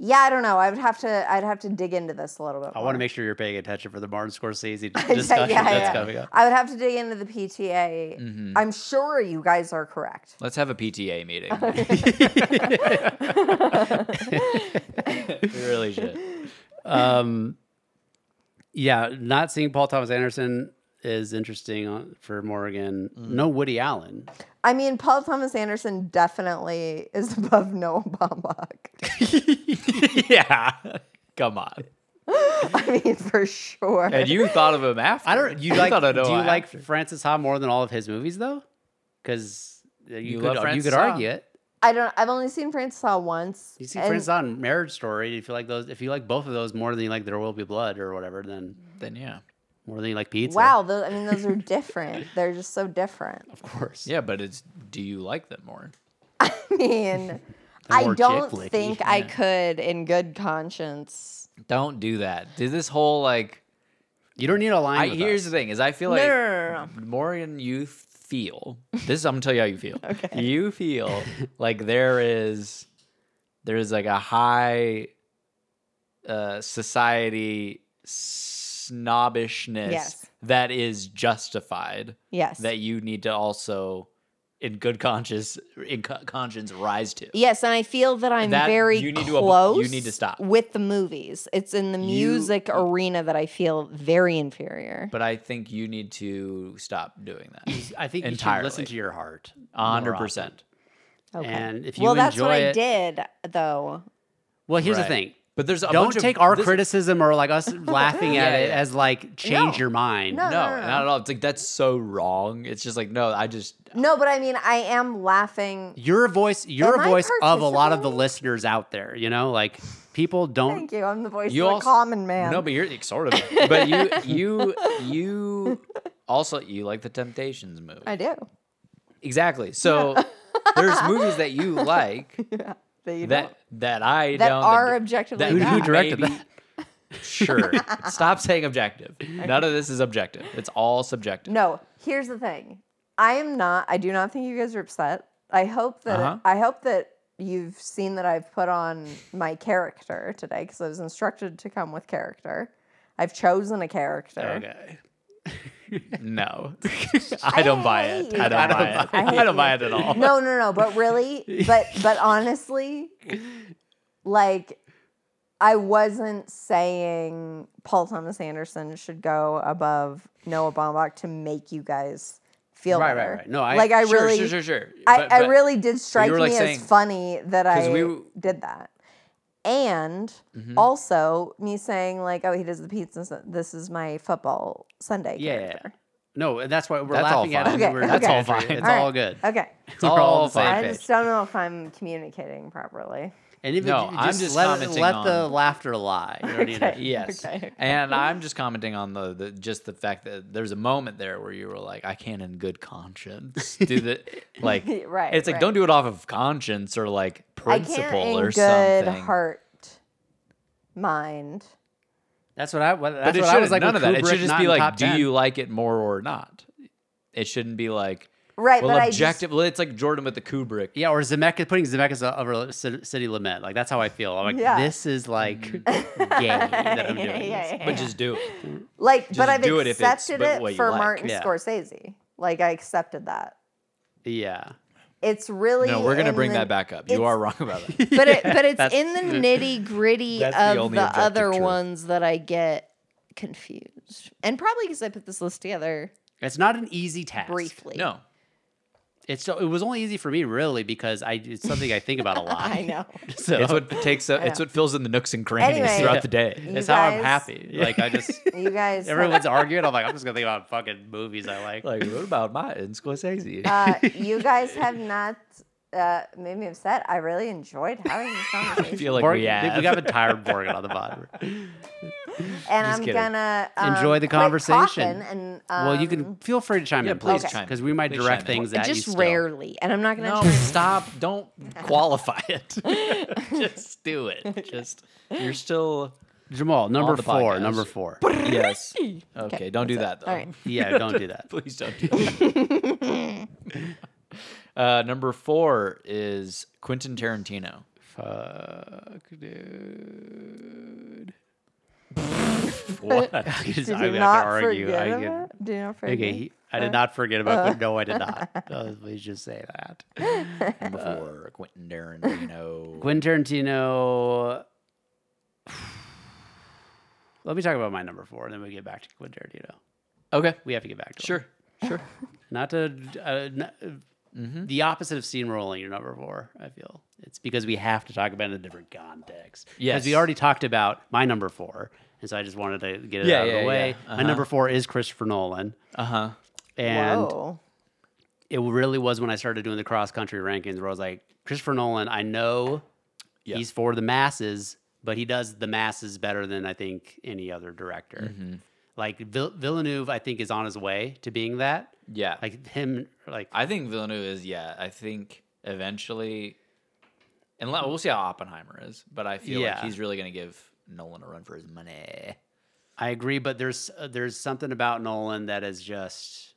Speaker 3: yeah, I don't know. I would have to. I'd have to dig into this a little bit.
Speaker 1: I
Speaker 3: more.
Speaker 1: want to make sure you're paying attention for the Martin Scorsese
Speaker 3: Yeah,
Speaker 1: discussion
Speaker 3: yeah,
Speaker 1: that's
Speaker 3: yeah.
Speaker 1: coming up. Mm-hmm.
Speaker 3: I would have to dig into the PTA. I'm sure you guys are correct.
Speaker 2: Let's have a PTA meeting. we really should.
Speaker 1: um yeah not seeing paul thomas anderson is interesting on- for morgan no woody allen
Speaker 3: I mean, Paul Thomas Anderson definitely is above Noah Baumbach.
Speaker 2: yeah. Come on.
Speaker 3: I mean, for sure.
Speaker 2: And you thought of him after.
Speaker 1: i don't you like
Speaker 2: thought of
Speaker 1: do you
Speaker 2: Noah
Speaker 1: like
Speaker 2: after.
Speaker 1: francis ha more than all of his movies though because you,
Speaker 2: You love
Speaker 1: could you
Speaker 2: Frances
Speaker 1: could
Speaker 2: Ha.
Speaker 1: argue it
Speaker 3: I don't. I've only seen Francis Ha once.
Speaker 1: you see
Speaker 3: and-
Speaker 1: francis ha in marriage story if you like those if you like both of those more than you like there will be blood or whatever then
Speaker 2: Then yeah.
Speaker 1: more than you like pizza
Speaker 3: Wow, those, I mean, those are different. They're just so different.
Speaker 1: of course
Speaker 2: Yeah, but it's do you like them more?
Speaker 3: I mean,
Speaker 1: more
Speaker 3: I
Speaker 1: chick
Speaker 3: don't
Speaker 1: flicky,
Speaker 3: think I could, in good conscience.
Speaker 2: Don't do that. Do this whole like
Speaker 1: you don't need a line
Speaker 2: I
Speaker 1: with
Speaker 2: here's
Speaker 1: us.
Speaker 2: the thing is I feel
Speaker 3: No,
Speaker 2: like
Speaker 3: no, no, no,
Speaker 2: Morgan, you feel this. I'm gonna tell you how you feel. Okay. You feel like there is there is like a high uh, society snobbishness
Speaker 3: Yes.
Speaker 2: that is justified
Speaker 3: Yes.
Speaker 2: that you need to also, in good conscience, in co- conscience, rise to.
Speaker 3: Yes, and I feel that I'm
Speaker 2: That-
Speaker 3: very
Speaker 2: you need to abo-
Speaker 3: close.
Speaker 2: you need to stop.
Speaker 3: with the movies. It's in the music arena that I feel very inferior.
Speaker 2: But I think you need to stop doing that.
Speaker 1: i think you should listen
Speaker 2: Entirely.
Speaker 1: to your heart more
Speaker 2: Hundred
Speaker 1: often.
Speaker 2: percent.
Speaker 3: Okay.
Speaker 1: and if you
Speaker 3: well, that's
Speaker 1: enjoy
Speaker 3: what I
Speaker 1: it
Speaker 3: did, though.
Speaker 1: Well, here's
Speaker 2: Right.
Speaker 1: the thing.
Speaker 2: But there's a
Speaker 1: Don't
Speaker 2: bunch of-
Speaker 1: take our
Speaker 2: this-
Speaker 1: criticism or like us laughing at
Speaker 2: Yeah,
Speaker 1: it
Speaker 2: yeah.
Speaker 1: as like change
Speaker 3: No.
Speaker 1: your mind.
Speaker 3: No.
Speaker 2: No, not at all. It's like that's so wrong. It's just like no, I just
Speaker 3: No, but I mean, I am laughing.
Speaker 1: You're a voice. You're
Speaker 3: Am
Speaker 1: a
Speaker 3: I
Speaker 1: voice of a lot of the
Speaker 3: participating?
Speaker 1: listeners out there. You know, like people don't.
Speaker 3: Thank you. I'm the voice
Speaker 2: You
Speaker 3: of
Speaker 2: als-
Speaker 3: the common man.
Speaker 2: no, but you're like, sort of. But you you you also you like the Temptations movie.
Speaker 3: I do.
Speaker 2: Exactly. So there's movies that you like
Speaker 3: Yeah, that you
Speaker 2: that that I
Speaker 3: That
Speaker 2: don't
Speaker 3: are objectively
Speaker 2: that
Speaker 1: Who- who
Speaker 2: I
Speaker 1: directed
Speaker 2: maybe- Sure. Stop saying objective. None of this is objective. It's all subjective.
Speaker 3: No, here's the thing. I am not. I do not think you guys are upset. I hope that
Speaker 2: Uh-huh.
Speaker 3: I hope that you've seen that I've put on my character today because I was instructed to come with character. I've chosen a character.
Speaker 1: Okay.
Speaker 2: No. I don't buy it.
Speaker 3: I
Speaker 2: I don't
Speaker 3: hate
Speaker 2: buy
Speaker 1: you.
Speaker 2: it.
Speaker 3: I hate
Speaker 2: I don't buy
Speaker 3: you.
Speaker 2: it at all.
Speaker 3: No, no, no. But really, but but honestly, like I wasn't saying Paul Thomas Anderson should go above Noah Baumbach to make you guys feel
Speaker 1: Right, right,
Speaker 3: better.
Speaker 1: right. No, I-
Speaker 3: like I
Speaker 2: sure,
Speaker 3: really
Speaker 2: sure, sure, sure.
Speaker 3: I,
Speaker 2: But-
Speaker 3: I
Speaker 2: but-
Speaker 3: really did strike
Speaker 2: were,
Speaker 3: me
Speaker 2: like,
Speaker 3: as
Speaker 2: saying-
Speaker 3: funny that I
Speaker 2: 'cause we w- Mm-hmm.
Speaker 3: did that. And also me saying like, oh, he does the pizza. s- This is my football Sunday
Speaker 1: Yeah, yeah, yeah.
Speaker 3: character.
Speaker 1: No, that's why we're
Speaker 2: That's all
Speaker 1: laughing at.
Speaker 2: fine.
Speaker 1: it.
Speaker 3: Okay,
Speaker 1: We're-
Speaker 3: That's okay. all
Speaker 2: fine.
Speaker 1: It's
Speaker 3: All right.
Speaker 1: all good.
Speaker 3: Okay.
Speaker 2: It's
Speaker 1: We're all on the same
Speaker 2: fine.
Speaker 3: I
Speaker 1: page.
Speaker 3: just don't know if I'm communicating properly.
Speaker 1: And even
Speaker 2: No,
Speaker 1: ju-
Speaker 2: I'm
Speaker 1: just,
Speaker 2: just
Speaker 1: let, it-
Speaker 2: commenting
Speaker 1: let
Speaker 2: on-
Speaker 1: the laughter lie. You don't need to-
Speaker 3: Okay.
Speaker 2: Yes.
Speaker 3: Okay.
Speaker 2: And I'm just commenting on the, the just the fact that there's a moment there where you were like, I can't in good conscience do the like
Speaker 3: Right,
Speaker 2: It's like
Speaker 3: right.
Speaker 2: don't do it off of conscience or like
Speaker 3: I can't
Speaker 2: principle
Speaker 3: in
Speaker 2: or
Speaker 3: good
Speaker 2: something.
Speaker 3: heart mind.
Speaker 1: That's what I. what- That's
Speaker 2: but it
Speaker 1: what I was
Speaker 2: shouldn't
Speaker 1: like.
Speaker 2: none of
Speaker 1: with
Speaker 2: that. It
Speaker 1: Kubrick
Speaker 2: should just
Speaker 1: not
Speaker 2: be
Speaker 1: in
Speaker 2: like,
Speaker 1: top
Speaker 2: do
Speaker 1: 10.
Speaker 2: you like it more or not? It shouldn't be like
Speaker 3: Right,
Speaker 2: well
Speaker 3: but
Speaker 2: objective well, it's like Jordan with the Kubrick.
Speaker 1: Yeah, or Zemeckis putting Zemeckis o- over Ci- City Limit. Like that's how I feel. I'm like,
Speaker 3: Yeah.
Speaker 1: this is like gay
Speaker 2: Mm-hmm.
Speaker 1: that I'm
Speaker 3: Yeah,
Speaker 1: doing.
Speaker 3: yeah,
Speaker 1: this.
Speaker 3: yeah.
Speaker 2: But just do it.
Speaker 3: I just like, but
Speaker 2: just
Speaker 3: I've
Speaker 2: do it if it's-
Speaker 3: accepted
Speaker 2: but
Speaker 3: it
Speaker 2: what you
Speaker 3: for
Speaker 2: like.
Speaker 3: Martin
Speaker 1: Yeah.
Speaker 3: Scorsese. Like I accepted that.
Speaker 1: Yeah.
Speaker 3: It's really
Speaker 2: No, we're gonna
Speaker 3: in
Speaker 2: bring
Speaker 3: the-
Speaker 2: that back up. You
Speaker 3: it's-
Speaker 2: are wrong about that.
Speaker 3: but it, but it's
Speaker 1: That's-
Speaker 3: in the nitty gritty of
Speaker 2: That's the
Speaker 3: the,
Speaker 2: only objective
Speaker 3: other
Speaker 2: truth.
Speaker 3: ones that I get confused, and probably because I put this list together
Speaker 1: It's not an easy task.
Speaker 3: briefly.
Speaker 2: No.
Speaker 1: It's so, it was only easy for me really because I it's something I think about a lot.
Speaker 3: I know.
Speaker 1: So
Speaker 2: It's what takes up, it's what fills in the nooks and crannies
Speaker 3: Anyway.
Speaker 2: throughout the day.
Speaker 1: it's
Speaker 3: You
Speaker 1: how I'm
Speaker 3: guys-
Speaker 1: happy. Like I just
Speaker 3: You guys, have-
Speaker 1: everyone's arguing. I'm like I'm just gonna think about fucking movies I like.
Speaker 2: Like what about Martin Scorsese?
Speaker 3: uh, you guys have not uh, made me upset. I really enjoyed having this conversation,
Speaker 2: I feel like
Speaker 1: Borg-
Speaker 2: we have.
Speaker 1: we have a tired Borgen on the bottom.
Speaker 3: and
Speaker 2: just
Speaker 3: I'm
Speaker 2: kidding.
Speaker 3: gonna um,
Speaker 1: Enjoy the
Speaker 3: quit
Speaker 1: conversation.
Speaker 3: talking and
Speaker 1: well, you can
Speaker 3: um,
Speaker 1: feel free to chime
Speaker 2: yeah,
Speaker 1: in, please,
Speaker 2: please chime in.
Speaker 1: because we might
Speaker 2: Please
Speaker 1: direct
Speaker 2: chime in.
Speaker 1: things at you.
Speaker 3: just
Speaker 1: still.
Speaker 3: rarely, and I'm not gonna.
Speaker 2: no,
Speaker 3: try-
Speaker 2: stop. Don't qualify it. Just do it. Just you're still
Speaker 1: Jamal, number
Speaker 2: the
Speaker 1: four.
Speaker 2: podcast.
Speaker 1: Number four.
Speaker 2: yes. Okay, don't do that though.
Speaker 3: All right.
Speaker 1: yeah, don't do that.
Speaker 2: Please don't do that. uh, number four is Quentin Tarantino.
Speaker 1: Fuck, dude.
Speaker 2: What?
Speaker 1: I just,
Speaker 3: Did
Speaker 1: I
Speaker 3: you
Speaker 1: mean, I
Speaker 3: not
Speaker 1: can argue.
Speaker 3: forget
Speaker 1: I
Speaker 3: about?
Speaker 1: can,
Speaker 3: Do you not forget?
Speaker 1: okay, he, I did not forget about. Quentin. no, I did not. Uh, Let's just say that.
Speaker 2: number four, Quentin Tarantino.
Speaker 1: Quentin Tarantino. Let me talk about my number four, and then we get back to Quentin Tarantino.
Speaker 2: Okay,
Speaker 1: We have to get back to him.
Speaker 2: sure, sure.
Speaker 1: Not to uh, n-
Speaker 2: Mm-hmm.
Speaker 1: the opposite of steamrolling your number four. I feel it's because we have to talk about it in a different context. because we
Speaker 2: Yes.
Speaker 1: already talked about my number four, and so I just wanted to get it
Speaker 2: Yeah,
Speaker 1: out of
Speaker 2: yeah,
Speaker 1: the way.
Speaker 2: yeah. Uh-huh.
Speaker 1: My number four is Christopher Nolan,
Speaker 2: Uh huh.
Speaker 1: and
Speaker 3: Whoa.
Speaker 1: it really was when I started doing the cross country rankings where I was like, Christopher Nolan, I know
Speaker 2: Yeah.
Speaker 1: he's for the masses, but he does the masses better than I think any other director.
Speaker 2: Mm-hmm.
Speaker 1: Like Vill- Villeneuve, I think is on his way to being that.
Speaker 2: Yeah.
Speaker 1: Like him, like
Speaker 2: I think Villeneuve is, yeah. I think eventually, and let- we'll see how Oppenheimer is, but I feel
Speaker 1: Yeah.
Speaker 2: like he's really going to give Nolan a run for his money.
Speaker 1: I agree, but there's uh, there's something about Nolan that is just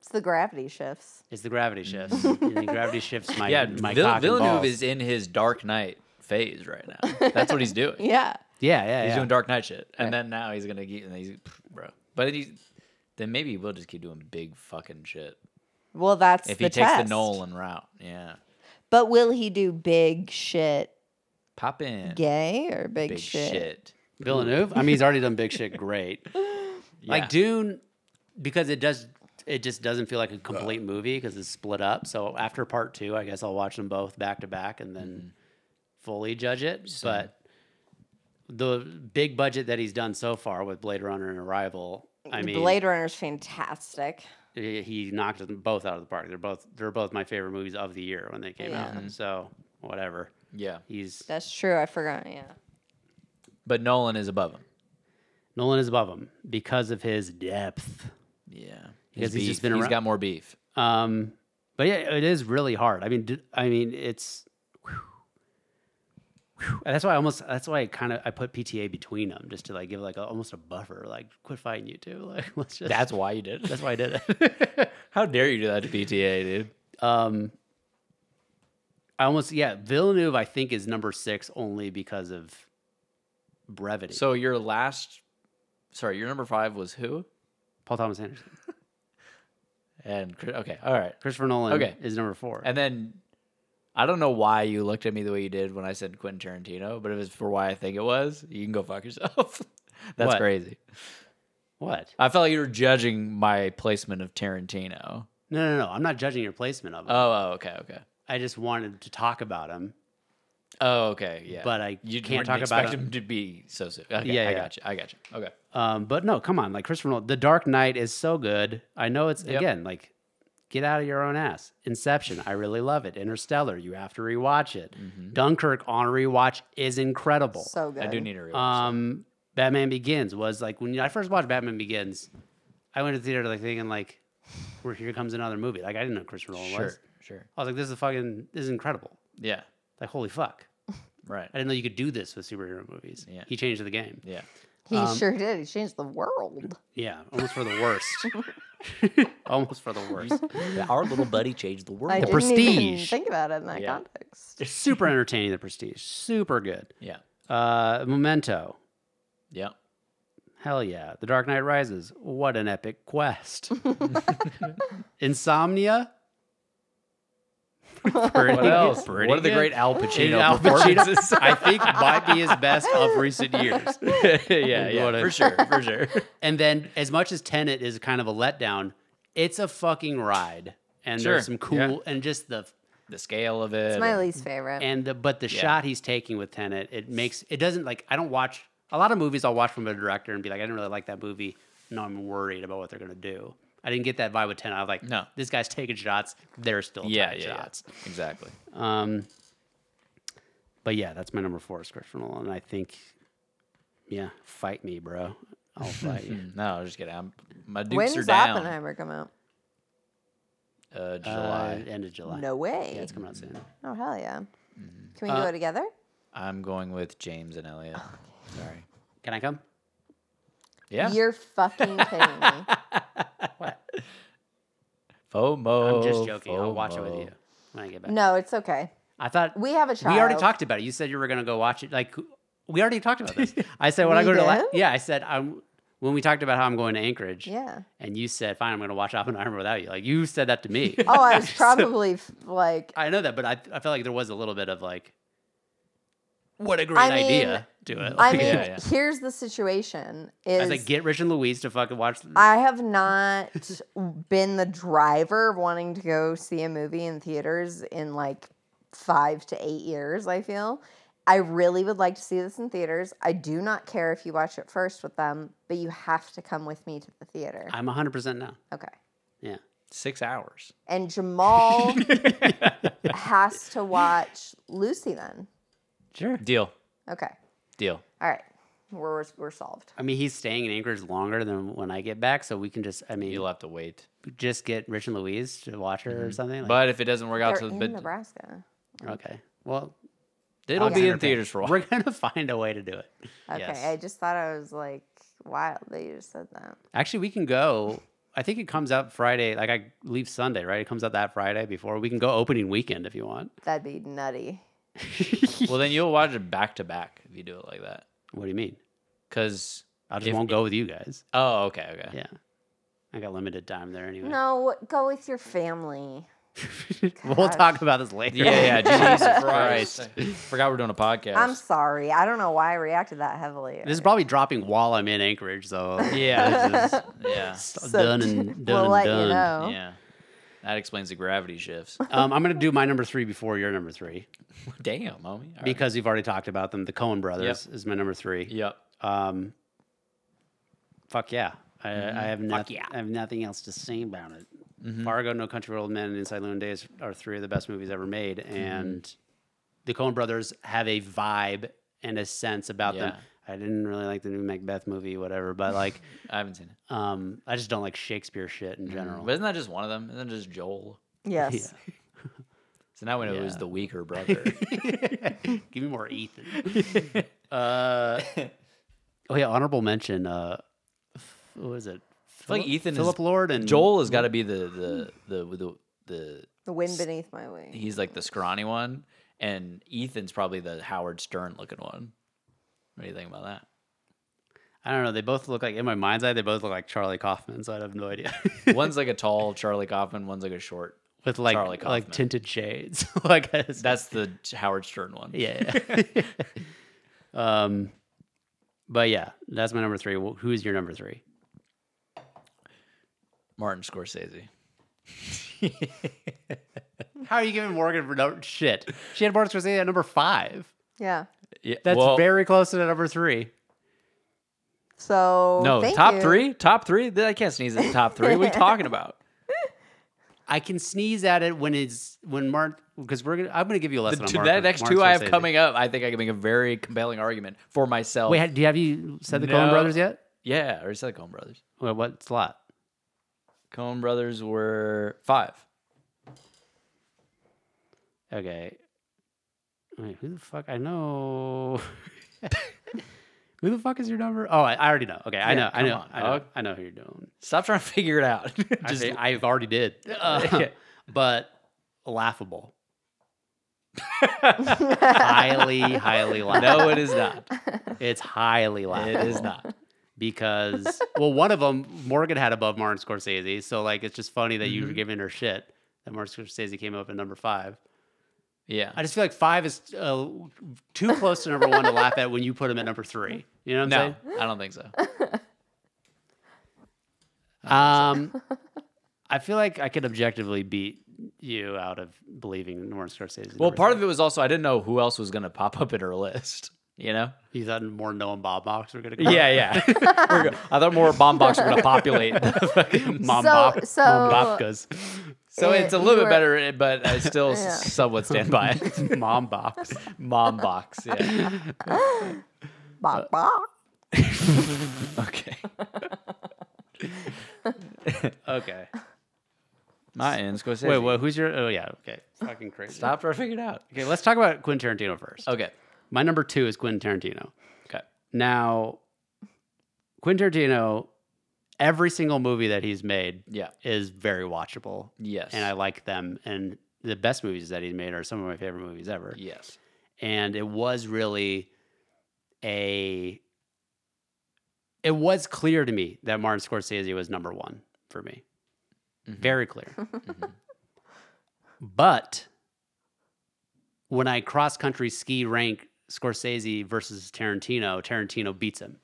Speaker 3: It's the gravity shifts.
Speaker 1: it's the gravity shifts. and the gravity shifts my
Speaker 2: yeah,
Speaker 1: my
Speaker 2: Vill-
Speaker 1: cock and
Speaker 2: Villeneuve
Speaker 1: balls.
Speaker 2: is in his Dark Knight phase right now. That's what he's doing.
Speaker 3: Yeah.
Speaker 1: yeah yeah
Speaker 2: He's
Speaker 1: yeah.
Speaker 2: doing Dark Knight shit, and then now he's gonna get and he's pff, bro. But he's, then maybe we'll just keep doing big fucking shit
Speaker 3: Well, that's
Speaker 2: if
Speaker 3: the
Speaker 2: he takes the
Speaker 3: test.
Speaker 2: Nolan route. Yeah,
Speaker 3: But will he do big shit
Speaker 2: pop in
Speaker 3: gay or big,
Speaker 2: big
Speaker 3: shit?
Speaker 2: shit.
Speaker 1: Villeneuve. I mean, he's already done big shit. Great.
Speaker 2: Yeah.
Speaker 1: Like Dune, because it does, it just doesn't feel like a complete movie because it's split up. So after part
Speaker 2: Mm-hmm.
Speaker 1: two, I guess I'll watch them both back to back and then fully judge it. But the big budget that he's done so far with Blade Runner and Arrival. I mean,
Speaker 3: Blade Runner's fantastic.
Speaker 1: he he knocked them both out of the park. They're both they're both my favorite movies of the year when they came
Speaker 3: Yeah.
Speaker 1: out. So whatever,
Speaker 2: Yeah.
Speaker 1: he's
Speaker 3: That's true. I forgot. Yeah.
Speaker 2: But Nolan is above him.
Speaker 1: Nolan is above him because of his depth.
Speaker 2: Yeah. His
Speaker 1: Because he's
Speaker 2: beef.
Speaker 1: just been
Speaker 2: he's
Speaker 1: around-
Speaker 2: got more beef.
Speaker 1: Um, but yeah, it is really hard. I mean, d- I mean, it's. whew. Whew. And that's why I almost. That's why I kind of I put PTA between them just to like give like a, almost a buffer. Like, quit fighting you two. Like, let's just.
Speaker 2: That's why you did it.
Speaker 1: that's why I did it.
Speaker 2: How dare you do that to PTA, dude?
Speaker 1: Um, I almost yeah. Villeneuve I think is number six only because of brevity.
Speaker 2: So your last, sorry, your number five was who?
Speaker 1: Paul Thomas Anderson,
Speaker 2: And Chris- okay, all right.
Speaker 1: Christopher Nolan,
Speaker 2: Okay.
Speaker 1: is number four.
Speaker 2: And then I don't know why you looked at me the way you did when I said Quentin Tarantino, but if it's for why I think it was, you can go fuck yourself. That's
Speaker 1: What?
Speaker 2: crazy.
Speaker 1: what?
Speaker 2: I felt like you were judging my placement of Tarantino.
Speaker 1: No, no, no. I'm not judging your placement of him.
Speaker 2: Oh, oh okay, okay.
Speaker 1: I just wanted to talk about him,
Speaker 2: Oh, okay, yeah.
Speaker 1: but I
Speaker 2: you wouldn't
Speaker 1: can't talk
Speaker 2: expect
Speaker 1: about him.
Speaker 2: him to be so soon. Okay,
Speaker 1: Yeah,
Speaker 2: I
Speaker 1: yeah.
Speaker 2: got you. I got you. Okay.
Speaker 1: Um, but no, come on, like Christopher Nolan, The Dark Knight is so good. I know it's
Speaker 2: Yep.
Speaker 1: again like get out of your own ass. Inception, I really love it. Interstellar, you have to rewatch it.
Speaker 2: Mm-hmm.
Speaker 1: Dunkirk on rewatch is incredible.
Speaker 3: So good.
Speaker 2: I do need to rewatch.
Speaker 1: um, Batman Begins was like when I first watched Batman Begins, I went to the theater like thinking like, "We're here comes another movie." Like I didn't know Christopher
Speaker 2: that.
Speaker 1: Nolan
Speaker 2: sure,
Speaker 1: was.
Speaker 2: sure.
Speaker 1: I was like, "This is fucking this is incredible."
Speaker 2: Yeah,
Speaker 1: Like holy fuck,
Speaker 2: right.
Speaker 1: I didn't know you could do this with superhero movies.
Speaker 2: Yeah.
Speaker 1: He changed the game.
Speaker 2: Yeah.
Speaker 3: He
Speaker 1: Um,
Speaker 3: sure did. He changed the world.
Speaker 1: Yeah, almost for the worst. almost for the worst.
Speaker 2: Our little buddy changed the world.
Speaker 3: I didn't even
Speaker 1: prestige.
Speaker 3: think about it in that
Speaker 2: Yeah.
Speaker 3: context.
Speaker 1: It's super entertaining. The Prestige, super good.
Speaker 2: Yeah.
Speaker 1: Uh, Memento,
Speaker 2: Yeah.
Speaker 1: hell yeah. The Dark Knight Rises, what an epic quest. Insomnia. Pretty-
Speaker 2: What else?
Speaker 1: pretty
Speaker 2: what are the
Speaker 1: good.
Speaker 2: great Al
Speaker 1: Dude,
Speaker 2: Pacino
Speaker 1: Al Pacino,
Speaker 2: performances?
Speaker 1: I think might be his best of recent years.
Speaker 2: yeah,
Speaker 1: What
Speaker 2: yeah,
Speaker 1: a-
Speaker 2: for sure, for sure.
Speaker 1: And then, as much as Tenet is kind of a letdown, it's a fucking ride. And
Speaker 2: Sure,
Speaker 1: there's some cool
Speaker 2: yeah.
Speaker 1: and just the
Speaker 2: the scale of it.
Speaker 3: It's my least favorite.
Speaker 1: and the but the shot he's taking with Tenet, it makes it doesn't like I don't watch a lot of movies I'll watch from a director and be like, I didn't really like that movie. No, I'm worried about what they're gonna do. I didn't get that vibe with Tenet. I was like,
Speaker 2: No.
Speaker 1: this guy's taking shots. They're still
Speaker 2: yeah,
Speaker 1: taking
Speaker 2: yeah, yeah,
Speaker 1: shots.
Speaker 2: exactly.
Speaker 1: Um, but yeah, that's my number four is Christopher Nolan. And I think, yeah, fight me, bro. I'll fight you.
Speaker 2: No, just kidding. I'm, my dukes
Speaker 3: When's
Speaker 2: are down.
Speaker 3: Oppenheimer come out?
Speaker 2: Uh,
Speaker 1: July,
Speaker 2: July.
Speaker 1: end of July.
Speaker 3: No way.
Speaker 1: yeah, it's coming out soon.
Speaker 3: oh hell yeah.
Speaker 2: Mm-hmm.
Speaker 3: Can
Speaker 1: Uh,
Speaker 3: we go together?
Speaker 2: I'm going with James and Elliot.
Speaker 3: Oh,
Speaker 2: Sorry.
Speaker 1: Can I come?
Speaker 2: Yeah.
Speaker 3: You're fucking kidding me.
Speaker 2: FOMO.
Speaker 1: I'm just joking. I'll watch it with
Speaker 2: Oh, FOMO.
Speaker 1: you when I get back.
Speaker 3: No, it's okay.
Speaker 1: I thought
Speaker 3: We have a child.
Speaker 1: We already talked about it. You said you were going to go watch it. Like we already talked about this. I said when I
Speaker 3: We
Speaker 1: go to la-
Speaker 3: did?
Speaker 1: yeah, I said I'm when we talked about how I'm going to Anchorage.
Speaker 3: Yeah.
Speaker 1: And you said, "Fine, I'm going to watch Oppenheimer without you." Like you said that to me.
Speaker 3: Oh, I was
Speaker 1: So-
Speaker 3: probably f- like,
Speaker 1: I know that, but I I felt like there was a little bit of like, what a great
Speaker 3: mean,
Speaker 1: idea to it.
Speaker 3: I
Speaker 1: Like,
Speaker 3: mean,
Speaker 2: Yeah, yeah.
Speaker 3: here's the situation:
Speaker 1: I
Speaker 3: is
Speaker 1: was like, get Rich and Louise to fucking watch.
Speaker 3: I have not been the driver of wanting to go see a movie in theaters in like five to eight years, I feel. I really would like to see this in theaters. I do not care if you watch it first with them, but you have to come with me to the theater.
Speaker 1: I'm 100 percent now.
Speaker 3: Okay.
Speaker 1: Yeah.
Speaker 2: Six hours.
Speaker 3: And Jamal has to watch Lucy then.
Speaker 1: Sure.
Speaker 2: Deal.
Speaker 3: Okay.
Speaker 2: Deal.
Speaker 3: All right. We're, we're solved.
Speaker 1: I mean, he's staying in Anchorage longer than when I get back, so we can just, I mean,
Speaker 2: You'll have to wait.
Speaker 1: just get Rich and Louise to watch her or something. Like,
Speaker 2: But if it doesn't work out, to
Speaker 3: They're
Speaker 2: the,
Speaker 3: in
Speaker 2: but
Speaker 3: Nebraska.
Speaker 1: okay, well,
Speaker 2: it'll
Speaker 1: I'll
Speaker 2: be in
Speaker 1: entertain.
Speaker 2: theaters for a while.
Speaker 1: We're gonna find a way to do it.
Speaker 3: Okay.
Speaker 2: Yes.
Speaker 3: I just thought I was like wild that you just said that.
Speaker 1: Actually, we can go. I think it comes out Friday. Like I leave Sunday, right? It comes out that Friday before. We can go opening weekend if you want.
Speaker 3: That'd be nutty.
Speaker 2: well, then you'll watch it back to back if you do it like that.
Speaker 1: What do you mean?
Speaker 2: Because
Speaker 1: I just
Speaker 2: If-
Speaker 1: won't go with you guys.
Speaker 2: oh, okay, okay.
Speaker 1: Yeah, I got limited time there anyway.
Speaker 3: No, go with your family.
Speaker 1: we'll talk about this later.
Speaker 2: Yeah, yeah. Jesus
Speaker 1: Christ.
Speaker 2: Christ. Forgot we're doing a podcast.
Speaker 3: I'm sorry. I don't know why I reacted that heavily.
Speaker 1: This is probably dropping while I'm in Anchorage, so
Speaker 2: Yeah.
Speaker 1: this is
Speaker 2: yeah.
Speaker 1: done and done
Speaker 3: we'll
Speaker 1: and
Speaker 3: let
Speaker 1: done.
Speaker 3: you know.
Speaker 2: Yeah. That explains the gravity shifts.
Speaker 1: Um, I'm gonna do my number three before your number three
Speaker 2: Damn, homie. All right.
Speaker 1: because you've already talked about them. The Cohen brothers is my number three.
Speaker 2: Yep.
Speaker 1: Um, fuck yeah. I, I have
Speaker 2: Mm-hmm.
Speaker 1: nothing.
Speaker 2: yeah. Mm-hmm.
Speaker 1: I have nothing else to say about it. Fargo, No Country for Old Men, and Inside Llewyn Days are three of the best movies ever made, and
Speaker 2: Mm-hmm.
Speaker 1: the Coen Brothers have a vibe and a sense about them.
Speaker 2: Yeah.
Speaker 1: I didn't really like the new Macbeth movie, whatever, but like,
Speaker 2: I haven't seen it.
Speaker 1: um, I just don't like Shakespeare shit in general.
Speaker 2: Mm-hmm. But isn't that just one of them? Isn't it just Joel?
Speaker 3: Yes.
Speaker 2: So now we know who's
Speaker 1: Yeah. Mm.
Speaker 2: the weaker brother.
Speaker 1: Give me more Ethan. uh, oh yeah, honorable mention. Uh, f- what is it?
Speaker 2: like
Speaker 1: Philip-
Speaker 2: Ethan is-
Speaker 1: Philip Lord and
Speaker 2: Joel has got to be the the the the, the
Speaker 3: The wind beneath my wing.
Speaker 2: he's like the scrawny one, and Ethan's probably the Howard Stern looking one. What do you think about that?
Speaker 1: I don't know. They both look like in my mind's eye. They both look like Charlie Kaufman. So I have no idea.
Speaker 2: One's like a tall Charlie Kaufman, one's like a short.
Speaker 1: With like
Speaker 2: Charlie
Speaker 1: like
Speaker 2: Kaufman.
Speaker 1: tinted shades. like it's-
Speaker 2: That's the Howard Stern one.
Speaker 1: yeah. um, but yeah, that's my number three. Wh- Who's your number three?
Speaker 2: Martin Scorsese.
Speaker 1: How are you giving Morgan for no shit? She had Martin Scorsese at number five.
Speaker 3: yeah.
Speaker 2: Yeah,
Speaker 1: That's
Speaker 2: well,
Speaker 1: very close to the number three.
Speaker 3: So
Speaker 2: no
Speaker 3: thank
Speaker 2: top
Speaker 3: you.
Speaker 2: three. Top three. I can't sneeze at the top three. What are you talking about?
Speaker 1: I can sneeze at it when it's when Martin because we're gonna I'm gonna give you a
Speaker 2: The
Speaker 1: lesson. on
Speaker 2: two,
Speaker 1: Martin-
Speaker 2: that next
Speaker 1: Martin
Speaker 2: two I have
Speaker 1: Scorsese.
Speaker 2: coming up, I think I can make a very compelling argument for myself.
Speaker 1: Wait, ha- do you have you said the
Speaker 2: No.
Speaker 1: Coen Brothers yet?
Speaker 2: yeah, I already said Coen Brothers.
Speaker 1: Well, what slot?
Speaker 2: Coen Brothers were five.
Speaker 1: Okay. Wait, who the fuck? I know. who the fuck is your number? Oh, I, I already know. Okay, I
Speaker 2: Yeah,
Speaker 1: know. I
Speaker 2: come
Speaker 1: know.
Speaker 2: on,
Speaker 1: I know.
Speaker 2: dog.
Speaker 1: I know who you're doing.
Speaker 2: Stop trying to figure it out.
Speaker 1: Just,
Speaker 2: Just
Speaker 1: I, have already did. Uh, but laughable. highly, highly laughable.
Speaker 2: no, it is not.
Speaker 1: It's highly
Speaker 2: It
Speaker 1: laughable.
Speaker 2: is not.
Speaker 1: because well, one of them Morgan had above Martin Scorsese, so like it's just funny that you were giving her shit that Martin Scorsese came up at number five.
Speaker 2: Yeah.
Speaker 1: I just feel like five is uh, too close to number one to laugh at when you put him at number three. You know what
Speaker 2: No,
Speaker 1: I'm
Speaker 2: I don't think so.
Speaker 1: saying? Um, I feel like I could objectively beat you out of believing Martin Scorsese.
Speaker 2: Well, part of it was also I didn't know who else was going to pop up in her list. You know?
Speaker 1: you thought more Noah and Bob Box were gonna go.
Speaker 2: Yeah, yeah. We're go- I thought more bomb box were going to populate. the fucking-
Speaker 1: Mom
Speaker 3: So-
Speaker 1: Bop,
Speaker 3: so-
Speaker 1: Mom Bopkas,
Speaker 2: so
Speaker 3: Eh,
Speaker 2: it's a
Speaker 3: you
Speaker 2: little bit
Speaker 3: were-
Speaker 2: better, but I still s-
Speaker 3: Yeah.
Speaker 2: somewhat stand by it.
Speaker 1: Mom Box.
Speaker 2: Mom box. Yeah.
Speaker 3: Bah, bah.
Speaker 2: Okay.
Speaker 1: Okay.
Speaker 2: My end. Scorsese.
Speaker 1: Wait, well, who's your? Oh yeah, okay. Fucking crazy.
Speaker 2: Stop trying to figure it out.
Speaker 1: Okay, let's talk about Quentin Tarantino first.
Speaker 2: Okay.
Speaker 1: My number two is Quentin Tarantino.
Speaker 2: Okay.
Speaker 1: Now, Quentin Tarantino, every single movie that he's made
Speaker 2: Yeah.
Speaker 1: is very watchable,
Speaker 2: Yes.
Speaker 1: and I like them. And the best movies that he's made are some of my favorite movies ever.
Speaker 2: Yes.
Speaker 1: And it was really a. It was clear to me that Martin Scorsese was number one for me. Very clear.
Speaker 2: mm-hmm.
Speaker 1: But when I cross country ski rank Scorsese versus Tarantino, Tarantino beats him.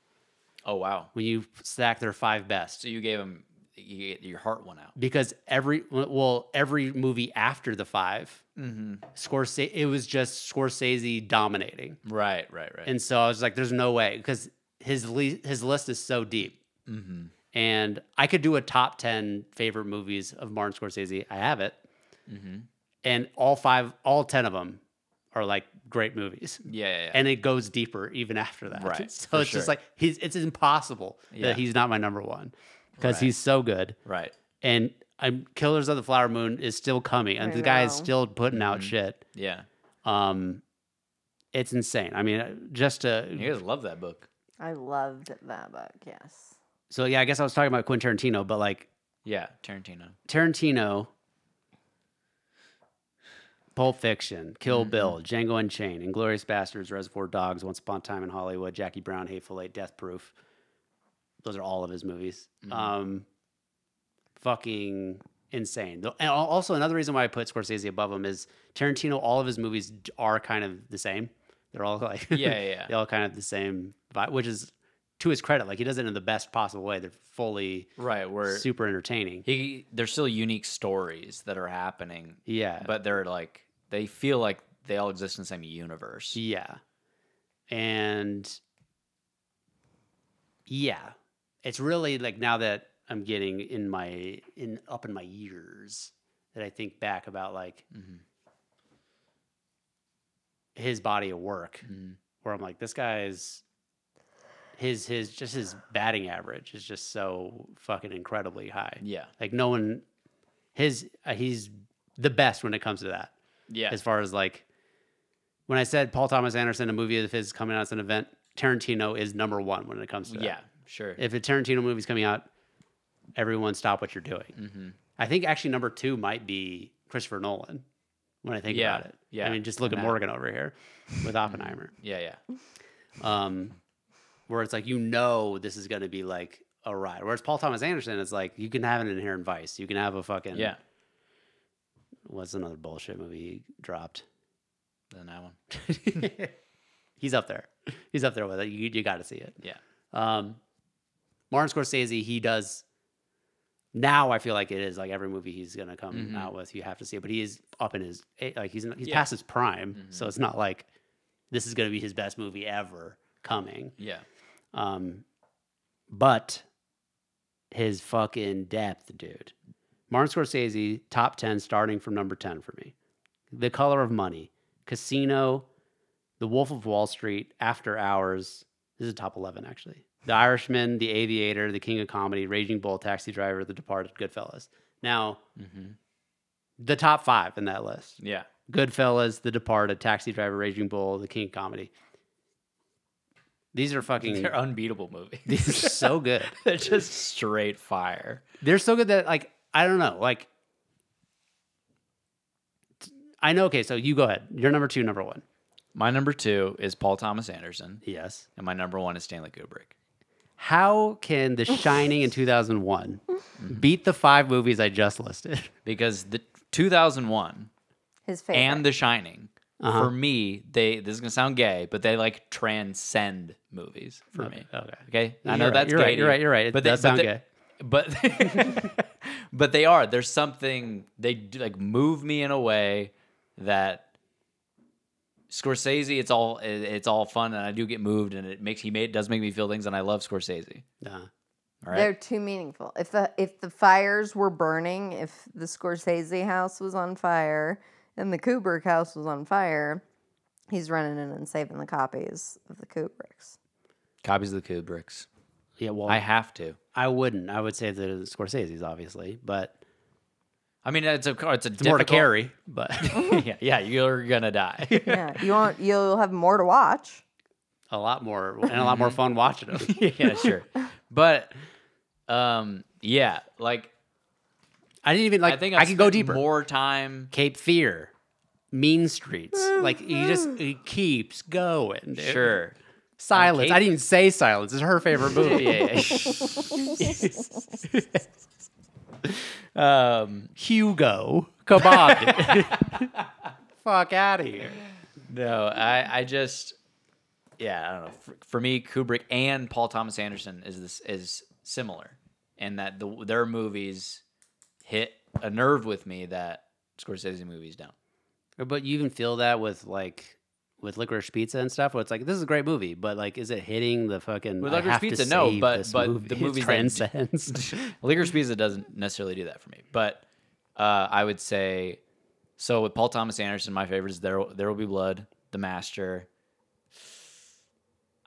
Speaker 2: Oh wow.
Speaker 1: When you stack their five best,
Speaker 2: So you gave him you, your heart went out.
Speaker 1: because every well every movie after the five, Mm-hmm. Scorsese it was just Scorsese dominating,
Speaker 2: Right. Right. Right.
Speaker 1: and so I was like, there's no way because his le- his list is so deep.
Speaker 2: Mm-hmm.
Speaker 1: And I could do a top 10 favorite movies of Martin Scorsese. I have it.
Speaker 2: Mm-hmm.
Speaker 1: And all five, all 10 of them are like great movies.
Speaker 2: yeah. Yeah. yeah.
Speaker 1: and it goes deeper even after that.
Speaker 2: Right,
Speaker 1: So
Speaker 2: for
Speaker 1: it's just
Speaker 2: sure.
Speaker 1: like he's it's impossible
Speaker 2: Yeah.
Speaker 1: that he's not my number one because
Speaker 2: Right.
Speaker 1: he's so good.
Speaker 2: right.
Speaker 1: And I'm Killers of the Flower Moon is still coming, and
Speaker 3: I
Speaker 1: the guy is
Speaker 3: know.
Speaker 1: still putting out
Speaker 2: Mm-hmm.
Speaker 1: shit.
Speaker 2: Yeah.
Speaker 1: Um, it's insane. I mean, uh, just
Speaker 2: You
Speaker 1: to
Speaker 2: guys love that book.
Speaker 3: I loved that book. Yes.
Speaker 1: so yeah. I guess I was talking about Quentin Tarantino, but like
Speaker 2: Yeah. Tarantino.
Speaker 1: Tarantino, Pulp Fiction, Kill
Speaker 2: Mm-hmm.
Speaker 1: Bill, Django Unchained, Inglorious Bastards, Reservoir Dogs, Once Upon a Time in Hollywood, Jackie Brown, Hateful Eight, Death Proof. Those are all of his movies.
Speaker 2: Mm-hmm.
Speaker 1: Um, fucking insane. Though- And al- also another reason why I put Scorsese above him is Tarantino. All of his movies d- are kind of the same. They're all like
Speaker 2: Yeah, yeah, yeah.
Speaker 1: they all kind of the same vibe, which is to his credit, like he does it in the best possible way. They're fully
Speaker 2: Right, where
Speaker 1: super entertaining.
Speaker 2: he there's still unique stories that are happening,
Speaker 1: Yeah.
Speaker 2: but they're like they feel like they all exist in the same universe.
Speaker 1: Yeah. And yeah, it's really like now that I'm getting in my in up in my years that I think back about like
Speaker 2: Mhm.
Speaker 1: his body of work
Speaker 2: Mhm.
Speaker 1: where I'm like this guy's his his just his batting average is just so fucking incredibly high.
Speaker 2: Yeah.
Speaker 1: Like no one his uh, he's the best when it comes to that
Speaker 2: Yeah.
Speaker 1: as far as like when I said Paul Thomas Anderson, a movie of his coming out as an event, Tarantino is number one when it comes to that.
Speaker 2: yeah, sure.
Speaker 1: If a Tarantino movie's coming out, everyone stop what you're doing.
Speaker 2: Mhm.
Speaker 1: I think actually number two might be Christopher Nolan when I think
Speaker 2: Yeah,
Speaker 1: about it.
Speaker 2: yeah.
Speaker 1: I mean, just look at
Speaker 2: Nah.
Speaker 1: Morgan over here with Oppenheimer,
Speaker 2: Yeah, yeah.
Speaker 1: um, where it's like, you know, this is going to be like a ride. Whereas Paul Thomas Anderson, it's like, you can have an inherent vice. You can have a fucking,
Speaker 2: Yeah.
Speaker 1: what's another bullshit movie he dropped?
Speaker 2: Then that one.
Speaker 1: he's up there. He's up there with it. You, you got to see it.
Speaker 2: Yeah.
Speaker 1: Um, Martin Scorsese, he does. Now I feel like it is like every movie he's gonna come
Speaker 2: Mhm.
Speaker 1: out with, you have to see it. But he is up in his eh, like he's he's
Speaker 2: Yeah.
Speaker 1: past his prime, so
Speaker 2: Mhm.
Speaker 1: it's not like this is gonna be his best movie ever coming.
Speaker 2: Yeah.
Speaker 1: Um, but his fucking depth, dude. Martin Scorsese, top 10, starting from number 10 for me. The Color of Money, Casino, The Wolf of Wall Street, After Hours. This is top 11, actually. The Irishman, The Aviator, The King of Comedy, Raging Bull, Taxi Driver, The Departed, Goodfellas. Now,
Speaker 2: hmm
Speaker 1: the top five in that list
Speaker 2: Yeah.
Speaker 1: Goodfellas, The Departed, Taxi Driver, Raging Bull, The King of Comedy. These are fucking.
Speaker 2: They're unbeatable movies.
Speaker 1: These are so good.
Speaker 2: They're just straight fire.
Speaker 1: They're so good that like I don't know. Like I know. Okay, so you go ahead. You're number two, number one.
Speaker 2: My number two is Paul Thomas Anderson,
Speaker 1: Yes.
Speaker 2: and my number one is Stanley Kubrick.
Speaker 1: How can The Shining in 2001 beat the five movies I just listed?
Speaker 2: Because the 2001
Speaker 3: His favorite.
Speaker 2: and The Shining,
Speaker 1: Uh-huh.
Speaker 2: for me, they this is gonna sound gay, but they like transcend movies for me.
Speaker 1: Okay.
Speaker 2: Okay, I
Speaker 1: You're
Speaker 2: know
Speaker 1: right,
Speaker 2: that's
Speaker 1: you're
Speaker 2: gay
Speaker 1: right,
Speaker 2: to
Speaker 1: you're
Speaker 2: you,
Speaker 1: right, you're right. It does sound gay.
Speaker 2: But but they are. There's something they do, like move me in a way that Scorsese. It's all it- it's all fun, and I do get moved, and it makes he made does make me feel things, and I love Scorsese.
Speaker 1: Uh,
Speaker 2: All right,
Speaker 3: They're too meaningful. If the if the fires were burning, if the Scorsese house was on fire and the Kubrick house was on fire, he's running in and saving the copies of the Kubricks.
Speaker 2: copies of the Kubricks.
Speaker 1: yeah. Well,
Speaker 2: I
Speaker 1: I,
Speaker 2: have to.
Speaker 1: wouldn't. I would say the Scorsese's obviously, but
Speaker 2: I mean, it's a it's a
Speaker 1: it's more to
Speaker 2: difficult-
Speaker 1: carry. But
Speaker 2: yeah, yeah, you're gonna die.
Speaker 3: Yeah, you won't. You'll have more to watch.
Speaker 1: a lot more and a lot more fun watching them.
Speaker 2: yeah, sure. But um, yeah, like
Speaker 1: I didn't even like.
Speaker 2: I think
Speaker 1: I
Speaker 2: I've
Speaker 1: could go
Speaker 2: spent
Speaker 1: deeper.
Speaker 2: More time.
Speaker 1: Cape Fear, Mean Streets. like he just he keeps going. Dude.
Speaker 2: Sure.
Speaker 1: Silence.
Speaker 2: Cape-
Speaker 1: I didn't even say silence. It's her favorite movie.
Speaker 2: Yeah. um,
Speaker 1: Hugo. Come on. dude. Fuck out of here.
Speaker 2: no, I I just yeah, I don't know. For, for me, Kubrick and Paul Thomas Anderson is this is similar in that the, their movies hit a nerve with me that Scorsese movies don't.
Speaker 1: But you even feel that with like with licorice pizza and stuff, where it's like this is a great movie, but like, is it hitting the fucking
Speaker 2: With
Speaker 1: I
Speaker 2: Licorice
Speaker 1: have to
Speaker 2: Pizza, no,
Speaker 1: save
Speaker 2: but-
Speaker 1: this
Speaker 2: but
Speaker 1: movie.
Speaker 2: the
Speaker 1: It
Speaker 2: movies that d-
Speaker 1: transcends.
Speaker 2: Licorice Pizza doesn't necessarily do that for me, but uh, I would say so. With Paul Thomas Anderson, my favorite is there. There will be blood. The Master.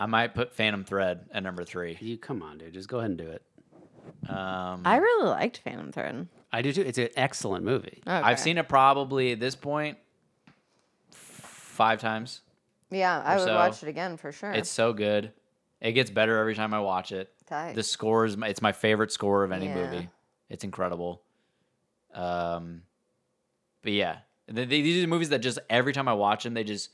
Speaker 2: I might put Phantom Thread at number three.
Speaker 1: you come on, dude, just go ahead and do it.
Speaker 2: Um,
Speaker 3: I really liked Phantom Thread.
Speaker 1: I do too. It's an excellent movie.
Speaker 2: I've seen it probably at this point five times.
Speaker 3: Yeah, I
Speaker 2: or
Speaker 3: would
Speaker 2: so.
Speaker 3: watch it again for sure.
Speaker 2: It's so good. It gets better every time I watch it.
Speaker 3: Tight.
Speaker 2: The score is my, it's my favorite score of any
Speaker 3: Yeah.
Speaker 2: movie. It's incredible. Um, but yeah, Th- th- these are movies that just every time I watch them, they just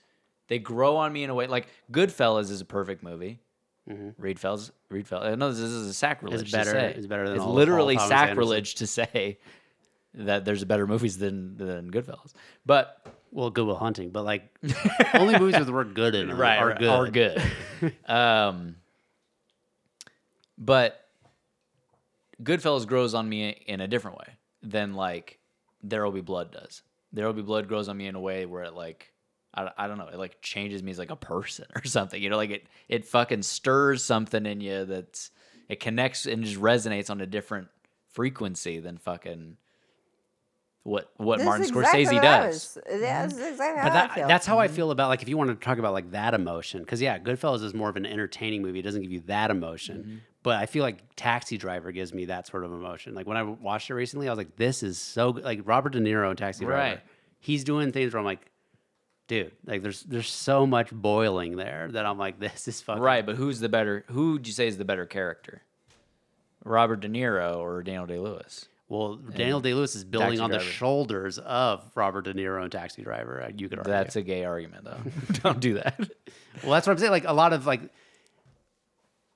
Speaker 2: they grow on me in a way. Like Goodfellas is a perfect movie.
Speaker 1: Mhm.
Speaker 2: Reed Fells, Reed Fells. uh, No, this is a sacrilege.
Speaker 1: It's better-
Speaker 2: To say.
Speaker 1: it's better than
Speaker 2: It's
Speaker 1: all of Paul
Speaker 2: literally
Speaker 1: Thomas Anderson.
Speaker 2: sacrilege to say that there's better movies than than Goodfellas. But
Speaker 1: Well, Good Will Hunting, but like only movies with the word good in them
Speaker 2: right,
Speaker 1: are
Speaker 2: right,
Speaker 1: good.
Speaker 2: Are good. um, But Goodfellas grows on me in a different way than like There Will Be Blood does. There Will Be Blood grows on me in a way where it like I, I don't know it like changes me as like a person or something. You know, like it it fucking stirs something in you that's it connects and just resonates on a different frequency than fucking what what
Speaker 3: This is
Speaker 2: Martin
Speaker 3: exactly
Speaker 2: Scorsese
Speaker 3: what I
Speaker 2: does.
Speaker 3: was- Yeah, this is exactly how
Speaker 1: But
Speaker 3: I
Speaker 1: that,
Speaker 3: feel.
Speaker 1: that's how
Speaker 2: mm-hmm.
Speaker 1: I feel about like if you want to talk about like that emotion, because yeah, Goodfellas is more of an entertaining movie. It doesn't give you that emotion,
Speaker 2: Mm-hmm.
Speaker 1: but I feel like Taxi Driver gives me that sort of emotion. Like when I watched it recently, I was like, this is so good. like Robert De Niro in Taxi Driver.
Speaker 2: Right.
Speaker 1: He's doing things where I'm like, dude, like there's there's so much boiling there that I'm like, this is fucking
Speaker 2: Right, but who's the better? Who would you say is the better character, Robert De Niro or Daniel Day Lewis?
Speaker 1: Well, Daniel Day Lewis is building
Speaker 2: Taxi
Speaker 1: on the
Speaker 2: Driver.
Speaker 1: shoulders of Robert De Niro in Taxi Driver. uh, You could argue
Speaker 2: That's a gay argument, though. Don't do that.
Speaker 1: Well, that's what I'm saying. Like a lot of like,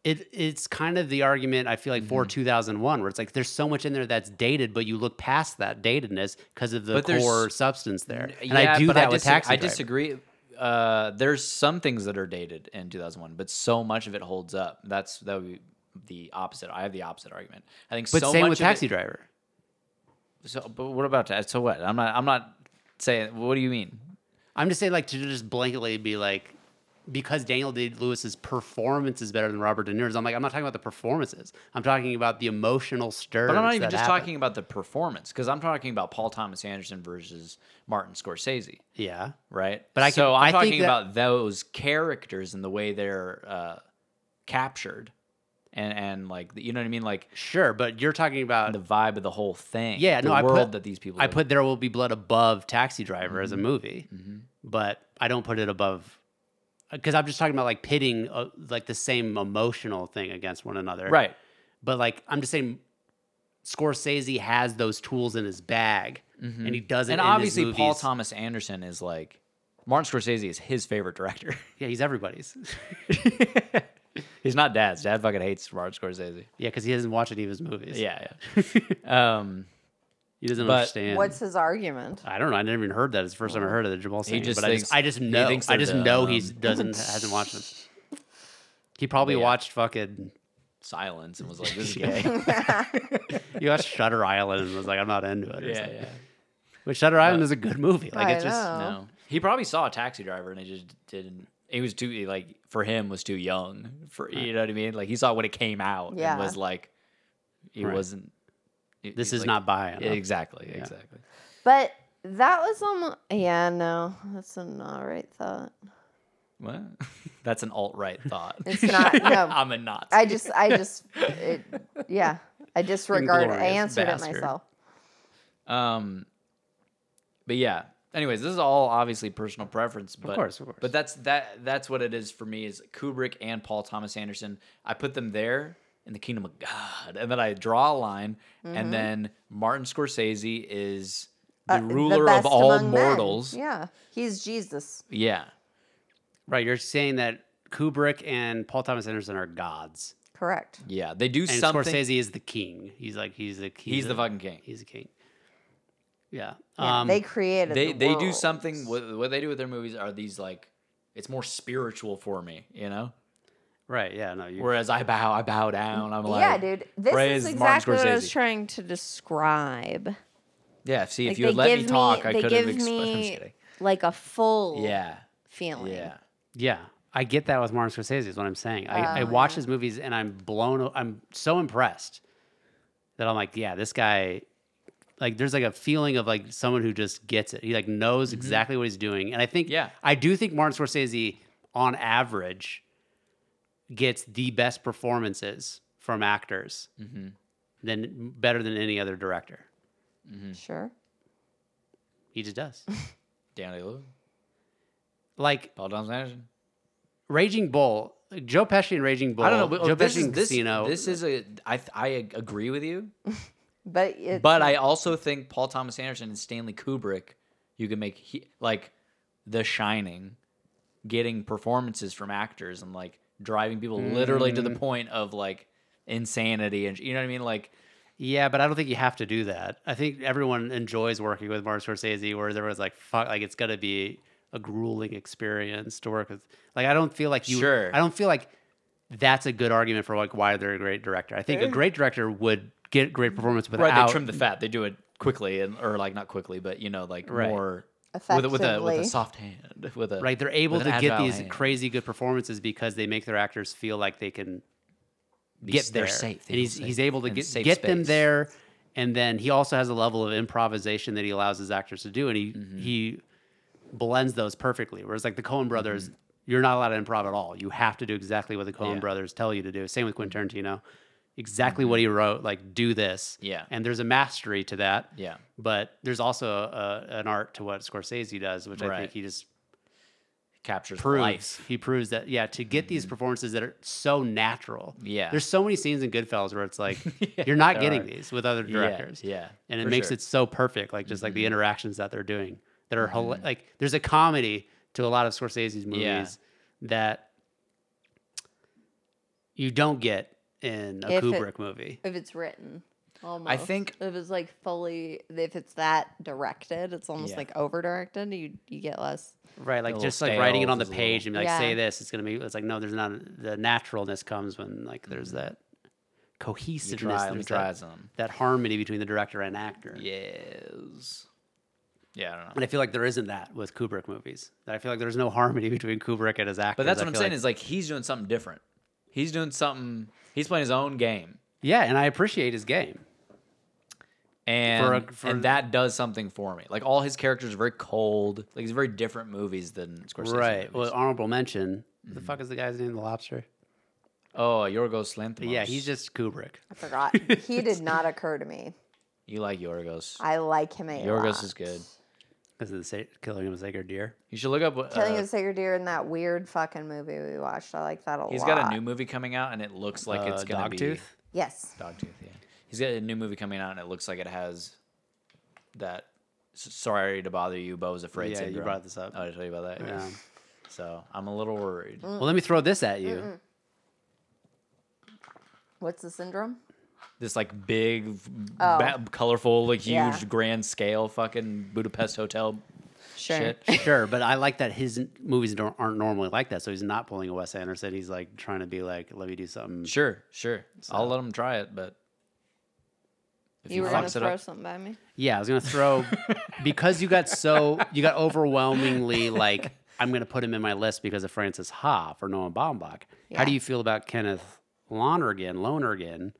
Speaker 1: it it's kind of the argument I feel like
Speaker 2: Mm-hmm.
Speaker 1: for 2001, where it's like there's so much in there that's dated, but you look past that datedness because of the
Speaker 2: But there's-
Speaker 1: core substance there. And I
Speaker 2: Yeah,
Speaker 1: do
Speaker 2: but
Speaker 1: that with
Speaker 2: disa-
Speaker 1: Taxi
Speaker 2: I
Speaker 1: Driver.
Speaker 2: disagree. Uh, there's some things that are dated in 2001, but so much of it holds up. That's that would be the opposite. I have the opposite argument. I think.
Speaker 1: But
Speaker 2: so
Speaker 1: same
Speaker 2: much
Speaker 1: with
Speaker 2: of it-
Speaker 1: Taxi Driver.
Speaker 2: So, but what about that? So what? I'm not. I'm not saying. What do you mean?
Speaker 1: I'm just saying like to just blanketly be like. Because Daniel Day Lewis's performance is better than Robert De Niro's, I'm like I'm not talking about the performances. I'm talking about the emotional stir.
Speaker 2: But I'm not even just talking about the performance because I'm talking about Paul Thomas Anderson versus Martin Scorsese.
Speaker 1: Yeah,
Speaker 2: right?
Speaker 1: But I
Speaker 2: so
Speaker 1: can-
Speaker 2: I'm
Speaker 1: I think
Speaker 2: talking
Speaker 1: that-
Speaker 2: about those characters and the way they're uh, captured, and and like you know what I mean, like uh,
Speaker 1: sure. But you're talking about
Speaker 2: the vibe of the whole thing.
Speaker 1: Yeah,
Speaker 2: the
Speaker 1: no, I
Speaker 2: world
Speaker 1: put-
Speaker 2: that these people.
Speaker 1: I
Speaker 2: live in.
Speaker 1: put There Will Be Blood above Taxi Driver as a
Speaker 2: Mm-hmm.
Speaker 1: movie, but I don't put it above because I'm just talking about like pitting uh, like the same emotional thing against one another.
Speaker 2: right.
Speaker 1: But like I'm just saying, Scorsese has those tools in his bag, and he doesn't.
Speaker 2: Mm-hmm. Mm. And
Speaker 1: in his
Speaker 2: obviously, Paul
Speaker 1: movies.
Speaker 2: Thomas Anderson is like Martin Scorsese is his favorite director.
Speaker 1: Yeah, he's everybody's.
Speaker 2: He's not dad's. Dad fucking hates Martin Scorsese.
Speaker 1: yeah, because he doesn't watch any of his movies.
Speaker 2: Yeah, yeah. um,
Speaker 1: he doesn't
Speaker 2: But-
Speaker 1: understand.
Speaker 3: What's his argument?
Speaker 2: Uh,
Speaker 1: I don't know. I never even heard that. It's the first time I heard of the Jabal Singh.
Speaker 2: just
Speaker 1: but I
Speaker 2: thinks-
Speaker 1: just, I just
Speaker 2: he
Speaker 1: know.
Speaker 2: thinks
Speaker 1: I
Speaker 2: they're
Speaker 1: just know
Speaker 2: dumb.
Speaker 1: he doesn't hasn't watched it. He probably
Speaker 2: But yeah.
Speaker 1: watched fucking.
Speaker 2: silence and was like, "This is gay."
Speaker 1: He watched Shutter Island and was like, "I'm not into it." or
Speaker 2: yeah,
Speaker 1: something.
Speaker 2: yeah.
Speaker 1: But Shutter Island is a good movie. Like
Speaker 3: I
Speaker 1: it's just.
Speaker 3: know.
Speaker 2: No, he probably saw a taxi driver and it just didn't. He was too like for him was too young for you know what I mean. Like he saw when it came out
Speaker 3: Yeah.
Speaker 2: and was like, he
Speaker 1: Right.
Speaker 2: wasn't. he-
Speaker 1: This
Speaker 2: he's
Speaker 1: is
Speaker 2: like-
Speaker 1: not buying. it.
Speaker 2: exactly exactly.
Speaker 3: But that was almost yeah. No, that's an all right thought.
Speaker 2: What? That's an alt right thought.
Speaker 3: It's not- no.
Speaker 2: I'm a Nazi.
Speaker 3: I just, I just, it, yeah. I disregard. I
Speaker 1: Inglorious
Speaker 3: answered
Speaker 2: bastard.
Speaker 3: it myself.
Speaker 2: Um, but yeah. Anyways, this is all obviously personal preference, but
Speaker 1: course, of course.
Speaker 2: but that's that that's what it is for me is Kubrick and Paul Thomas Anderson. I put them there in the kingdom of God, and then I draw a line, and then Martin Scorsese is the
Speaker 3: Mm-hmm. Uh,
Speaker 2: ruler of
Speaker 3: best
Speaker 2: all
Speaker 3: among men.
Speaker 2: mortals.
Speaker 3: Yeah, he's Jesus.
Speaker 2: Yeah.
Speaker 1: Right. You're saying that Kubrick and Paul Thomas Anderson are gods,
Speaker 3: Correct.
Speaker 2: yeah, they do
Speaker 1: and
Speaker 2: something.
Speaker 1: Scorsese is the king. He's like he's the
Speaker 2: he's the
Speaker 1: a-
Speaker 2: fucking king.
Speaker 1: He's the king. Yeah.
Speaker 3: Yeah,
Speaker 1: um,
Speaker 3: they created.
Speaker 2: They
Speaker 3: the
Speaker 2: they do
Speaker 3: world.
Speaker 2: something. What, what they do with their movies are these like it's more spiritual for me, you know.
Speaker 1: right. Yeah. No. You,
Speaker 2: Whereas I bow, I bow down. I'm like,
Speaker 3: yeah, dude. This
Speaker 2: praise
Speaker 3: is
Speaker 2: Martin
Speaker 3: exactly what I was
Speaker 2: Scorsese.
Speaker 3: trying to describe.
Speaker 2: Yeah, see,
Speaker 3: Like,
Speaker 2: if you had
Speaker 3: they
Speaker 2: let
Speaker 3: give
Speaker 2: me talk, I
Speaker 3: they
Speaker 2: could have
Speaker 3: give
Speaker 2: explained. I'm just
Speaker 3: me
Speaker 2: kidding.
Speaker 3: like a full
Speaker 2: Yeah,
Speaker 3: feeling.
Speaker 2: yeah.
Speaker 1: Yeah, I get that with Martin Scorsese. Is what I'm saying.
Speaker 3: Oh,
Speaker 1: I, I watch his movies and I'm blown. o- I'm so impressed that I'm like, yeah, this guy. Like, there's like a feeling of like someone who just gets it. He like knows exactly what he's doing, and I think,
Speaker 2: Yeah.
Speaker 1: I do think Martin Scorsese, on average, gets the best performances from actors,
Speaker 2: Mm-hmm.
Speaker 1: than better than any other director.
Speaker 3: Sure.
Speaker 1: He just does.
Speaker 2: Danny Lewis,
Speaker 1: like
Speaker 2: Paul Thomas Anderson.
Speaker 1: Raging Bull, like, Joe Pesci and Raging Bull.
Speaker 2: I don't know. But, oh,
Speaker 1: Joe
Speaker 2: this,
Speaker 1: Pesci
Speaker 2: is,
Speaker 1: and
Speaker 2: this,
Speaker 1: Casino.
Speaker 2: this is a. I th- I ag- agree with you,
Speaker 3: But it,
Speaker 2: but I also think Paul Thomas Anderson and Stanley Kubrick, you can make he, like The Shining, getting performances from actors and like driving people literally to the point of like insanity and you know what I mean. Like
Speaker 1: Yeah, but I don't think you have to do that. I think everyone enjoys working with Martin Scorsese, where everyone's like, "Fuck!" Like it's gonna be a grueling experience to work with. Like I don't feel like you.
Speaker 2: Sure.
Speaker 1: I don't feel like that's a good argument for like why they're a great director. I think a great director would get great performance without
Speaker 2: Eh. Right, they trim the fat. They do it quickly, and or like not quickly, but you know, like
Speaker 1: Right.
Speaker 2: more with a, with a with a
Speaker 3: Effectively.
Speaker 2: soft hand. With a
Speaker 1: right. They're able
Speaker 2: with an
Speaker 1: to get
Speaker 2: agile
Speaker 1: these
Speaker 2: hand.
Speaker 1: crazy good performances because they make their actors feel like they can
Speaker 2: Be-
Speaker 1: get
Speaker 2: they're
Speaker 1: there.
Speaker 2: safe. They
Speaker 1: and
Speaker 2: feel
Speaker 1: he's he's
Speaker 2: safe
Speaker 1: able to
Speaker 2: in
Speaker 1: get
Speaker 2: safe
Speaker 1: get them
Speaker 2: space.
Speaker 1: there. And then he also has a level of improvisation that he allows his actors to do, and he
Speaker 2: Mm-hmm.
Speaker 1: he blends those perfectly. Whereas like the Coen brothers, you're not allowed to improv at all. You have to do exactly what the Coen
Speaker 2: Yeah. Mm-hmm.
Speaker 1: brothers tell you to do. Same with Quentin Tarantino, exactly what he wrote. Like do this.
Speaker 2: Yeah.
Speaker 1: And there's a mastery to that.
Speaker 2: Yeah.
Speaker 1: But there's also a, an art to what Scorsese does, which I
Speaker 2: Right.
Speaker 1: think he just
Speaker 2: captures
Speaker 1: proves
Speaker 2: life. Mm-hmm.
Speaker 1: he proves that yeah to get these performances that are so natural
Speaker 2: Yeah.
Speaker 1: there's so many scenes in goodfellas where it's like
Speaker 2: Yeah,
Speaker 1: you're not
Speaker 2: there
Speaker 1: getting
Speaker 2: are.
Speaker 1: these with other
Speaker 2: Yeah,
Speaker 1: directors
Speaker 2: Yeah.
Speaker 1: and it
Speaker 2: for
Speaker 1: makes
Speaker 2: sure. Mm-hmm.
Speaker 1: it so perfect like just like the interactions that they're doing that are hila- like there's a comedy to a lot of scorsese's movies
Speaker 2: Yeah. that
Speaker 1: you don't get in a
Speaker 3: If it-
Speaker 1: kubrick movie
Speaker 3: if it's written. Almost.
Speaker 2: think-
Speaker 3: if it's like fully, if it's that directed, it's almost
Speaker 2: Yeah.
Speaker 3: like over directed. You you get less.
Speaker 1: right like
Speaker 2: little
Speaker 1: just like writing it
Speaker 2: stale,
Speaker 1: on the
Speaker 2: there's a little-
Speaker 1: page and be like say
Speaker 3: Yeah.
Speaker 1: this it's gonna be it's like no there's not the naturalness comes when like there's that
Speaker 2: Mm-hmm. you
Speaker 1: cohesiveness
Speaker 2: try them,
Speaker 1: there's
Speaker 2: try
Speaker 1: that-
Speaker 2: them.
Speaker 1: that harmony between the director and actor.
Speaker 2: Yes. Yeah, I don't know.
Speaker 1: And I feel like there isn't that with Kubrick movies. That I feel like there's no harmony between Kubrick and his actors.
Speaker 2: But that's what
Speaker 1: I
Speaker 2: I'm
Speaker 1: feel
Speaker 2: saying
Speaker 1: like-
Speaker 2: is like he's doing something different. He's doing something. He's playing his own game,
Speaker 1: yeah, and I appreciate his game.
Speaker 2: and
Speaker 1: For a- for-
Speaker 2: and that does something for me. Like all his characters are very cold. Like it's very different movies than Scorsese.
Speaker 1: Right. Well,
Speaker 2: movies. Mm-hmm.
Speaker 1: honorable mention. The fuck is the guy's name? The Lobster.
Speaker 2: oh, Yorgos Lanthimos.
Speaker 1: Yeah, he's just Kubrick.
Speaker 3: I forgot. he did not occur to me.
Speaker 2: You like Yorgos?
Speaker 3: I like him a lot.
Speaker 2: Yorgos is good.
Speaker 1: Because of the sa- killing of a sacred deer.
Speaker 2: You should look up. what-
Speaker 3: Killing
Speaker 2: uh,
Speaker 3: of the Sacred Deer in that weird fucking movie we watched. I like that a lot.
Speaker 2: He's got a new movie coming out, and it looks like it's
Speaker 1: Uh,
Speaker 2: gonna be
Speaker 1: Dogtooth?
Speaker 3: Yes.
Speaker 2: Dogtooth. Yeah, he's got a new movie coming out, and it looks like it has that. s- Sorry to bother you, but I was afraid.
Speaker 1: Yeah, you
Speaker 2: syndrome.
Speaker 1: brought this up.
Speaker 2: Oh, did I tell you about that? Yeah.
Speaker 1: Yeah.
Speaker 2: So I'm a little worried.
Speaker 1: Well, let me throw this at you.
Speaker 3: What's the syndrome?
Speaker 2: This like big, f-
Speaker 3: Oh.
Speaker 2: ba- colorful, like huge,
Speaker 3: Yeah.
Speaker 2: grand scale, fucking Budapest hotel
Speaker 3: Sure.
Speaker 2: shit.
Speaker 1: Sure, but I like that his n- movies don't, aren't normally like that. So he's not pulling a Wes Anderson. He's like trying to be like, let me do something.
Speaker 2: Sure, sure. I'll let him try it, but if
Speaker 3: You were gonna
Speaker 2: fucks it
Speaker 3: throw
Speaker 2: up-
Speaker 3: something by me.
Speaker 1: Yeah, I was gonna throw because you got so you got overwhelmingly like I'm gonna put him in my list because of Francis Ha for Noah Baumbach. How
Speaker 3: Yeah.
Speaker 1: do you feel about Kenneth Lonergan, Lonergan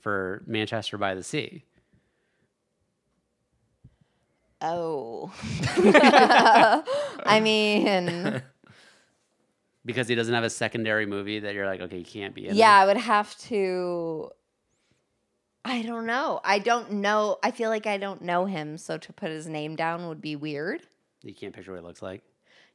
Speaker 1: for Manchester by the Sea?
Speaker 3: Oh. I mean,
Speaker 1: Because he doesn't have a secondary movie that you're like, okay, he can't be in.
Speaker 3: yeah, I would have to. I don't know. I don't know. I feel like I don't know him, so to put his name down would be weird.
Speaker 1: it. you can't picture what he looks like,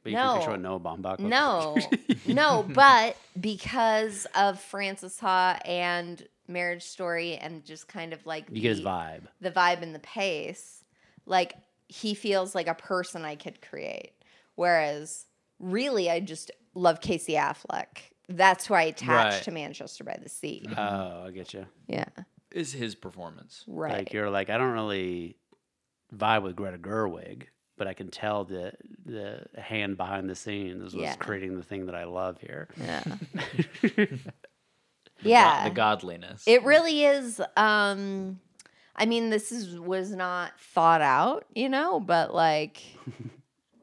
Speaker 1: but you can picture
Speaker 3: No.
Speaker 1: what Noah Baumbach. Looks like.
Speaker 3: No, no, but because of Francis Ha and Marriage Story, and just kind of like
Speaker 1: you get his
Speaker 3: the-
Speaker 1: vibe.
Speaker 3: the vibe and the pace, like he feels like a person I could create. Whereas really I just love Casey Affleck. That's who I attach
Speaker 2: Right.
Speaker 3: to Manchester by the Sea.
Speaker 1: Oh, I get you.
Speaker 3: Yeah.
Speaker 2: is his performance.
Speaker 3: Right.
Speaker 1: Like you're like, I don't really vibe with Greta Gerwig, but I can tell the the hand behind the scenes was
Speaker 3: Yeah.
Speaker 1: creating the thing that I love here.
Speaker 3: yeah.
Speaker 2: Go-
Speaker 3: yeah.
Speaker 2: the godliness.
Speaker 3: It really is um I mean this is was not thought out, you know, but like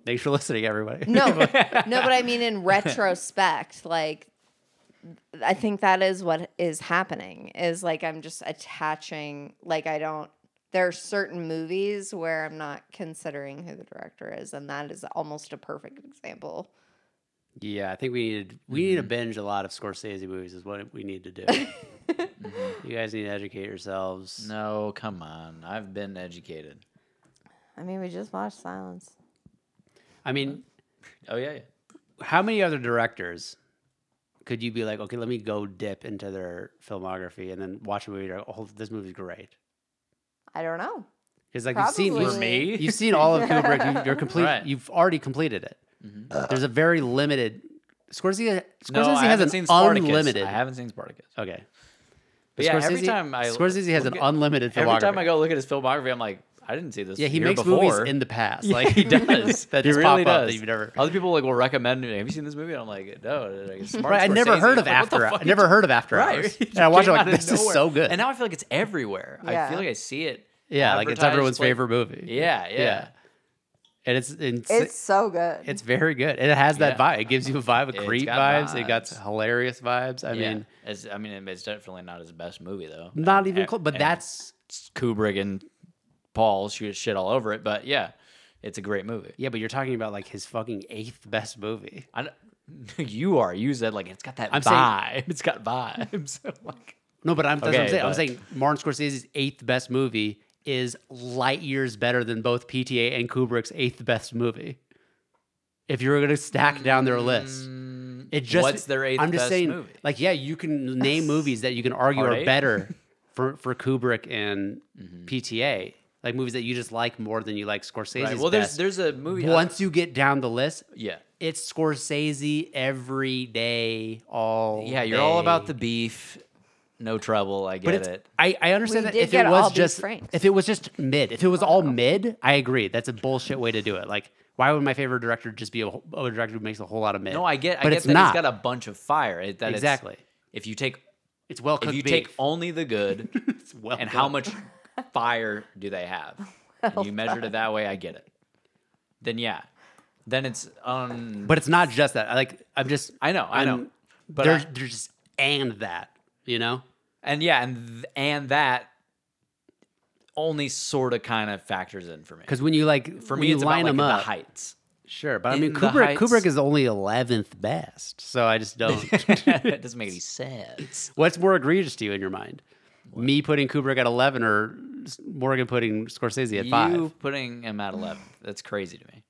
Speaker 1: Thanks for listening, everybody.
Speaker 3: No, no, but I mean in retrospect, like I think that is what is happening. Is like I'm just attaching. Like I don't. There are certain movies where I'm not considering who the director is, and that is almost a perfect example.
Speaker 1: yeah, I think we need we need to binge a lot of Scorsese movies. Is what we need to do.
Speaker 3: Mm-hmm.
Speaker 1: you guys need to educate yourselves.
Speaker 2: no, come on. I've been educated.
Speaker 3: I mean, we just watched Silence.
Speaker 1: I mean,
Speaker 2: Oh yeah, yeah.
Speaker 1: how many other directors could you be like, okay, let me go dip into their filmography and then watch a movie? and go, Oh, this movie's great.
Speaker 3: I don't know.
Speaker 1: Because like you've seen
Speaker 3: Probably.
Speaker 1: you've-
Speaker 3: For me?
Speaker 1: you've seen all of Kubrick. You, you're complete.
Speaker 2: Right. Mm-hmm.
Speaker 1: You've already completed it. There's a very limited. Scorsese, Scorsese
Speaker 2: no, I
Speaker 1: has
Speaker 2: haven't
Speaker 1: an
Speaker 2: seen Spartacus.
Speaker 1: unlimited.
Speaker 2: I haven't seen Spartacus.
Speaker 1: Okay.
Speaker 2: But yeah, every
Speaker 1: Scorsese-
Speaker 2: time I
Speaker 1: Scorsese has an
Speaker 2: look at-
Speaker 1: unlimited filmography.
Speaker 2: Every time I go look at his filmography, I'm like, I didn't see this.
Speaker 1: Yeah, he
Speaker 2: year
Speaker 1: makes
Speaker 2: before.
Speaker 1: movies in the past. Like he does. that
Speaker 2: he
Speaker 1: just
Speaker 2: really
Speaker 1: pop
Speaker 2: does.
Speaker 1: up that you've never.
Speaker 2: Other people like will recommend me. Have you seen this movie? And I'm like, no. Like, it's Martin
Speaker 1: Right, I never
Speaker 2: Scorsese.
Speaker 1: heard of
Speaker 2: I'm like, what the
Speaker 1: After.
Speaker 2: fuck
Speaker 1: I
Speaker 2: you
Speaker 1: never heard of After
Speaker 2: Right.
Speaker 1: Hours.
Speaker 2: It
Speaker 1: And I watched it
Speaker 2: came
Speaker 1: like
Speaker 2: out of
Speaker 1: this is
Speaker 2: nowhere.
Speaker 1: so good.
Speaker 2: And now I feel like it's everywhere. I
Speaker 3: Yeah.
Speaker 2: feel like I see it.
Speaker 1: yeah, like it's
Speaker 2: advertised,
Speaker 1: everyone's
Speaker 2: like-
Speaker 1: favorite movie.
Speaker 2: Yeah, yeah.
Speaker 1: And it's it's,
Speaker 3: It's
Speaker 1: it's
Speaker 3: so good.
Speaker 1: very good. It has that
Speaker 2: Yeah.
Speaker 1: vibe. It gives you a vibe of
Speaker 2: It's
Speaker 1: creep
Speaker 2: got
Speaker 1: vibes. It got
Speaker 2: vibes.
Speaker 1: hilarious vibes. I
Speaker 2: Yeah.
Speaker 1: mean,
Speaker 2: it's, I mean, it's definitely not his best movie though.
Speaker 1: not
Speaker 2: And-
Speaker 1: even close. But
Speaker 2: and
Speaker 1: that's
Speaker 2: Kubrick and Paul shoot shit all over it. But yeah, it's a great movie.
Speaker 1: yeah. But you're talking about like his fucking eighth best movie.
Speaker 2: I don't- you are you said like it's got that
Speaker 1: I'm saying-
Speaker 2: vibe. it's got vibes. I'm like
Speaker 1: No, but I'm, that's what I'm
Speaker 2: Okay,
Speaker 1: saying. I'm
Speaker 2: but-
Speaker 1: saying Martin Scorsese's eighth best movie is light years better than both PTA and Kubrick's eighth best movie. If you were going to stack down their list, it just
Speaker 2: what's their eighth
Speaker 1: I'm just
Speaker 2: best
Speaker 1: saying,
Speaker 2: movie?
Speaker 1: like, yeah, you can name movies that you can argue
Speaker 2: Part
Speaker 1: are
Speaker 2: eight?
Speaker 1: better for for Kubrick and PTA, like movies that you just like more than you like Scorsese's.
Speaker 2: right. well, there's
Speaker 1: best.
Speaker 2: there's a movie.
Speaker 1: once you get down the list,
Speaker 2: yeah,
Speaker 1: it's Scorsese every day, all
Speaker 2: yeah. You're all
Speaker 1: day.
Speaker 2: about the beef, no trouble. I get
Speaker 1: it's-
Speaker 2: it.
Speaker 1: I, I
Speaker 3: We
Speaker 1: understand that
Speaker 3: did
Speaker 1: if
Speaker 3: get
Speaker 1: it
Speaker 3: all
Speaker 1: was
Speaker 3: these
Speaker 1: just
Speaker 3: Franks.
Speaker 1: if it was just mid, if it was all mid, I agree. That's a bullshit way to do it. Like, why would my favorite director just be a, wh- a director who makes a whole lot of mid?
Speaker 2: No, I get. I
Speaker 1: but
Speaker 2: get
Speaker 1: it's
Speaker 2: that
Speaker 1: not.
Speaker 2: he's got a bunch of fire. It- that it's-
Speaker 1: exactly.
Speaker 2: if you take
Speaker 1: It's well cooked.
Speaker 2: if you
Speaker 1: beef.
Speaker 2: take only the good
Speaker 1: it's well
Speaker 2: and how
Speaker 1: done.
Speaker 2: much fire do they have, and you measured it that way, I get it. Then yeah, then it's um.
Speaker 1: But it's not just that. I Like, I'm just.
Speaker 2: I know, I know,
Speaker 1: I'm-
Speaker 2: but
Speaker 1: there's
Speaker 2: I-
Speaker 1: there's just and that you know.
Speaker 2: and yeah, and th- and that only sort of kind of factors in for me.
Speaker 1: Because when you like,
Speaker 2: for
Speaker 1: when
Speaker 2: me,
Speaker 1: you
Speaker 2: it's
Speaker 1: line
Speaker 2: about
Speaker 1: them
Speaker 2: like,
Speaker 1: up,
Speaker 2: the heights.
Speaker 1: sure. But I
Speaker 2: in
Speaker 1: mean,
Speaker 2: the
Speaker 1: Kubrick
Speaker 2: heights.
Speaker 1: Kubrick is only eleventh best, so I just don't.
Speaker 2: it doesn't make any sense.
Speaker 1: What's more egregious to you in your mind? Me putting Kubrick at 11 or S- Morgan putting Scorsese at 5?
Speaker 2: You putting him at eleven? That's crazy to me.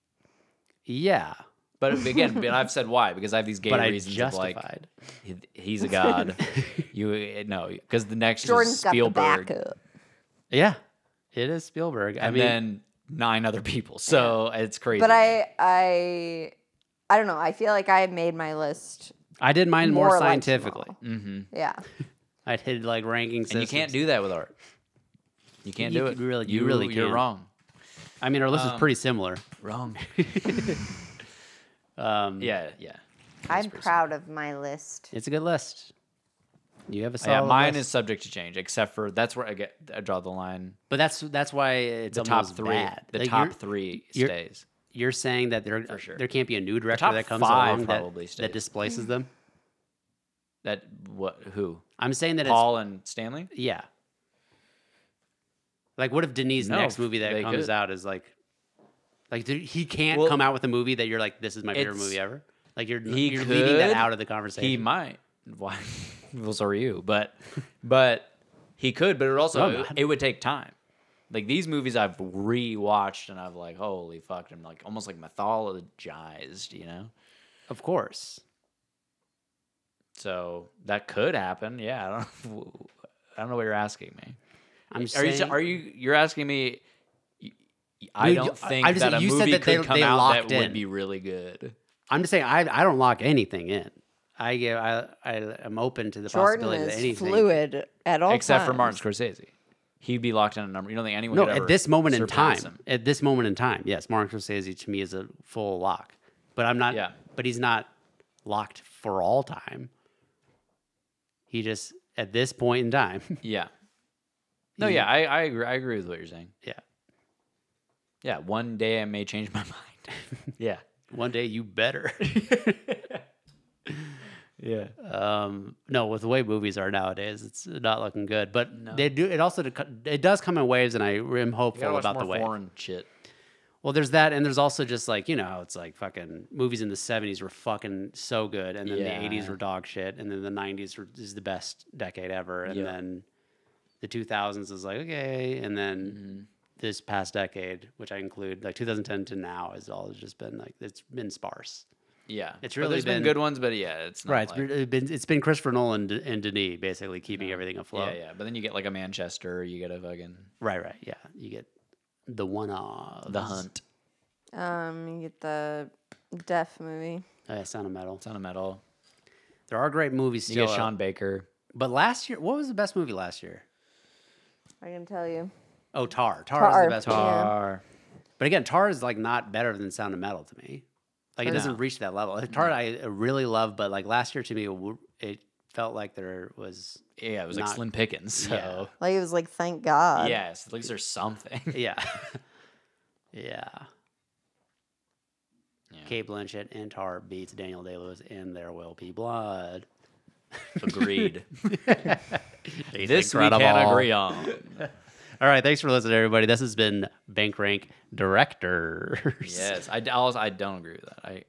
Speaker 1: Yeah.
Speaker 2: But again, but I've said why because I have these gay
Speaker 1: But I
Speaker 2: reasons of like
Speaker 1: justified.
Speaker 2: he- he's a god. you eh, no, because the next
Speaker 3: Jordan's
Speaker 2: is
Speaker 3: got the
Speaker 2: Spielberg,
Speaker 3: backup.
Speaker 1: yeah. It is Spielberg. I
Speaker 2: and
Speaker 1: mean,
Speaker 2: then nine other people. So it's crazy.
Speaker 3: But I, I, I don't know. I feel like I made my list.
Speaker 1: I did mine more,
Speaker 3: more like
Speaker 1: scientifically.
Speaker 3: small.
Speaker 2: mm-hmm.
Speaker 3: Yeah,
Speaker 1: I did like ranking systems.
Speaker 2: and you can't do that with art. You can't
Speaker 1: You
Speaker 2: do it.
Speaker 1: could really- you really
Speaker 2: you're
Speaker 1: can't.
Speaker 2: wrong.
Speaker 1: I mean, our list
Speaker 2: um,
Speaker 1: is pretty similar.
Speaker 2: Wrong.
Speaker 1: Um,
Speaker 2: yeah, yeah.
Speaker 3: I'm proud of my list.
Speaker 1: It's a good list. You have a solid
Speaker 2: Yeah, mine is
Speaker 1: list.
Speaker 2: subject to change, except for that's where I get I draw the line.
Speaker 1: But that's that's why it's
Speaker 2: The top
Speaker 1: almost
Speaker 2: three,
Speaker 1: bad.
Speaker 2: the
Speaker 1: Like,
Speaker 2: top
Speaker 1: you're-
Speaker 2: three
Speaker 1: you're-
Speaker 2: stays.
Speaker 1: You're saying that there
Speaker 2: For sure.
Speaker 1: there can't be a new director
Speaker 2: top
Speaker 1: that comes
Speaker 2: five
Speaker 1: along that-
Speaker 2: probably
Speaker 1: that
Speaker 2: stays.
Speaker 1: displaces them.
Speaker 2: That what? Who?
Speaker 1: I'm saying that it's
Speaker 2: Paul and Stanley.
Speaker 1: Yeah. Like, what if Denise's
Speaker 2: No,
Speaker 1: next movie that
Speaker 2: they
Speaker 1: comes
Speaker 2: could.
Speaker 1: out is like, like dude, he can't
Speaker 2: Well,
Speaker 1: come out with a movie that you're like, this is my favorite
Speaker 2: it's-
Speaker 1: movie ever. Like you're
Speaker 2: he
Speaker 1: you're leaving that
Speaker 2: could.
Speaker 1: out of the
Speaker 2: He
Speaker 1: conversation.
Speaker 2: might. Why? well, so are you. But but he could. But it also
Speaker 1: No, I'm
Speaker 2: it,
Speaker 1: not.
Speaker 2: it would take time. Like these movies I've rewatched and I've like holy fuck I'm like almost like mythologized, you know.
Speaker 1: of course.
Speaker 2: So that could happen. Yeah, I don't. I don't know what you're asking me.
Speaker 1: I'm
Speaker 2: Are
Speaker 1: saying.
Speaker 2: you are you you're asking me? I
Speaker 1: Dude,
Speaker 2: don't
Speaker 1: you- I-
Speaker 2: think
Speaker 1: I'm just
Speaker 2: that a
Speaker 1: saying, you said
Speaker 2: movie
Speaker 1: that
Speaker 2: could
Speaker 1: they-
Speaker 2: come
Speaker 1: they
Speaker 2: out that
Speaker 1: locked in.
Speaker 2: would be really good.
Speaker 1: I'm just saying. I I don't lock anything in. I give. I I am open to the
Speaker 3: Jordan
Speaker 1: possibility that
Speaker 3: is
Speaker 1: anything.
Speaker 3: fluid at all
Speaker 2: Except for
Speaker 3: times.
Speaker 2: Martin Scorsese, he'd be locked in a number. You don't think anyone?
Speaker 1: No,
Speaker 2: could
Speaker 1: at
Speaker 2: ever
Speaker 1: this moment in time.
Speaker 2: surpass him.
Speaker 1: At this moment in time, yes, Martin Scorsese to me is a full lock. But I'm not.
Speaker 2: Yeah.
Speaker 1: But he's not locked for all time. He just at this point in time.
Speaker 2: Yeah. No, yeah, I, I agree. I agree with what you're saying.
Speaker 1: Yeah.
Speaker 2: Yeah, one day I may change my mind. yeah.
Speaker 1: One day you better.
Speaker 2: Yeah.
Speaker 1: um, no, with the way movies are nowadays, it's not looking good. But they do. It also deco- it does come in waves, and I am
Speaker 2: You
Speaker 1: hopeful
Speaker 2: gotta watch
Speaker 1: about
Speaker 2: more
Speaker 1: the wave.
Speaker 2: foreign shit.
Speaker 1: Well, there's that, and there's also just like you know how it's like fucking movies in the '70s were fucking so good, and then
Speaker 2: Yeah.
Speaker 1: the '80s were dog shit, and then the '90s were, is the best decade ever, and
Speaker 2: Yeah.
Speaker 1: then the 2000s is like okay, and then.
Speaker 2: Mm-hmm.
Speaker 1: This past decade, which I include like 2010 to now, has all just been like it's been sparse.
Speaker 2: Yeah.
Speaker 1: It's
Speaker 2: But
Speaker 1: really
Speaker 2: there's been,
Speaker 1: been-
Speaker 2: good ones, but yeah, it's not
Speaker 1: Right. It's
Speaker 2: like-
Speaker 1: been- it's been it's been Christopher Nolan and, and Denis basically keeping everything afloat.
Speaker 2: yeah, yeah. But then you get like a Manchester, you get a fucking
Speaker 1: Right, right. Yeah. You get the one off.
Speaker 2: The Hunt.
Speaker 3: Um, you get the deaf movie.
Speaker 1: Oh, Yeah, Sound of Metal.
Speaker 2: It's on a metal.
Speaker 1: There are great movies
Speaker 2: You
Speaker 1: still.
Speaker 2: get
Speaker 1: out.
Speaker 2: Sean Baker.
Speaker 1: But last year, what was the best movie last year?
Speaker 3: I can tell you.
Speaker 1: Oh, tar. Tar, is
Speaker 3: Tar.
Speaker 1: the best one.
Speaker 3: Yeah.
Speaker 2: Tar.
Speaker 1: But again, tar is like not better than Sound of Metal to me. Like it
Speaker 2: No.
Speaker 1: doesn't reach that level. Tar I really love, but like last year to me, w- it felt like there was
Speaker 2: Yeah, it was like
Speaker 1: Not-
Speaker 2: Slim Pickens. So
Speaker 3: Like it was like, thank God.
Speaker 2: yes, at least there's something.
Speaker 1: yeah, yeah.
Speaker 2: Yeah.
Speaker 1: Kate Blanchett and Tar beats Daniel Day Lewis in There Will Be Blood.
Speaker 2: Agreed.
Speaker 1: It's
Speaker 2: this we
Speaker 1: incredible.
Speaker 2: can agree on.
Speaker 1: All right, thanks for listening, everybody. This has been Bank Rank Directors.
Speaker 2: Yes, I, d- I also- I don't agree with that. I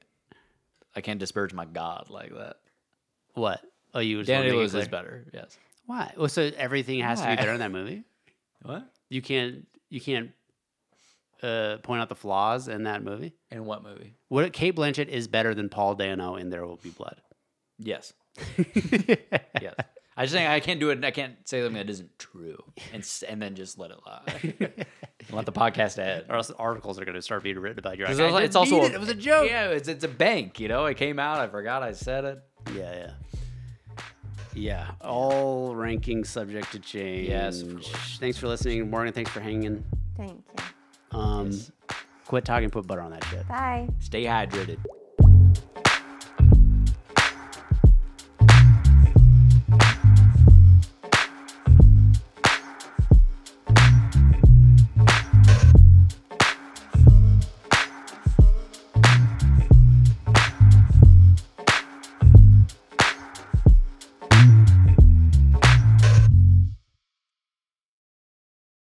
Speaker 2: I can't disparage my god like that.
Speaker 1: What? Oh, you just
Speaker 2: Danny
Speaker 1: wanna make it
Speaker 2: Lewis is
Speaker 1: clear.
Speaker 2: better. Yes.
Speaker 1: Why? Well, so everything has to
Speaker 2: Why?
Speaker 1: be better in that movie.
Speaker 2: What?
Speaker 1: You can't. You can't uh, point out the flaws in that movie.
Speaker 2: In what movie?
Speaker 1: What Kate Blanchett is better than Paul Dano in There Will Be Blood.
Speaker 2: Yes. Yes. I just think I can't do it. I can't say something that isn't true, and s- and then just let it lie. let the podcast end.
Speaker 1: or else articles are going to start being written about you.
Speaker 2: It's
Speaker 1: Like, I
Speaker 2: also,
Speaker 1: didn't
Speaker 2: it's also
Speaker 1: mean
Speaker 2: a-
Speaker 1: it. It was a joke.
Speaker 2: Yeah, it's it's a bank. You know, it came out. I forgot I said it.
Speaker 1: Yeah, yeah. Yeah, all rankings subject to change.
Speaker 2: Yes, of course.
Speaker 1: Thanks for listening, Morgan. Thanks for hanging.
Speaker 3: Thank you.
Speaker 1: Um, Quit talking. Put butter on that shit.
Speaker 3: Bye.
Speaker 2: Stay hydrated.